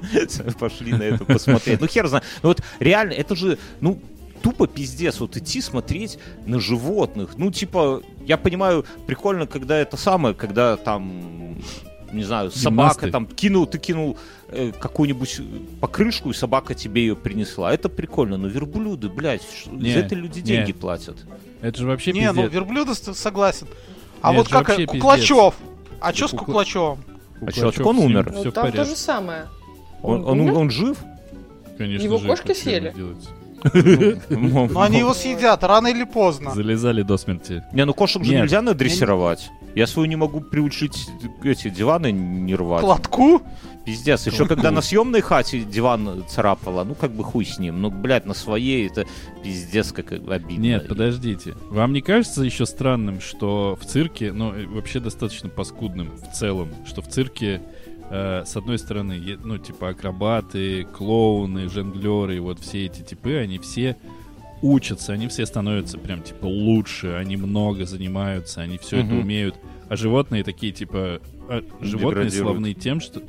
[SPEAKER 4] пошли на это посмотреть. Ну, хер знает. Ну, вот реально, это же, ну, тупо пиздец, вот идти смотреть на животных. Ну, типа, я понимаю, прикольно, когда это самое, когда там не знаю, собака
[SPEAKER 2] Гимнасты.
[SPEAKER 4] там кинул, ты кинул э, какую-нибудь покрышку, и собака тебе ее принесла. Это прикольно, но верблюды, блядь, ш-
[SPEAKER 2] Не,
[SPEAKER 4] за это люди
[SPEAKER 2] не.
[SPEAKER 4] деньги платят.
[SPEAKER 2] Это же вообще
[SPEAKER 6] не, ну
[SPEAKER 2] пиздец.
[SPEAKER 6] верблюды с- согласен. А
[SPEAKER 2] Нет,
[SPEAKER 6] вот
[SPEAKER 2] это
[SPEAKER 6] как
[SPEAKER 2] вообще
[SPEAKER 6] э,
[SPEAKER 2] пиздец.
[SPEAKER 6] Куклачев. А что с
[SPEAKER 2] Кукла-
[SPEAKER 6] Куклачевым?
[SPEAKER 4] А чё, так он умер?
[SPEAKER 5] Ну,
[SPEAKER 2] Все в
[SPEAKER 5] там то
[SPEAKER 2] порядке.
[SPEAKER 5] же самое.
[SPEAKER 4] Он,
[SPEAKER 5] умер?
[SPEAKER 4] он, он жив?
[SPEAKER 9] Конечно
[SPEAKER 5] Его
[SPEAKER 9] же,
[SPEAKER 5] кошки
[SPEAKER 9] так всё
[SPEAKER 5] съели?
[SPEAKER 9] делается.
[SPEAKER 4] Ну,
[SPEAKER 6] Но Ну, они его съедят рано или поздно.
[SPEAKER 2] Залезали до смерти.
[SPEAKER 4] Не, ну кошек же
[SPEAKER 2] Нет.
[SPEAKER 4] нельзя надрессировать. Я свою не могу приучить эти диваны не рвать.
[SPEAKER 6] Кладку?
[SPEAKER 4] Пиздец. Еще когда на съемной хате диван царапала, ну как бы хуй с ним. Ну, блядь, на своей это пиздец как обидно.
[SPEAKER 2] Нет, подождите. Вам не кажется еще странным, что в цирке, ну, э, вообще достаточно паскудным в целом, что в цирке, э, с одной стороны, е- ну, типа акробаты, клоуны, жонглеры, вот все эти типы, они все учатся, они все становятся прям, типа, лучше, они много занимаются, они все это
[SPEAKER 4] Мгм.
[SPEAKER 2] умеют. А животные такие, типа, а, животные
[SPEAKER 4] Деградируют.
[SPEAKER 2] славны тем, что...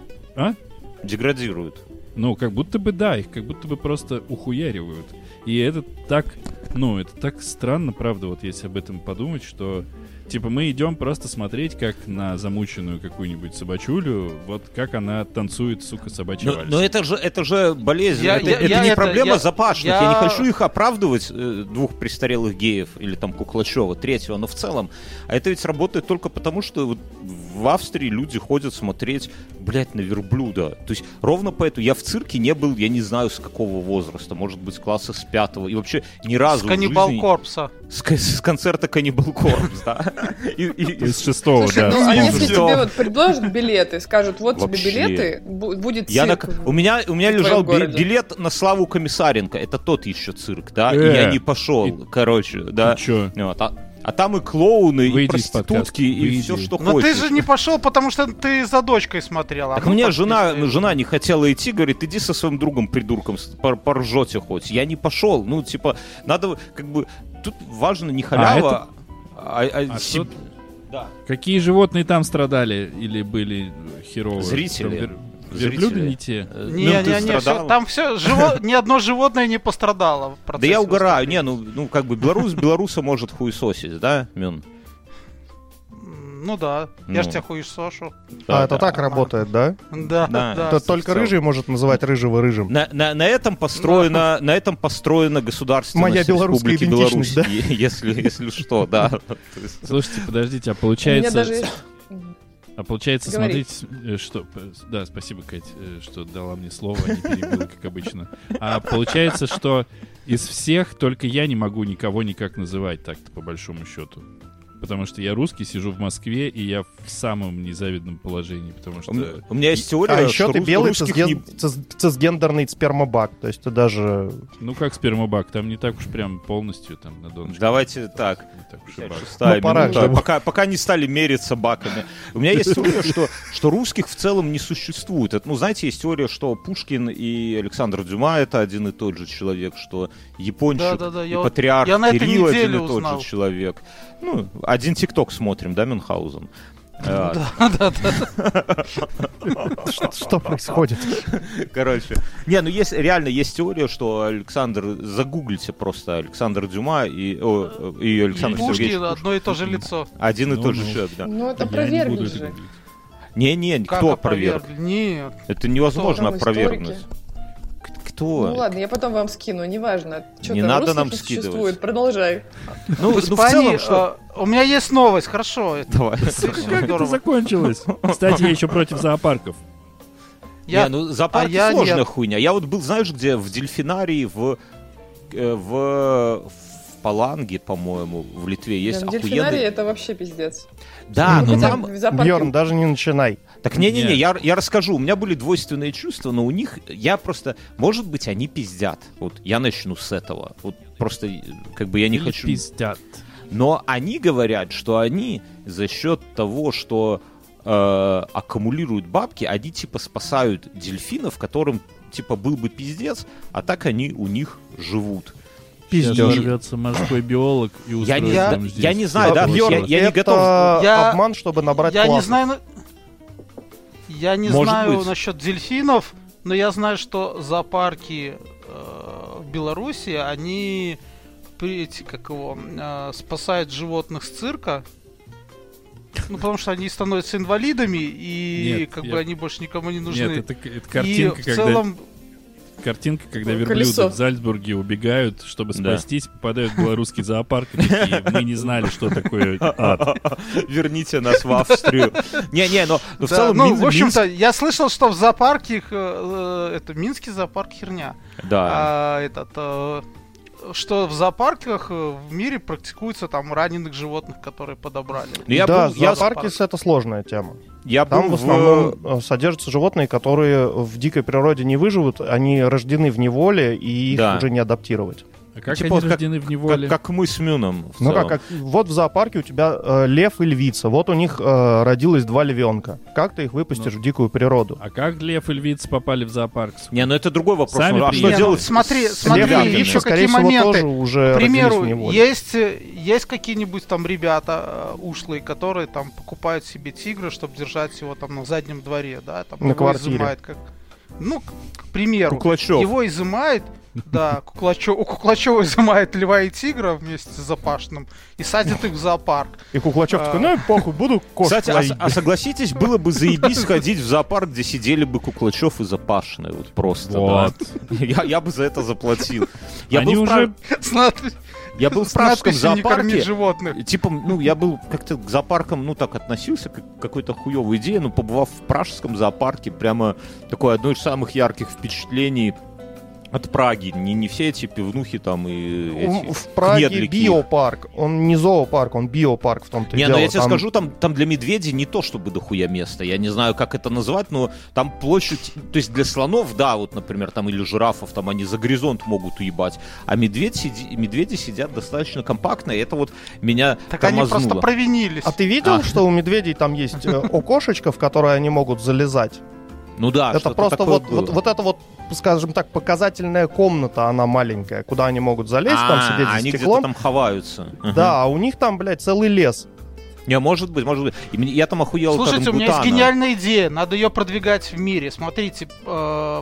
[SPEAKER 4] Деградируют.
[SPEAKER 2] Ну, как будто бы да, их как будто бы просто ухуяривают. И это так, ну, это так странно, правда, вот если об этом подумать, что типа мы идем просто смотреть, как на замученную какую-нибудь собачулю, вот как она танцует, сука, собачья
[SPEAKER 4] Но,
[SPEAKER 2] вальс.
[SPEAKER 4] но Ну, это же это же болезнь.
[SPEAKER 6] Я-
[SPEAKER 4] это
[SPEAKER 6] я-
[SPEAKER 4] это
[SPEAKER 6] я
[SPEAKER 4] не
[SPEAKER 6] это-
[SPEAKER 4] проблема
[SPEAKER 6] я-
[SPEAKER 4] запашных. Я...
[SPEAKER 6] я-
[SPEAKER 4] не хочу их оправдывать э, двух престарелых геев или там Куклачева третьего, но в целом. А это ведь работает только потому, что вот в Австрии люди ходят смотреть, блядь, на верблюда. То есть ровно поэтому я в цирке не был, я не знаю с какого возраста, может быть класса с пятого и вообще ни разу
[SPEAKER 6] С
[SPEAKER 4] в
[SPEAKER 6] каннибал
[SPEAKER 4] жизни-
[SPEAKER 6] корпса.
[SPEAKER 4] с, ко- с концерта Каннибал Корпс, да. И- и- и-
[SPEAKER 2] Из шестого,
[SPEAKER 5] Слушай, ну,
[SPEAKER 2] да.
[SPEAKER 5] а
[SPEAKER 4] Слушай,
[SPEAKER 5] если
[SPEAKER 4] да.
[SPEAKER 5] тебе вот предложат билеты, скажут, вот
[SPEAKER 4] Вообще.
[SPEAKER 5] тебе билеты, бу- будет
[SPEAKER 4] Я на
[SPEAKER 5] цирк.
[SPEAKER 4] к- у меня, у меня
[SPEAKER 5] в твоем
[SPEAKER 4] лежал би-
[SPEAKER 5] городе.
[SPEAKER 4] билет на Славу Комиссаренко. Это тот еще цирк, да? И
[SPEAKER 2] Э.
[SPEAKER 4] я не пошел, короче, да.
[SPEAKER 2] Ты ну, чё?
[SPEAKER 4] Вот, а, а там и клоуны, и
[SPEAKER 2] Выйди из
[SPEAKER 4] проститутки,
[SPEAKER 2] подкаста,
[SPEAKER 4] и
[SPEAKER 2] выйди.
[SPEAKER 4] все, что
[SPEAKER 6] Но
[SPEAKER 4] хочешь.
[SPEAKER 6] Ну ты же не пошел, потому что ты за дочкой а смотрела.
[SPEAKER 4] Так мне жена, жена не хотела идти, говорит, иди со своим другом придурком, с- пор- поржете хоть. Я не пошел. Ну, типа, надо как бы... Тут важно не халява, а, а
[SPEAKER 2] А
[SPEAKER 4] себ-
[SPEAKER 2] что-
[SPEAKER 4] да.
[SPEAKER 2] Какие животные там страдали или были херовые?
[SPEAKER 4] Зрители.
[SPEAKER 2] Там вер-
[SPEAKER 4] Зрители.
[SPEAKER 2] Верблюды не те.
[SPEAKER 4] Э,
[SPEAKER 6] Не,
[SPEAKER 4] ну,
[SPEAKER 6] не,
[SPEAKER 4] ты
[SPEAKER 6] не, всё-
[SPEAKER 4] страдала.
[SPEAKER 6] там все, ни одно животное не пострадало. в
[SPEAKER 4] Да
[SPEAKER 6] процессе
[SPEAKER 4] я угораю.
[SPEAKER 6] выступления.
[SPEAKER 4] Не, ну, ну как бы белорус белоруса может хуесосить, да, Мюн?
[SPEAKER 6] М, Ну да,
[SPEAKER 4] Ну.
[SPEAKER 6] я ж тебя хуешь Сошу.
[SPEAKER 4] Да,
[SPEAKER 1] а это
[SPEAKER 4] да.
[SPEAKER 1] так работает, да?
[SPEAKER 6] Да,
[SPEAKER 4] Да.
[SPEAKER 6] да.
[SPEAKER 1] Это только
[SPEAKER 4] целом. Ну,
[SPEAKER 1] рыжий может называть рыжего рыжим.
[SPEAKER 4] На, на, на этом построено, на этом построено государственность
[SPEAKER 1] Моя белорусская
[SPEAKER 4] Республики
[SPEAKER 1] идентичность,
[SPEAKER 4] Беларусь, е- если, если что, да. То есть,
[SPEAKER 2] Слушайте, подождите, а
[SPEAKER 5] У меня
[SPEAKER 2] получается...
[SPEAKER 5] даже есть-
[SPEAKER 2] А получается,
[SPEAKER 5] Говори.
[SPEAKER 2] смотрите, э, что... п- Да, спасибо, Кать, э, что дала мне слово, а не перебила, как обычно. А получается, что из всех только я не могу никого никак называть так-то, по большому счету. Потому что я русский, сижу в Москве, и я в самом незавидном положении, потому
[SPEAKER 4] У
[SPEAKER 2] что...
[SPEAKER 4] меня- у меня есть теория,
[SPEAKER 1] А еще
[SPEAKER 4] что
[SPEAKER 1] ты
[SPEAKER 4] рус-
[SPEAKER 1] белый
[SPEAKER 4] русских
[SPEAKER 1] цисген-
[SPEAKER 4] не-
[SPEAKER 1] цис- цисгендерный спермобак. То есть ты даже...
[SPEAKER 2] Ну, как спермобак, там не так уж прям полностью там на донышке.
[SPEAKER 4] Давайте так.
[SPEAKER 2] Не так уж и бак.
[SPEAKER 4] Шестая
[SPEAKER 1] Ну, пора
[SPEAKER 4] минута.
[SPEAKER 1] же.
[SPEAKER 4] пока, пока не стали мериться баками. У меня есть теория, что, что русских в целом не существует. Это, ну, знаете, есть теория, что Пушкин и Александр Дюма — это один и тот же человек, что япончик
[SPEAKER 6] Да-да-да,
[SPEAKER 4] и
[SPEAKER 6] я вот-
[SPEAKER 4] патриарх
[SPEAKER 6] я на этой
[SPEAKER 4] Кирилл — один
[SPEAKER 6] неделе
[SPEAKER 4] и тот
[SPEAKER 6] узнал.
[SPEAKER 4] же человек. Ну, один тикток смотрим, да, Мюнхгаузен? А,
[SPEAKER 1] Что, что происходит?
[SPEAKER 4] Короче. Не, ну есть реально есть теория, что Александр загуглите просто Александр Дюма и, о, и Александр Сергеевич
[SPEAKER 6] Пушкин
[SPEAKER 4] Пушкин.
[SPEAKER 6] одно и то же лицо.
[SPEAKER 4] Один и
[SPEAKER 2] Ну,
[SPEAKER 4] тот же
[SPEAKER 2] ну.
[SPEAKER 4] человек, да.
[SPEAKER 5] Ну, это
[SPEAKER 2] Я не буду
[SPEAKER 5] проверили
[SPEAKER 2] это
[SPEAKER 5] же.
[SPEAKER 2] гуглить.
[SPEAKER 4] Не-не,
[SPEAKER 6] Как
[SPEAKER 4] кто опроверг?
[SPEAKER 6] опровергли? Нет.
[SPEAKER 4] Это невозможно
[SPEAKER 5] Там
[SPEAKER 4] опровергнуть.
[SPEAKER 5] историки.
[SPEAKER 4] К-
[SPEAKER 5] Ну
[SPEAKER 4] Кто?
[SPEAKER 5] ладно, я потом вам скину, неважно. Чё
[SPEAKER 4] Не
[SPEAKER 5] там,
[SPEAKER 4] надо
[SPEAKER 5] русских
[SPEAKER 4] нам
[SPEAKER 5] не
[SPEAKER 4] скидывать.
[SPEAKER 5] существует, продолжай.
[SPEAKER 4] Ну,
[SPEAKER 6] в
[SPEAKER 4] ну, в
[SPEAKER 6] Испании,
[SPEAKER 4] целом, что...
[SPEAKER 6] э, у меня есть новость, хорошо. это
[SPEAKER 4] Давай.
[SPEAKER 6] слышно,
[SPEAKER 2] Как это
[SPEAKER 6] здорово.
[SPEAKER 2] закончилось? Кстати, я еще против зоопарков.
[SPEAKER 6] Я-
[SPEAKER 4] Не, ну зоопарки
[SPEAKER 6] а я
[SPEAKER 4] сложная
[SPEAKER 6] нет.
[SPEAKER 4] хуйня. Я вот был, знаешь, где? В дельфинарии, в... э, в в Паланге, по-моему, в Литве есть
[SPEAKER 5] Да,
[SPEAKER 4] охуенный...
[SPEAKER 5] Дельфинарий это вообще пиздец.
[SPEAKER 4] Да,
[SPEAKER 5] Ну,
[SPEAKER 4] но
[SPEAKER 5] хотя
[SPEAKER 4] там...
[SPEAKER 5] бы в зоопарке
[SPEAKER 1] Бьерн, даже не начинай.
[SPEAKER 4] Так не-не-не,
[SPEAKER 2] Нет.
[SPEAKER 4] я, я расскажу. У меня были двойственные чувства, но у них... Я просто... Может быть, они пиздят. Вот я начну с этого. Вот просто э, как бы я не
[SPEAKER 2] Или
[SPEAKER 4] хочу...
[SPEAKER 2] Пиздят.
[SPEAKER 4] Но они говорят, что они за счет того, что э, аккумулируют бабки, они типа спасают дельфинов, которым типа был бы пиздец, а так они у них живут.
[SPEAKER 2] Сейчас
[SPEAKER 4] И-
[SPEAKER 2] ворвётся морской биолог и
[SPEAKER 4] Я не,
[SPEAKER 2] устроит
[SPEAKER 4] зна-
[SPEAKER 2] там здесь
[SPEAKER 4] я не знаю, А, да,
[SPEAKER 2] всех
[SPEAKER 4] я,
[SPEAKER 2] ужасов.
[SPEAKER 4] я не
[SPEAKER 1] это
[SPEAKER 4] готов.
[SPEAKER 6] Я-
[SPEAKER 1] обман, чтобы набрать
[SPEAKER 6] Я не
[SPEAKER 1] классов.
[SPEAKER 6] знаю... на- Я не
[SPEAKER 4] Может
[SPEAKER 6] знаю
[SPEAKER 4] быть.
[SPEAKER 6] насчет дельфинов, но я знаю, что зоопарки э, в Беларуси, они при- эти, как его, э, спасают животных с цирка. Ну, потому что они становятся инвалидами, и
[SPEAKER 2] Нет,
[SPEAKER 6] как
[SPEAKER 2] я-
[SPEAKER 6] бы они больше никому не нужны.
[SPEAKER 2] Нет, это, к- это
[SPEAKER 6] и
[SPEAKER 2] картинка,
[SPEAKER 6] в
[SPEAKER 2] когда
[SPEAKER 6] целом
[SPEAKER 2] картинка, когда
[SPEAKER 5] Ну,
[SPEAKER 2] верблюды
[SPEAKER 5] колесо.
[SPEAKER 2] в Зальцбурге убегают, чтобы
[SPEAKER 4] Да.
[SPEAKER 2] спастись, попадают в белорусский зоопарк, и такие, мы не знали, что такое ад.
[SPEAKER 4] Верните нас в Австрию. Не-не, но но в
[SPEAKER 6] Да,
[SPEAKER 4] целом
[SPEAKER 6] ну,
[SPEAKER 4] Мин-
[SPEAKER 6] в общем-то,
[SPEAKER 4] Минск-
[SPEAKER 6] я слышал, что в зоопарке их, э, э, это Минский зоопарк херня.
[SPEAKER 4] Да.
[SPEAKER 6] А, этот, э, что в зоопарках э, в мире практикуются там раненых животных, которые подобрали.
[SPEAKER 4] Ну, Я
[SPEAKER 1] да,
[SPEAKER 4] был- я-
[SPEAKER 1] зоопарки с- это сложная тема.
[SPEAKER 4] Я
[SPEAKER 1] Там
[SPEAKER 4] был
[SPEAKER 1] в основном э, содержатся животные, которые в дикой природе не выживут, они рождены в неволе, и их
[SPEAKER 4] Да.
[SPEAKER 1] уже не адаптировать.
[SPEAKER 2] А как
[SPEAKER 4] Типа
[SPEAKER 2] они
[SPEAKER 4] вот как-
[SPEAKER 2] рождены в
[SPEAKER 4] Как,
[SPEAKER 2] неволе?
[SPEAKER 4] как мы с Мюном. в
[SPEAKER 1] Ну
[SPEAKER 4] целом.
[SPEAKER 1] как, как- вот в зоопарке у тебя э, лев и львица, вот у них э, родилось два львенка. Как ты их выпустишь
[SPEAKER 4] Ну.
[SPEAKER 1] в дикую природу?
[SPEAKER 2] А как лев и львица попали в зоопарк?
[SPEAKER 4] Не, ну это другой вопрос.
[SPEAKER 2] Сами
[SPEAKER 4] Ну, а
[SPEAKER 2] приедут.
[SPEAKER 4] что
[SPEAKER 6] Не, ну,
[SPEAKER 4] делать?
[SPEAKER 6] смотри,
[SPEAKER 4] с- с
[SPEAKER 6] смотри,
[SPEAKER 4] львятами?
[SPEAKER 6] еще
[SPEAKER 1] Львятина, скорее
[SPEAKER 6] какие
[SPEAKER 1] всего,
[SPEAKER 6] моменты?
[SPEAKER 1] тоже уже
[SPEAKER 6] К примеру,
[SPEAKER 1] родились в неволе.
[SPEAKER 6] есть, э, есть какие-нибудь там ребята э, ушлые, которые там покупают себе тигра, чтобы держать его там на заднем дворе, да, там
[SPEAKER 1] На
[SPEAKER 6] его
[SPEAKER 1] квартире.
[SPEAKER 6] изымают как. Ну, к, к примеру,
[SPEAKER 4] Куклачёв.
[SPEAKER 6] его изымает, да, Куклачёв, у Куклачева изымает льва и тигра вместе с Запашным и садит их в зоопарк.
[SPEAKER 1] И Куклачев
[SPEAKER 6] А.
[SPEAKER 1] такой, ну и похуй, буду кошку
[SPEAKER 4] Кстати, а,
[SPEAKER 1] ловить.
[SPEAKER 4] с- а согласитесь, было бы заебись сходить в зоопарк, где сидели бы Куклачев и Запашные. Вот просто, да.
[SPEAKER 2] Вот.
[SPEAKER 4] Я, я бы за это заплатил. Я,
[SPEAKER 2] Они
[SPEAKER 4] был, в
[SPEAKER 2] уже-
[SPEAKER 4] Пра-
[SPEAKER 6] С надпи-
[SPEAKER 4] я был в
[SPEAKER 6] с
[SPEAKER 4] пражском
[SPEAKER 6] надписью «Не кормить
[SPEAKER 4] зоопарке.
[SPEAKER 6] животных.
[SPEAKER 4] Типа, ну, я был как-то к зоопаркам, ну, так относился, как к какой-то хуевой идее, но побывав в пражском зоопарке, прямо такое одно из самых ярких впечатлений от Праги. Не, не все эти пивнухи там и эти...
[SPEAKER 1] У- В Праге
[SPEAKER 4] кнедлики.
[SPEAKER 1] биопарк. Он не зоопарк, он биопарк в том-то и
[SPEAKER 4] Не,
[SPEAKER 1] дело.
[SPEAKER 4] ну я тебе
[SPEAKER 1] Там-
[SPEAKER 4] скажу, там, там для медведей не то чтобы дохуя место. Я не знаю, как это назвать, но там площадь... То есть для слонов, да, вот, например, там или жирафов, там они за горизонт могут уебать. А медведь сиди- медведи сидят достаточно компактно, и это вот меня
[SPEAKER 6] Так они
[SPEAKER 4] тормознуло.
[SPEAKER 6] просто провинились.
[SPEAKER 1] А ты видел,
[SPEAKER 4] А.
[SPEAKER 1] что у медведей там есть э, окошечко, в которое они могут залезать?
[SPEAKER 4] Ну да,
[SPEAKER 1] это
[SPEAKER 4] что-то
[SPEAKER 1] просто
[SPEAKER 4] такое
[SPEAKER 1] вот,
[SPEAKER 4] было.
[SPEAKER 1] вот, вот это вот, скажем так, показательная комната, она маленькая, куда они могут залезть, там
[SPEAKER 4] А,
[SPEAKER 1] сидеть за
[SPEAKER 4] они где-то
[SPEAKER 1] стеклом.
[SPEAKER 4] там ховаются. Ага.
[SPEAKER 1] Да, а у них там, блядь, целый лес.
[SPEAKER 4] Не, может быть, может быть. И мне- я там охуел от
[SPEAKER 6] Слушайте, у меня есть
[SPEAKER 4] орангутана.
[SPEAKER 6] гениальная идея, надо ее продвигать в мире. Смотрите, э,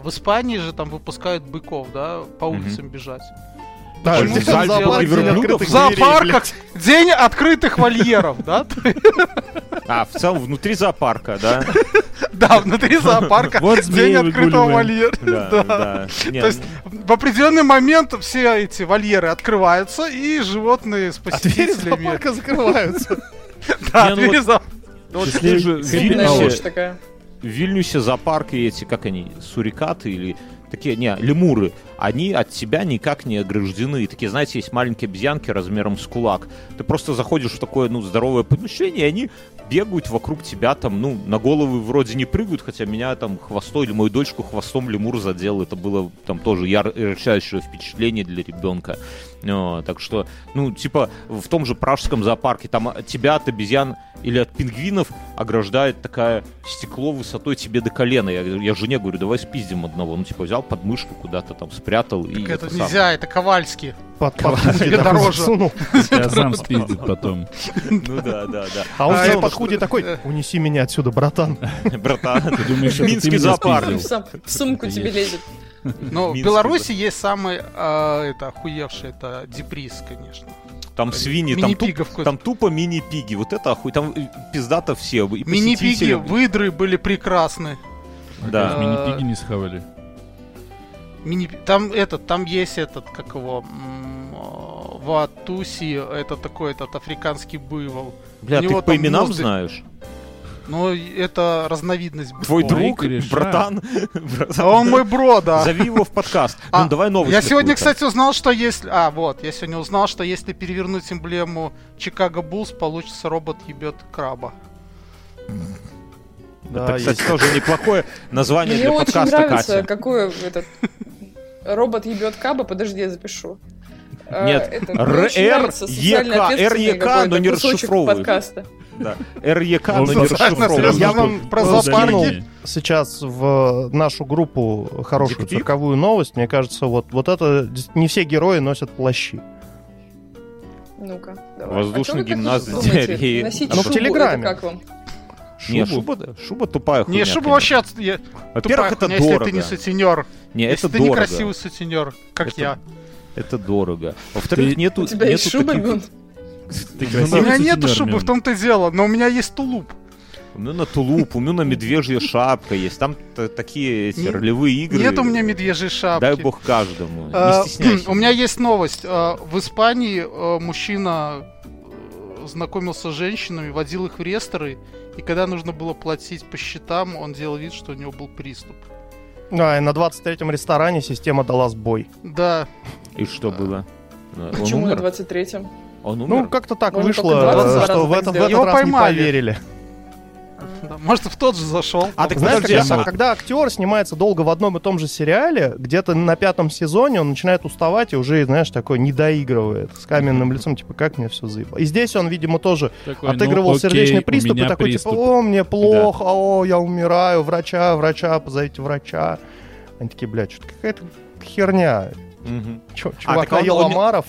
[SPEAKER 6] в Испании же там выпускают быков, да, по
[SPEAKER 4] Мгм.
[SPEAKER 6] улицам бежать.
[SPEAKER 1] Да,
[SPEAKER 6] Почему
[SPEAKER 1] в
[SPEAKER 6] ты делаешь
[SPEAKER 1] зоопарке
[SPEAKER 6] верблюдов?
[SPEAKER 1] для открытых
[SPEAKER 6] В
[SPEAKER 1] дверей,
[SPEAKER 6] зоопарках
[SPEAKER 1] блядь.
[SPEAKER 6] день открытых вольеров, да?
[SPEAKER 4] А, в целом, внутри зоопарка, да?
[SPEAKER 6] Да, внутри зоопарка
[SPEAKER 2] Вот змеи
[SPEAKER 6] день открытого
[SPEAKER 2] выгуливаем.
[SPEAKER 6] вольера.
[SPEAKER 4] Да, да. Не, ну,
[SPEAKER 6] То есть в определенный момент все эти вольеры открываются, и животные с
[SPEAKER 1] А двери
[SPEAKER 6] посетителями...
[SPEAKER 1] зоопарка закрываются.
[SPEAKER 6] Да,
[SPEAKER 4] Не, ну
[SPEAKER 6] двери
[SPEAKER 4] вот-
[SPEAKER 6] зоопарка.
[SPEAKER 4] ну вот ты же в
[SPEAKER 5] Умная вещь
[SPEAKER 4] Вильнюсе,
[SPEAKER 5] такая.
[SPEAKER 4] в Вильнюсе зоопарк и эти, как они, сурикаты или такие, не, лемуры, они от тебя никак не ограждены. И такие, знаете, есть маленькие обезьянки размером с кулак. Ты просто заходишь в такое, ну, здоровое помещение, и они бегают вокруг тебя там, ну, на головы вроде не прыгают, хотя меня там хвостой или мою дочку хвостом лемур задел. Это было там тоже яр- ярчайшее впечатление для ребенка. Ну, так что, ну, типа, в том же пражском зоопарке там а, тебя от обезьян или от пингвинов ограждает такая стекло высотой тебе до колена. Я, я жене говорю, давай спиздим одного. Ну, типа, взял подмышку куда-то там, спрятал и...
[SPEAKER 6] Так это
[SPEAKER 4] это сам.
[SPEAKER 6] нельзя, это Ковальский.
[SPEAKER 1] Под под худи
[SPEAKER 6] Тебе
[SPEAKER 1] такой
[SPEAKER 6] дороже.
[SPEAKER 1] засунул.
[SPEAKER 2] Я сам спиздит потом.
[SPEAKER 4] Ну да, да, да.
[SPEAKER 1] А он
[SPEAKER 6] А,
[SPEAKER 1] тебе
[SPEAKER 6] это
[SPEAKER 1] под худи такой, унеси меня отсюда, братан.
[SPEAKER 4] Братан.
[SPEAKER 2] Ты думаешь, это ты
[SPEAKER 4] Минский
[SPEAKER 2] меня
[SPEAKER 4] зоопарк.
[SPEAKER 5] В
[SPEAKER 2] спиздил?
[SPEAKER 5] сам- в сумку
[SPEAKER 2] Это
[SPEAKER 5] тебе лезет.
[SPEAKER 6] Но Ну, в
[SPEAKER 4] Минский,
[SPEAKER 6] Беларуси есть самый, а, это, охуевший, это Деприз, конечно.
[SPEAKER 4] Там свиньи, там, туп-
[SPEAKER 6] Мини-пигов какой-то.
[SPEAKER 4] там тупо мини-пиги. Вот это охуй. Там э, пиздато все. и
[SPEAKER 6] Мини-пиги,
[SPEAKER 4] посетители.
[SPEAKER 6] выдры были прекрасны.
[SPEAKER 2] А
[SPEAKER 4] Да.
[SPEAKER 2] как Мини-пиги не схавали.
[SPEAKER 6] Мини... Там этот, там есть этот, как его, м, э, Ватуси, это такой этот африканский буйвол.
[SPEAKER 4] Бля,
[SPEAKER 6] у
[SPEAKER 4] ты
[SPEAKER 6] него
[SPEAKER 4] их по
[SPEAKER 6] там
[SPEAKER 4] именам
[SPEAKER 6] мозг-
[SPEAKER 4] знаешь?
[SPEAKER 6] Но это разновидность буйвола.
[SPEAKER 4] Твой
[SPEAKER 2] Ой,
[SPEAKER 4] друг,
[SPEAKER 2] кореша.
[SPEAKER 4] братан. братан,
[SPEAKER 6] А Он мой бро, да.
[SPEAKER 4] Зови его в подкаст.
[SPEAKER 6] А,
[SPEAKER 4] Ну, давай новости.
[SPEAKER 6] Я сегодня,
[SPEAKER 4] какую-то.
[SPEAKER 6] кстати, узнал, что если... А, вот, я сегодня узнал, что если перевернуть эмблему Чикаго Буллс, получится робот ебет краба.
[SPEAKER 4] Это, кстати, тоже неплохое название
[SPEAKER 5] Мне
[SPEAKER 4] для
[SPEAKER 5] очень
[SPEAKER 4] подкаста,
[SPEAKER 5] нравится,
[SPEAKER 4] Катя.
[SPEAKER 5] какой этот робот ебет каба. Подожди, я запишу. А,
[SPEAKER 4] Нет,
[SPEAKER 5] это- мне
[SPEAKER 4] РР,
[SPEAKER 5] очень нравится социально
[SPEAKER 4] ЕК,
[SPEAKER 5] ответственный
[SPEAKER 4] РЕК,
[SPEAKER 5] какой-то
[SPEAKER 4] но ну, не
[SPEAKER 5] кусочек
[SPEAKER 4] расшифровывай.
[SPEAKER 5] подкаста.
[SPEAKER 4] Да. РЕК,
[SPEAKER 2] Он
[SPEAKER 4] но Ну, не Ну,
[SPEAKER 2] социально
[SPEAKER 4] расшифровано.
[SPEAKER 6] Я вам про
[SPEAKER 1] Скинул
[SPEAKER 2] Ну,
[SPEAKER 6] зоопарки...
[SPEAKER 1] сейчас в э, нашу группу хорошую
[SPEAKER 4] Диктив?
[SPEAKER 1] цирковую новость. Мне кажется, вот, вот это дес- не все герои носят плащи.
[SPEAKER 5] Ну-ка, давай.
[SPEAKER 4] Воздушный
[SPEAKER 5] А чё вы
[SPEAKER 4] гимнаст
[SPEAKER 5] так думаете?
[SPEAKER 4] диареи.
[SPEAKER 5] Носить
[SPEAKER 4] А
[SPEAKER 1] ну, в
[SPEAKER 5] шубу,
[SPEAKER 1] Телеграме.
[SPEAKER 5] это как вам?
[SPEAKER 4] Не,
[SPEAKER 1] Шубу.
[SPEAKER 4] шуба, шуба тупая хуйня.
[SPEAKER 6] Не, шуба
[SPEAKER 4] конечно.
[SPEAKER 6] вообще... отс- я-
[SPEAKER 4] Во-первых,
[SPEAKER 6] тупая
[SPEAKER 4] это
[SPEAKER 6] хуйня,
[SPEAKER 4] дорого.
[SPEAKER 6] Если ты не сутенер.
[SPEAKER 4] Не, это
[SPEAKER 6] Если ты
[SPEAKER 4] дорого.
[SPEAKER 6] некрасивый сутенер, как
[SPEAKER 4] Это-
[SPEAKER 6] я.
[SPEAKER 4] Это дорого. Во-вторых,
[SPEAKER 2] Ты-
[SPEAKER 4] нету...
[SPEAKER 5] У тебя есть
[SPEAKER 4] нету
[SPEAKER 5] шуба, ну,
[SPEAKER 4] таких-
[SPEAKER 5] Гун?
[SPEAKER 2] Ты
[SPEAKER 6] У меня
[SPEAKER 2] красивый
[SPEAKER 6] нету
[SPEAKER 2] сутенер,
[SPEAKER 6] шубы,
[SPEAKER 2] Мин.
[SPEAKER 6] в том-то и дело, но у меня есть тулуп.
[SPEAKER 4] У меня на тулуп, у меня на медвежья шапка есть. Там т- такие эти
[SPEAKER 6] Не-
[SPEAKER 4] ролевые игры.
[SPEAKER 6] Нет у меня медвежьей шапки.
[SPEAKER 4] Дай бог каждому.
[SPEAKER 6] Э,
[SPEAKER 4] Не стесняйся.
[SPEAKER 6] У меня есть новость. Э, В Испании э, мужчина э, знакомился с женщинами, водил их в ресторы, и когда нужно было платить по счетам, он делал вид, что у него был приступ.
[SPEAKER 1] Да, А, и на 23-м ресторане система дала сбой.
[SPEAKER 6] Да,
[SPEAKER 4] И что было? Он
[SPEAKER 5] Почему на
[SPEAKER 4] умер?
[SPEAKER 5] 23-м?
[SPEAKER 4] Он умер?
[SPEAKER 1] Ну, как-то так
[SPEAKER 5] Можно
[SPEAKER 1] вышло,
[SPEAKER 5] только
[SPEAKER 6] 20
[SPEAKER 1] э,
[SPEAKER 5] раз
[SPEAKER 1] что в
[SPEAKER 5] так
[SPEAKER 1] этот, в
[SPEAKER 5] сделать.
[SPEAKER 1] этот
[SPEAKER 6] Его
[SPEAKER 1] раз не
[SPEAKER 6] поймали.
[SPEAKER 1] поверили.
[SPEAKER 6] да. Может, в тот же зашел.
[SPEAKER 1] А ты знаешь, когда, а когда актер снимается долго в одном и том же сериале, где-то на пятом сезоне он начинает уставать и уже, знаешь, такой недоигрывает с каменным лицом, типа, как мне все заебало. И здесь он, видимо, тоже
[SPEAKER 9] Такой, ну,
[SPEAKER 1] отыгрывал
[SPEAKER 9] окей,
[SPEAKER 1] сердечный
[SPEAKER 9] у
[SPEAKER 1] приступ и
[SPEAKER 9] меня
[SPEAKER 1] такой,
[SPEAKER 9] приступ.
[SPEAKER 1] типа, о, мне плохо, о, я умираю, врача, врача, позовите врача. Они такие, блядь, что-то какая-то херня.
[SPEAKER 4] Мгм.
[SPEAKER 1] Чё, чувак
[SPEAKER 4] так он-
[SPEAKER 1] наел
[SPEAKER 4] он не-
[SPEAKER 1] омаров.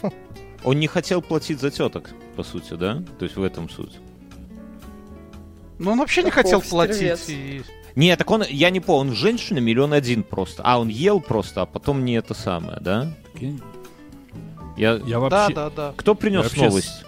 [SPEAKER 4] Он не хотел платить за теток, по сути, да? То есть в этом суть.
[SPEAKER 6] Ну, он вообще не
[SPEAKER 5] Каков
[SPEAKER 6] хотел
[SPEAKER 5] стервец.
[SPEAKER 6] платить. и-
[SPEAKER 4] Не, так он, я не помню, он женщина миллион один просто. А, он ел просто, а потом не это самое, да? Я...
[SPEAKER 9] Я
[SPEAKER 6] Да,
[SPEAKER 9] вообще...
[SPEAKER 6] да, да.
[SPEAKER 4] Кто принес
[SPEAKER 9] вообще с-
[SPEAKER 4] новость?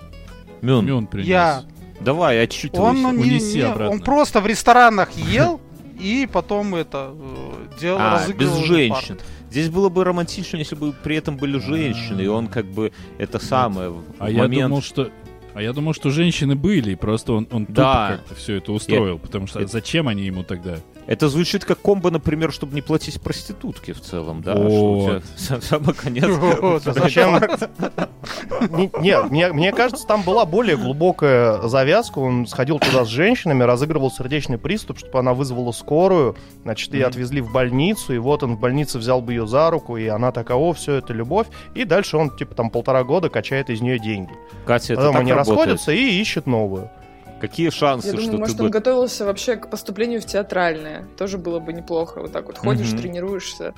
[SPEAKER 4] Мюн,
[SPEAKER 9] Мюн принес.
[SPEAKER 6] Я.
[SPEAKER 4] давай,
[SPEAKER 6] Он,
[SPEAKER 4] отчитывайся.
[SPEAKER 6] ну, не-
[SPEAKER 9] унеси
[SPEAKER 6] не-
[SPEAKER 9] обратно.
[SPEAKER 6] он просто в ресторанах ел и потом это э, делал,
[SPEAKER 4] А, без
[SPEAKER 6] разыгрывал
[SPEAKER 4] женщин. Здесь было бы романтично, если бы при этом были женщины, и он как бы это самое в
[SPEAKER 9] А
[SPEAKER 4] момент...
[SPEAKER 9] я думал, что... А я думал, что женщины были, и просто он, он
[SPEAKER 4] Да.
[SPEAKER 9] тупо как-то все это устроил, потому что
[SPEAKER 4] Я-
[SPEAKER 9] зачем они ему тогда?
[SPEAKER 4] Это звучит как комбо, например, чтобы не платить проститутке в целом, да?
[SPEAKER 9] Вот.
[SPEAKER 4] Что у тебя самый конец.
[SPEAKER 6] Вот, а
[SPEAKER 1] Зачем? Не- не, мне, мне кажется, там была более глубокая завязка. Он сходил туда с женщинами, разыгрывал сердечный приступ, чтобы она вызвала скорую. Значит, ее
[SPEAKER 4] Мгм.
[SPEAKER 1] отвезли в больницу, и вот он в больнице взял бы ее за руку, и она такая, о, все это любовь. И дальше он, типа, там полтора года качает из нее деньги.
[SPEAKER 4] Катя, это
[SPEAKER 1] Потом
[SPEAKER 4] так
[SPEAKER 1] они
[SPEAKER 4] работает.
[SPEAKER 1] расходятся и ищет новую.
[SPEAKER 4] Какие шансы,
[SPEAKER 5] Я
[SPEAKER 4] что Ну,
[SPEAKER 5] думаю,
[SPEAKER 4] ты
[SPEAKER 5] может,
[SPEAKER 4] бы-
[SPEAKER 5] он готовился вообще к поступлению в театральное. Тоже было бы неплохо. Вот так вот ходишь,
[SPEAKER 4] Мгм.
[SPEAKER 5] тренируешься.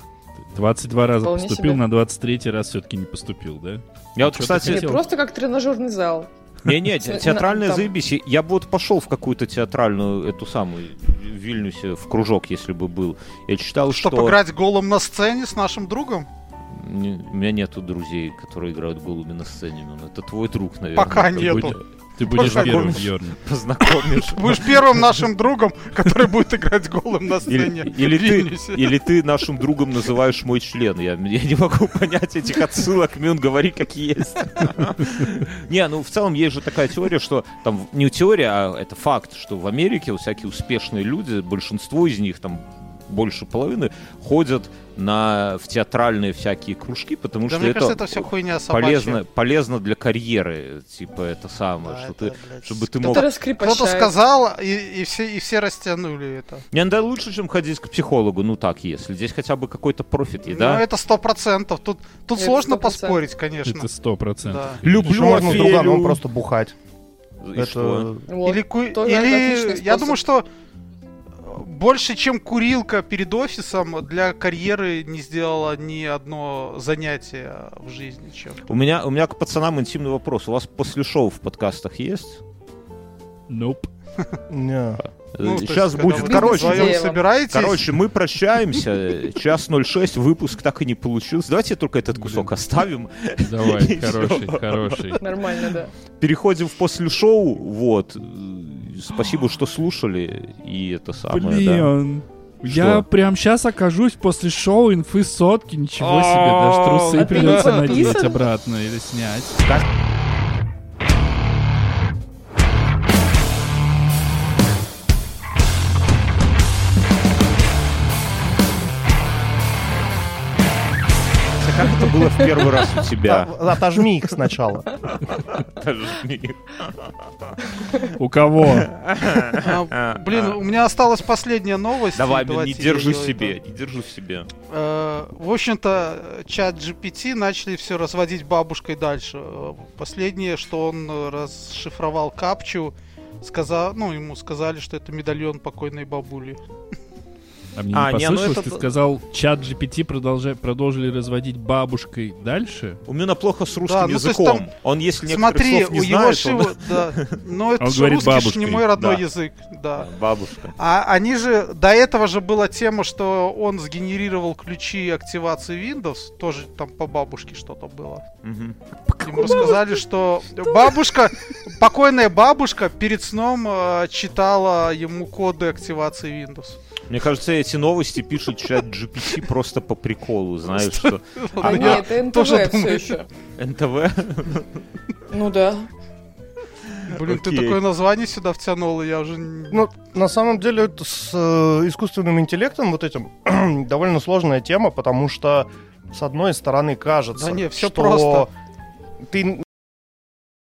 [SPEAKER 2] 22 раза
[SPEAKER 5] Вполне
[SPEAKER 2] поступил,
[SPEAKER 5] себе.
[SPEAKER 2] на 23 раз все-таки не поступил, да?
[SPEAKER 4] Я вот,
[SPEAKER 2] Чё ты
[SPEAKER 4] кстати,
[SPEAKER 5] Не,
[SPEAKER 2] Хотел.
[SPEAKER 5] просто как тренажерный зал.
[SPEAKER 4] Не-не,
[SPEAKER 5] На-
[SPEAKER 4] те- театральная
[SPEAKER 5] там-
[SPEAKER 4] заебись. Я бы вот пошел в какую-то театральную, эту самую, в Вильнюсе, в кружок, если бы был. Я читал,
[SPEAKER 6] Чтобы
[SPEAKER 4] что...
[SPEAKER 6] играть голым на сцене с нашим другом?
[SPEAKER 4] Не- У меня нету друзей, которые играют голуби на сцене. Ну, это твой друг, наверное.
[SPEAKER 6] Пока
[SPEAKER 4] который
[SPEAKER 6] нету.
[SPEAKER 4] будет-
[SPEAKER 9] Ты будешь
[SPEAKER 6] Познакомь-
[SPEAKER 9] первым, Бьерн.
[SPEAKER 4] Познакомишь.
[SPEAKER 6] Будешь первым нашим другом, который будет играть голым на сцене.
[SPEAKER 4] Или, или
[SPEAKER 6] в
[SPEAKER 4] ты,
[SPEAKER 6] Вильнюсе.
[SPEAKER 4] или ты нашим другом называешь мой член. Я, я не могу понять этих отсылок, Мюн, говори как есть. Не, ну в целом есть же такая теория, что там не теория, а это факт, что в Америке всякие успешные люди, большинство из них там больше половины ходят на в театральные всякие кружки, потому
[SPEAKER 6] Да
[SPEAKER 4] что
[SPEAKER 6] мне
[SPEAKER 4] это,
[SPEAKER 6] кажется, это все хуйня собачья.
[SPEAKER 4] полезно, полезно для карьеры, типа это самое,
[SPEAKER 6] Да,
[SPEAKER 4] что
[SPEAKER 6] это,
[SPEAKER 4] ты,
[SPEAKER 6] блядь,
[SPEAKER 4] чтобы ты мог
[SPEAKER 5] Кто-то раскрепощает.
[SPEAKER 6] Кто-то сказал, и, и все, и все растянули это.
[SPEAKER 4] Не, ну да, лучше, чем ходить к психологу, ну так, если. Здесь хотя бы какой-то профит, и
[SPEAKER 6] Ну,
[SPEAKER 4] да?
[SPEAKER 6] это сто процентов. Тут, тут
[SPEAKER 5] Это
[SPEAKER 6] сложно
[SPEAKER 5] 100%.
[SPEAKER 6] поспорить, конечно.
[SPEAKER 9] Это сто процентов.
[SPEAKER 6] Да.
[SPEAKER 1] Еще можно с друганом просто бухать.
[SPEAKER 4] И что?
[SPEAKER 1] это...
[SPEAKER 5] Вот.
[SPEAKER 6] или ку-
[SPEAKER 5] тоже
[SPEAKER 6] или-
[SPEAKER 5] отличный
[SPEAKER 6] я
[SPEAKER 5] способ.
[SPEAKER 6] думаю, что э, больше, чем курилка перед офисом, для карьеры не сделала ни одно занятие в жизни. Чем.
[SPEAKER 4] У меня, у меня к пацанам интимный вопрос. У вас после шоу в подкастах есть?
[SPEAKER 9] Nope.
[SPEAKER 1] не.
[SPEAKER 6] Ну, то есть,
[SPEAKER 4] Сейчас
[SPEAKER 6] когда
[SPEAKER 4] будет.
[SPEAKER 6] вы
[SPEAKER 4] Короче,
[SPEAKER 5] вдвоём
[SPEAKER 6] вдвоем
[SPEAKER 5] идея вам.
[SPEAKER 6] собираетесь,
[SPEAKER 4] короче, мы прощаемся. Час 06, выпуск так и не получился. Давайте только этот кусок оставим.
[SPEAKER 9] Давай,
[SPEAKER 4] И
[SPEAKER 9] хороший,
[SPEAKER 4] всё.
[SPEAKER 9] хороший.
[SPEAKER 5] Нормально, да.
[SPEAKER 4] Переходим в после шоу. Вот. Э, Спасибо, что слушали. И это самое, да.
[SPEAKER 2] Блин. Я
[SPEAKER 4] Что?
[SPEAKER 2] прям сейчас окажусь после шоу инфы сотки, ничего
[SPEAKER 4] А,
[SPEAKER 2] себе, даже трусы
[SPEAKER 5] а ты не
[SPEAKER 2] придется надеть
[SPEAKER 5] подписан?
[SPEAKER 2] обратно или снять.
[SPEAKER 4] Как это было в первый раз у тебя?
[SPEAKER 1] Да, Отожми их сначала.
[SPEAKER 4] Подожди.
[SPEAKER 2] У кого?
[SPEAKER 6] а, блин, у меня осталась последняя новость.
[SPEAKER 4] Давай,
[SPEAKER 6] и
[SPEAKER 4] Мин, не
[SPEAKER 6] давайте
[SPEAKER 4] держи
[SPEAKER 6] я её
[SPEAKER 4] себе,
[SPEAKER 6] это-
[SPEAKER 4] не держи в себе.
[SPEAKER 6] Э, В общем-то, чат GPT начали все разводить бабушкой дальше. Э, Последнее, что он э, расшифровал капчу, сказал, ну, ему сказали, что это медальон покойной бабули.
[SPEAKER 2] А мне
[SPEAKER 8] А,
[SPEAKER 2] не
[SPEAKER 8] не, ну
[SPEAKER 2] послышалось,
[SPEAKER 8] это
[SPEAKER 2] ты
[SPEAKER 8] то-
[SPEAKER 2] сказал, чат GPT продолжа- продолжили разводить бабушкой дальше?
[SPEAKER 4] У меня плохо с русским
[SPEAKER 6] Да, ну, то есть
[SPEAKER 4] языком.
[SPEAKER 6] там-
[SPEAKER 4] Он, если некоторых
[SPEAKER 6] Смотри,
[SPEAKER 4] слов не
[SPEAKER 6] у его
[SPEAKER 4] знает,
[SPEAKER 6] шива,
[SPEAKER 4] он-
[SPEAKER 6] да. Но это
[SPEAKER 2] Он
[SPEAKER 6] же
[SPEAKER 2] говорит
[SPEAKER 6] русский ж
[SPEAKER 2] бабушкой,
[SPEAKER 6] не мой родной
[SPEAKER 4] да.
[SPEAKER 6] язык, да.
[SPEAKER 4] Бабушка.
[SPEAKER 6] А они же, до этого же была тема, что он сгенерировал ключи активации Windows, тоже там по бабушке что-то было.
[SPEAKER 4] Мгм.
[SPEAKER 6] Ему рассказали, что бабушка, покойная бабушка перед сном э, читала ему коды активации Windows.
[SPEAKER 4] Мне кажется, эти новости пишет чат GPT просто по приколу, знаешь, что
[SPEAKER 6] Вот
[SPEAKER 5] А
[SPEAKER 6] я
[SPEAKER 5] нет, это НТВ
[SPEAKER 6] тоже
[SPEAKER 5] все
[SPEAKER 6] думаю.
[SPEAKER 5] еще.
[SPEAKER 4] НТВ.
[SPEAKER 5] Ну да.
[SPEAKER 6] Блин, ты
[SPEAKER 4] Окей.
[SPEAKER 6] такое название сюда втянул, и я уже... не-
[SPEAKER 1] Ну, на самом деле, это с э, искусственным интеллектом вот этим довольно сложная тема, потому что, с одной стороны, кажется,
[SPEAKER 6] Да не, всё
[SPEAKER 1] что
[SPEAKER 6] просто.
[SPEAKER 1] Ты